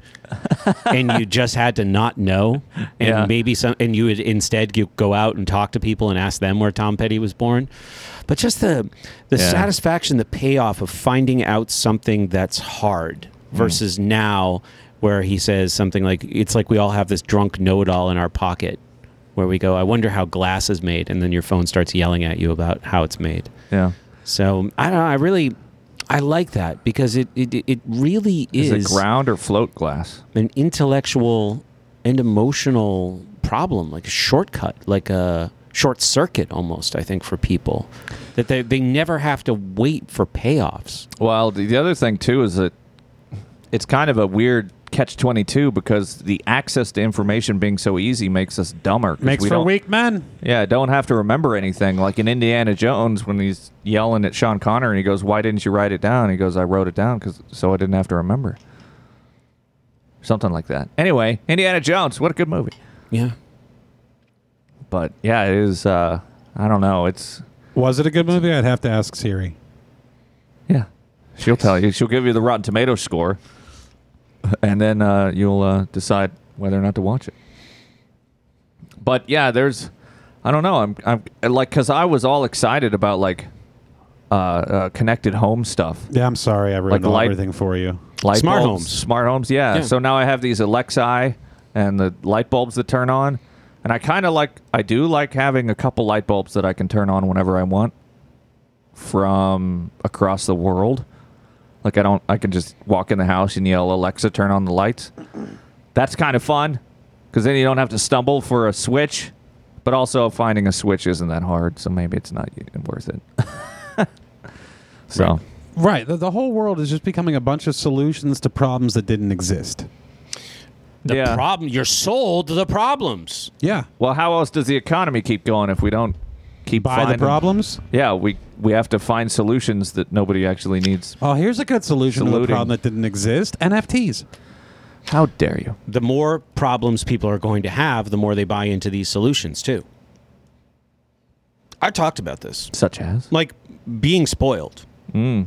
and you just had to not know, and
Yeah.
maybe some, and you would instead go- go out and talk to people and ask them where Tom Petty was born, but just the the
Yeah.
satisfaction, the payoff of finding out something that's hard
Mm.
versus now. Where he says something like, "It's like we all have this drunk know-it-all in our pocket, where we go, I wonder how glass is made, and then your phone starts yelling at you about how it's made.
Yeah,
So I don't know. I really, I like that because it it, it really
is
is,
it ground or float glass?
an intellectual and emotional problem, like a shortcut, like a short circuit almost. I think for people that they they never have to wait for payoffs.
Well, the, the other thing too is that it's kind of a weird catch twenty two because the access to information being so easy makes us dumber. 'cause
Makes
we
for
don't-
weak men.
Yeah, don't have to remember anything. Like in Indiana Jones, when he's yelling at Sean Connor and he goes, "Why didn't you write it down?" He goes, "I wrote it down because so I didn't have to remember." Something like that. Anyway, Indiana Jones, what a good movie.
Yeah.
But yeah, it is. Uh, I don't know. It's
Was it a good movie? I'd have to ask Siri.
yeah. She'll tell you. She'll give you the Rotten Tomatoes score, and then uh, you'll uh, decide whether or not to watch it. But yeah, there's. I don't know. I'm. I'm like because I was all excited about like. Uh, uh, connected home stuff.
Yeah, I'm sorry. I ruined
Like
all
light-
everything for you.
light
Smart
bulbs,
homes.
smart homes. Yeah.
Yeah.
So now I have these Alexi and the light bulbs that turn on, and I kind of like I do like having a couple light bulbs that I can turn on whenever I want from across the world. Like I don't, I can just walk in the house and yell Alexa, turn on the lights. That's kind of fun because then you don't have to stumble for a switch. But also finding a switch isn't that hard, so maybe it's not worth it. so.
Right. The, the whole world is just becoming a bunch of solutions to problems that didn't exist.
The
Yeah.
problem. You're sold the problems.
Yeah.
Well, how else does the economy keep going if we don't keep
Buy
finding
the problems.
Yeah, we we have to find solutions that nobody actually needs.
Oh, here's a good solution to the
Saluting.
problem that didn't exist. NFTs.
How dare you?
The more problems people are going to have, the more they buy into these solutions too. I talked about this.
Such as
like being spoiled,
Mm.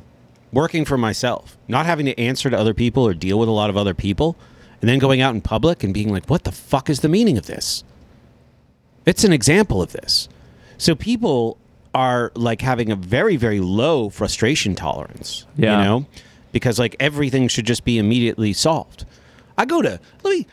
working for myself, not having to answer to other people or deal with a lot of other people, and then going out in public and being like, what the fuck is the meaning of this? It's an example of this. So people are like having a very, very low frustration tolerance,
Yeah.
you know, because like everything should just be immediately solved. I go to, let me,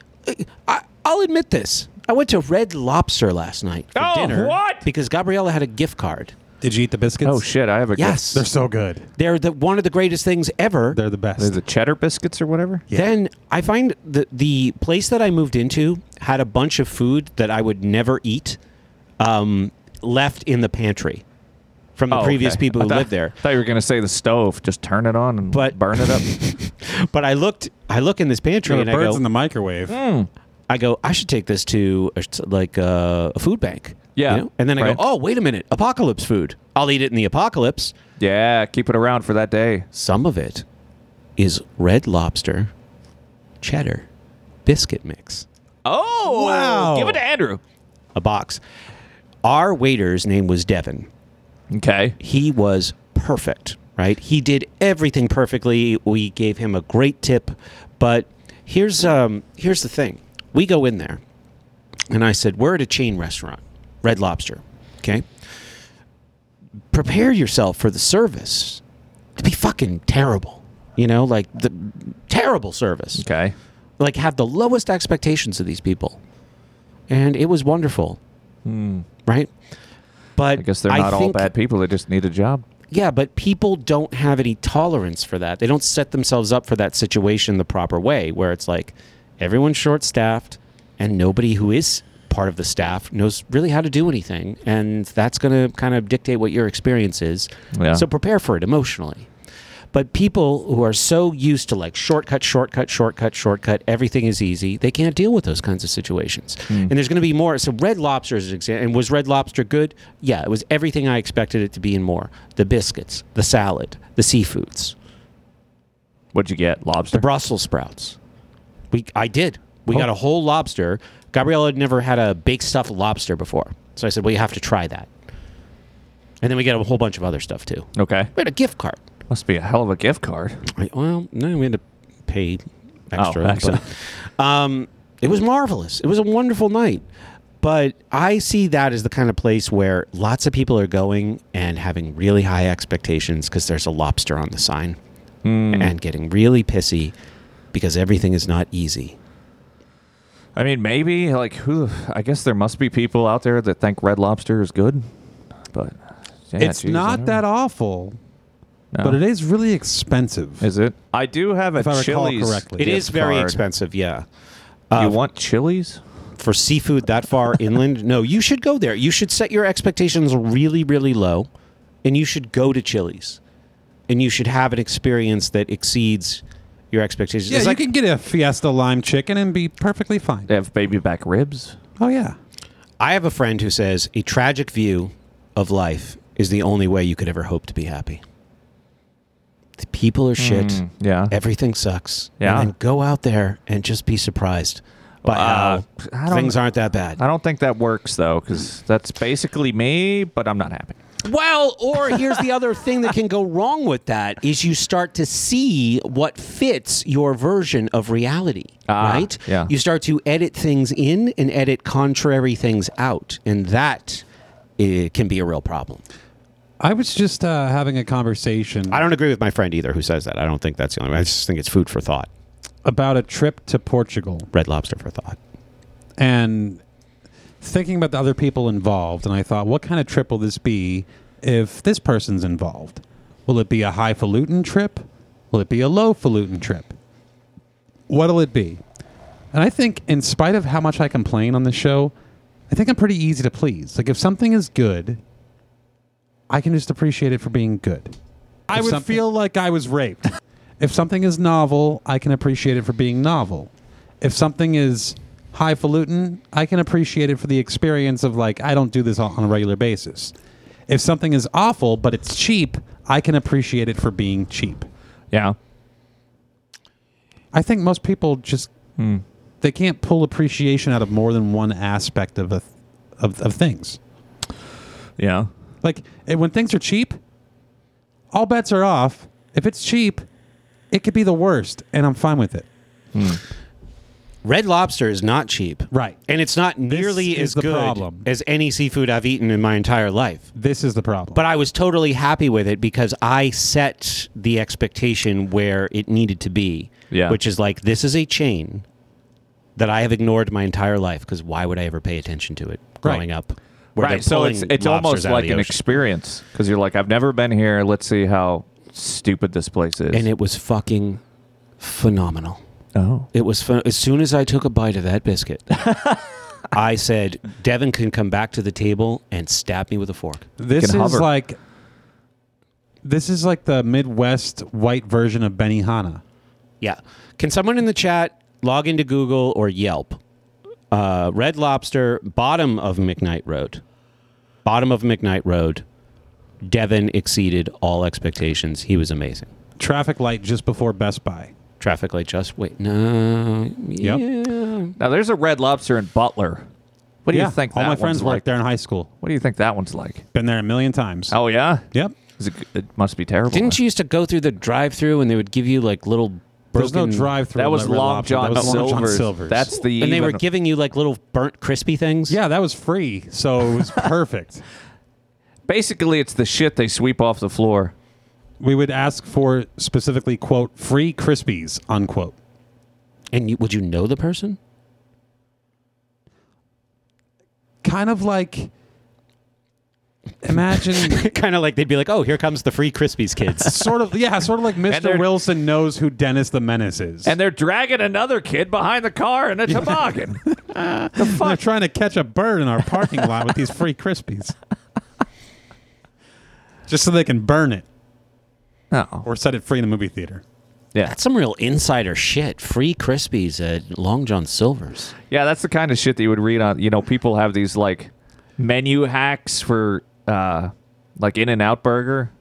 I, I'll admit this. I went to Red Lobster last night for
Oh,
dinner
what?
because Gabriella had a gift card.
Did you eat the biscuits?
oh shit, I have a
Yes.
They're so good.
They're the one of the greatest things ever.
They're the best.
Is the cheddar biscuits or whatever?
Then I find the the place that I moved into had a bunch of food that I would never eat um, left in the pantry from the
Oh,
previous
okay.
people
I
who
thought-
lived there.
I thought you were gonna say the stove. Just turn it on and
But-
burn it up.
But I looked I look in this pantry
There are
and I
birds
go
in the microwave.
I go I should take this to a, like uh, a food bank.
Yeah,
And then I
right.
go, "Oh, wait a minute. Apocalypse food. I'll eat it in the apocalypse."
yeah, keep it around for that day.
Some of it is red lobster cheddar biscuit mix.
Oh
Wow.
Give it to Andrew.
a box. Our waiter's name was Devin.
Okay.
He was perfect, right? He did everything perfectly. We gave him a great tip, but here's um here's the thing. We go in there and I said, "We're at a chain restaurant, Red Lobster." Okay? Prepare yourself for the service to be fucking terrible. You know, like the terrible service
Okay.
like have the lowest expectations of these people, and it was wonderful, right? But
Hmm. I guess they're not all
think-
bad people. They just need a job.
Yeah, but people don't have any tolerance for that. They don't set themselves up for that situation the proper way, where it's like everyone's short-staffed and nobody who is part of the staff knows really how to do anything, and that's going to kind of dictate what your experience is.
Yeah.
So prepare for it emotionally. But people who are so used to like shortcut, shortcut, shortcut, shortcut, everything is easy, they can't deal with those kinds of situations. And there's going to be more. So Red Lobster is an example. And was Red Lobster good? Yeah, it was everything I expected it to be and more. The biscuits, the salad, the seafoods,
What'd you get? Lobster.
the Brussels sprouts. We, I did. We got a whole lobster. Gabriella had never had a baked stuffed lobster before. So I said, well, you have to try that. And then we got a whole bunch of other stuff too.
okay.
We had a gift card.
Must be a hell of a gift card.
Right, Well, no, we had to pay Oh, extra.
extra.
but, um, it was marvelous. It was a wonderful night. But I see that as the kind of place where lots of people are going and having really high expectations because there's a lobster on the sign and getting really pissy because everything is not easy.
I mean, maybe like who? I guess there must be people out there that think Red Lobster is good, but yeah,
it's
geez, I
not
don't
that awful,
know.
but it is really expensive.
Is it? I do have a
If I recall
Chili's.
correctly.
It
gift
is very
card.
expensive, yeah.
You want Chili's?
For seafood that far inland, no, you should go there. You should set your expectations really, really low, and you should go to Chili's, and you should have an experience that exceeds your expectations.
yeah,
It's
you
like-
can get a Fiesta lime chicken and be perfectly fine.
They have baby back ribs.
Oh yeah,
I have a friend who says a tragic view of life is the only way you could ever hope to be happy. The people are shit.
Hmm, Yeah.
Everything sucks.
Yeah.
And then go out there and just be surprised by
Uh, I
how
don't-
things aren't that bad.
I don't think that works though, because that's basically me, but I'm not happy.
Well, or here's the other thing that can go wrong with that is you start to see what fits your version of reality,
Ah,
right?
yeah.
You start to edit things in and edit contrary things out, and that eh, can be a real problem.
I was just uh, having a conversation
I don't agree with my friend either who says that. I don't think that's the only way. I just think it's food for thought,
about a trip to Portugal
red lobster for thought.
and thinking about the other people involved, and I thought, what kind of trip will this be if this person's involved? Will it be a highfalutin trip? Will it be a lowfalutin trip? What'll it be? And I think, in spite of how much I complain on this show, I think I'm pretty easy to please. Like, if something is good, I can just appreciate it for being good. I would feel like I was raped. if something is novel, I can appreciate it for being novel. If something is highfalutin, I can appreciate it for the experience of, like, I don't do this on a regular basis. If something is awful, but it's cheap, I can appreciate it for being cheap.
Yeah.
I think most people just they can't pull appreciation out of more than one aspect of a th- of, of things.
Yeah.
Like eh, when things are cheap, all bets are off. If it's cheap, it could be the worst, and I'm fine with it.
Red lobster is not cheap.
Right.
And it's not nearly
is
as
the
good
problem.
as any seafood I've eaten in my entire life.
This is the problem.
but I was totally happy with it because I set the expectation where it needed to be.
Yeah.
Which is like this is a chain that I have ignored my entire life because why would I ever pay attention to it growing up? Where they're
right. So
pulling
it's it's
lobsters
almost
out of
like
the
an
ocean.
experience because you're like, I've never been here. Let's see how stupid this place is.
and it was fucking phenomenal.
oh.
It was fun. As soon as I took a bite of that biscuit, I said, "Devin can come back to the table and stab me with a fork."
this is
can hover.
like this is like the Midwest white version of Benihana.
Yeah. Can someone in the chat log into Google or Yelp? Uh, Red Lobster, bottom of McKnight Road. Bottom of McKnight Road. Devin exceeded all expectations. He was amazing.
Traffic light just before Best Buy.
Traffic light just wait. No. Yeah.
Yep.
Now there's a Red Lobster in Butler. What do
yeah,
you think?
all
that
my friends
one's
worked
like?
there in high school.
What do you think that one's like?
Been there a million times.
Oh yeah.
Yep.
Is it, it must be terrible.
Didn't you used to go through the drive-through and they would give you like little
There's no
broken
drive through.
That was Long John,
that was Long John
Silver's.
Silver's.
That's the
And they were
even-
giving you like little burnt crispy things.
yeah, that was free, so it was perfect.
basically it's the shit they sweep off the floor.
we would ask for specifically quote free crispies unquote
And you, would you know the person?
kind of like imagine
kind of like they'd be like, "Oh, here comes the free crispies kids."
sort of yeah sort of like
they're-
mr wilson knows who dennis the menace is
And they're dragging another kid behind the car in a toboggan.
They're trying to catch a bird in our parking lot with these free Krispies. Just so they can burn it
Oh,
or set it free in the movie theater.
yeah,
That's some real insider shit. Free Krispies at Long John Silver's.
yeah. That's the kind of shit that you would read on. You know, people have these like menu hacks for uh, like In and Out Burger,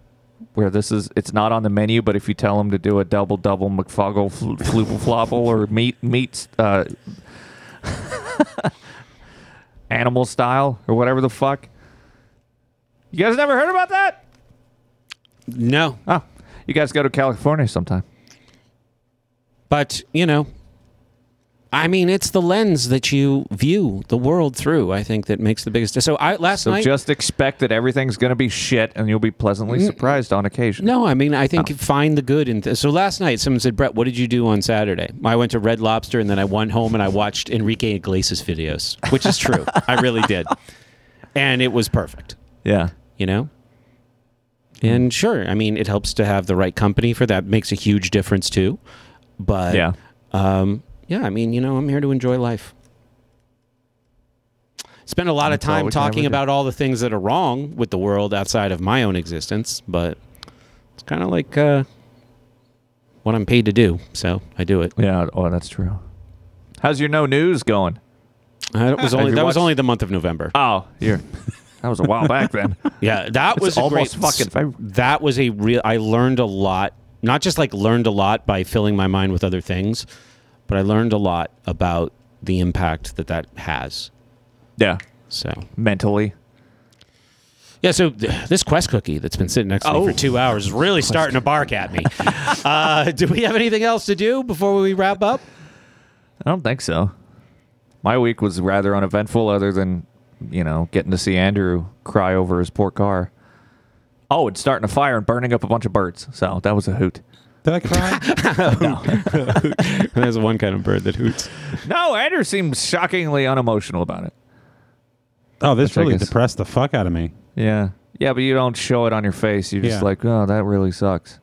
where this is it's not on the menu, but if you tell them to do a double double McFoggle fl- floople flopple or meat meat uh, animal style or whatever the fuck. You guys never heard about that?
No,
Oh, you guys go to California sometime.
but you know, I mean, it's the lens that you view the world through. I think that makes the biggest. So I last
So
night.
just expect that everything's going to be shit and you'll be pleasantly surprised on occasion.
Mm. no, I mean, I think
Oh.
find the good. in th- so last night, someone said, "Brett, what did you do on Saturday?" I went to Red Lobster, and then I went home and I watched Enrique Iglesias videos, which is true. I really did, and it was perfect.
Yeah.
you know?
Hmm.
And sure, I mean, it helps to have the right company for that makes a huge difference too. But
Yeah.
um, yeah, I mean, you know, I'm here to enjoy life. Spend a lot
That's
of
all
time
we can ever
talking
do.
about all the things that are wrong with the world outside of my own existence, but it's kind of like uh, what I'm paid to do, so I do it.
Yeah. Oh, that's true. How's your no news going?
I, it was
Have
only
you
that was
watched-
only the month of November.
Oh, you're. That was a while back then.
Yeah, that was a
almost
great,
fucking February.
That was a real. I learned a lot, not just like learned a lot by filling my mind with other things, but I learned a lot about the impact that that has.
Yeah.
So
Mentally.
yeah, so th- this quest cookie that's been sitting next to me for two hours is really starting to bark at me. uh, do we have anything else to do before we wrap up?
I don't think so. My week was rather uneventful, other than, you know, getting to see Andrew cry over his poor car. Oh, it's starting a fire and burning up a bunch of birds. So that was a hoot.
Did I cry?
There's one kind of bird that hoots.
No, Andrew seems shockingly unemotional about it.
oh, this
I
really
guess-
depressed the fuck out of me.
Yeah. Yeah, but you don't show it on your face. You're just
Yeah.
like, oh, that really sucks.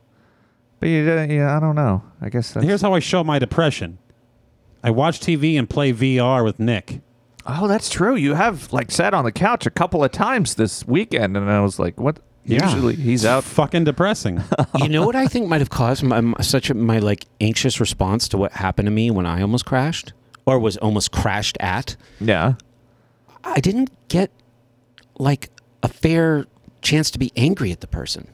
But you didn't, yeah, I don't know. I guess that's.
Here's how I show my depression. I watch TV and play VR with Nick.
oh, that's true. You have, like, sat on the couch a couple of times this weekend, and I was like, what? Usually he's out.
Fucking depressing.
you know what I think might have caused my, my- such a, my like anxious response to what happened to me when I almost crashed or was almost crashed at.
Yeah.
I didn't get like a fair chance to be angry at the person.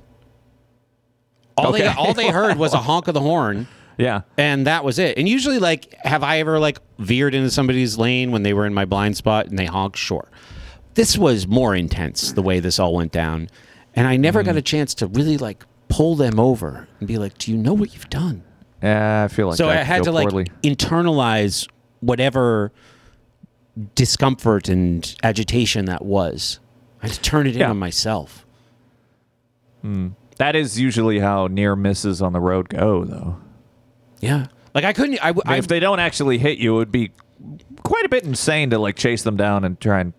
All they
Okay.
all they heard was a honk of the horn
Yeah.
and that was it. And usually like have I ever like veered into somebody's lane when they were in my blind spot and they honked sure. This was more intense the way this all went down and I never got a chance to really like pull them over and be like, "Do you know what you've done?"
Yeah, I feel like
so
that
I
could
had
go
to like
poorly.
internalize whatever discomfort and agitation that was. I had to turn it in
Yeah.
on myself.
That is usually how near misses on the road go, though.
Yeah, like I couldn't. I, w-
I mean,
I-
if they don't actually hit you, it would be quite a bit insane to, like, chase them down and try and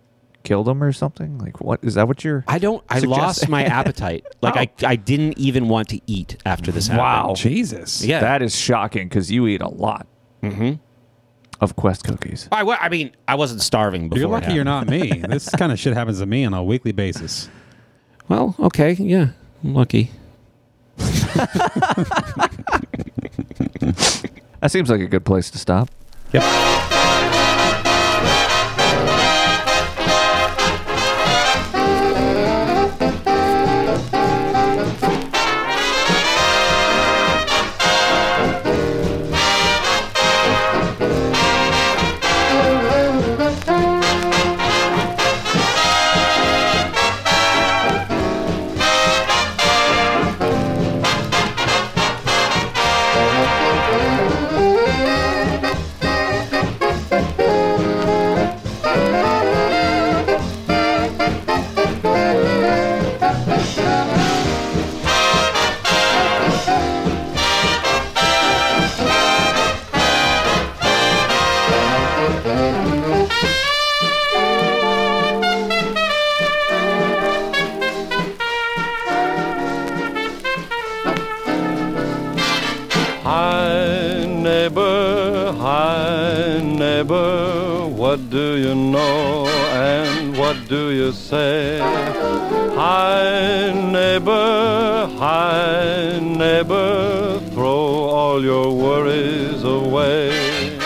kill them or something. Like, what? Is that what you're.
I don't. I
Suggest-
lost my appetite. Like I, I didn't even want to eat after this happened.
Wow.
Jesus.
Yeah.
That is shocking because you eat a lot
Mm-hmm.
of Quest cookies.
I, wa- I mean, I wasn't starving before.
You're
it
lucky you're
happened.
not me. This kind of shit happens to me on a weekly basis.
Well, okay, yeah, I'm lucky.
That seems like a good place to stop.
What do you know and what do you say? Hi, neighbor, hi, neighbor, throw all your worries away.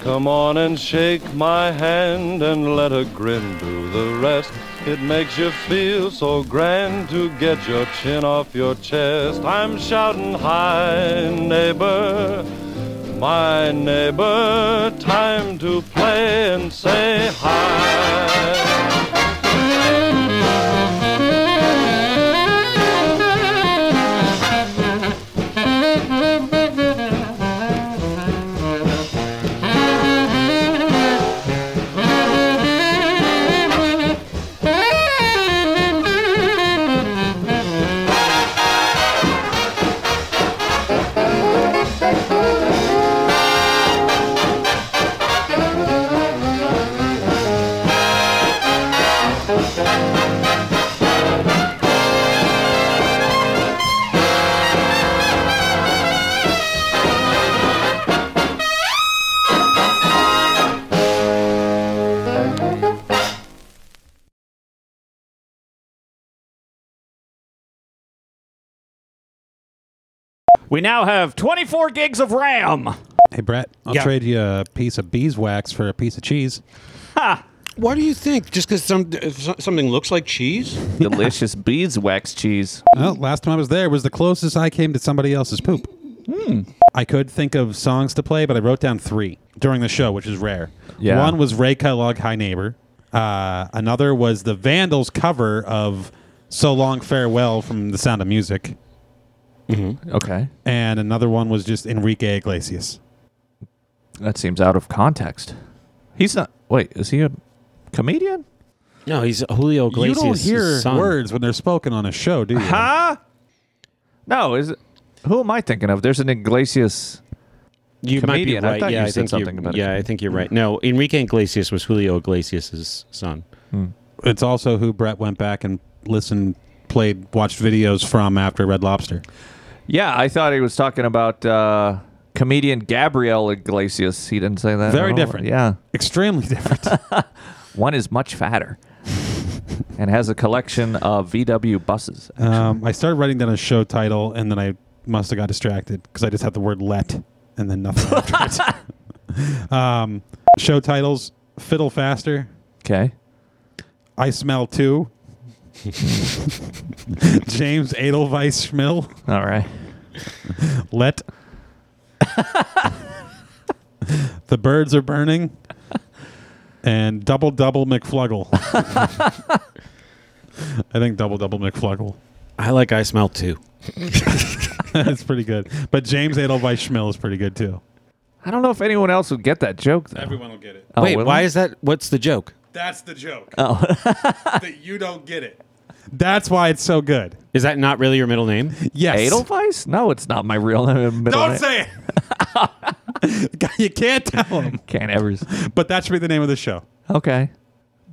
Come on and shake my hand and let a grin do the rest. It makes you feel so grand to get your chin off your chest. I'm shouting, hi, neighbor, my neighbor, time to play and say
We now have 24 gigs of RAM.
Hey, Brett, I'll
Yeah.
trade you a piece of beeswax for a piece of cheese.
Why do you think? Just because some, if so- something looks like cheese?
Delicious beeswax cheese.
Well, last time I was there was the closest I came to somebody else's poop. I could think of songs to play, but I wrote down three during the show, which is rare.
Yeah.
One was Ray Kellogg, High Neighbor. Uh, another was the Vandals cover of So Long Farewell from The Sound of Music.
Okay.
And another one was just Enrique Iglesias.
That seems out of context. He's not. Wait, is he a comedian?
No, he's Julio
you
Iglesias.
don't hear
son.
words when they're spoken on a show, do you?
Huh? No, is it? Who am I thinking of? There's an Iglesias.
You
Comedian. I
might be right.
thought
yeah,
you
I
said
think
something
you,
about a
Yeah, I
comedian.
think you're right. No, Enrique Iglesias was Julio Iglesias' son.
It's also who Brett went back and listened, played, watched videos from after Red Lobster.
Yeah, I thought he was talking about uh, comedian Gabriel Iglesias. He didn't say that.
Very
at all.
different.
Yeah.
Extremely different.
One is much fatter and has a collection of VW buses.
Um, I started writing down a show title, and then I must have got distracted because I just had the word "let" and then nothing after it. Um, show titles: Fiddle Faster,
Okay.
I Smell Two, James Edelweiss Schmill,
All right.
Let, The Birds Are Burning, and Double Double McFluggle. I think Double Double McFluggle.
I like I Smell Too.
That's pretty good. But James Edelweiss Schmill is pretty good too.
I don't know if anyone else would get that joke, though.
Everyone will get it.
Oh,
Wait,
will
why
they?
is that? What's the joke?
That's the joke. Oh. that you don't get it. That's why it's so good.
Is that not really your middle name?
Yes.
Edelweiss? No, it's not my real name. middle
Don't
name.
say it. God, you can't tell him.
Can't ever. s-
But that should be the name of the show.
Okay.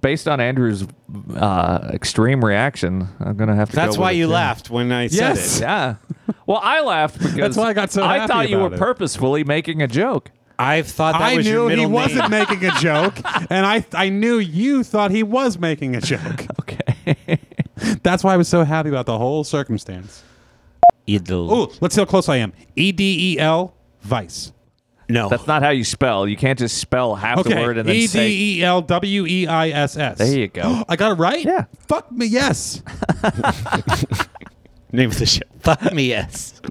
Based on Andrew's uh, extreme reaction, I'm gonna have to.
That's
go with
why
it,
you
yeah.
laughed when I said
Yes.
it.
Yeah. Well, I laughed because
why I got so
I
happy
thought you
about
were
it.
purposefully making a joke.
I've thought that
I
was
knew
your
he
middle name.
wasn't making a joke, and I I knew you thought he was making a joke.
Okay.
That's why I was so happy about the whole circumstance.
Idol.
Ooh, let's see how close I am. E D E L Vice.
No.
That's not how you spell. You can't just spell half the word and then
E
say.
D E L W E I S S.
There you go.
I got it right?
Yeah.
Fuck me, yes.
name of the show. Fuck me, yes.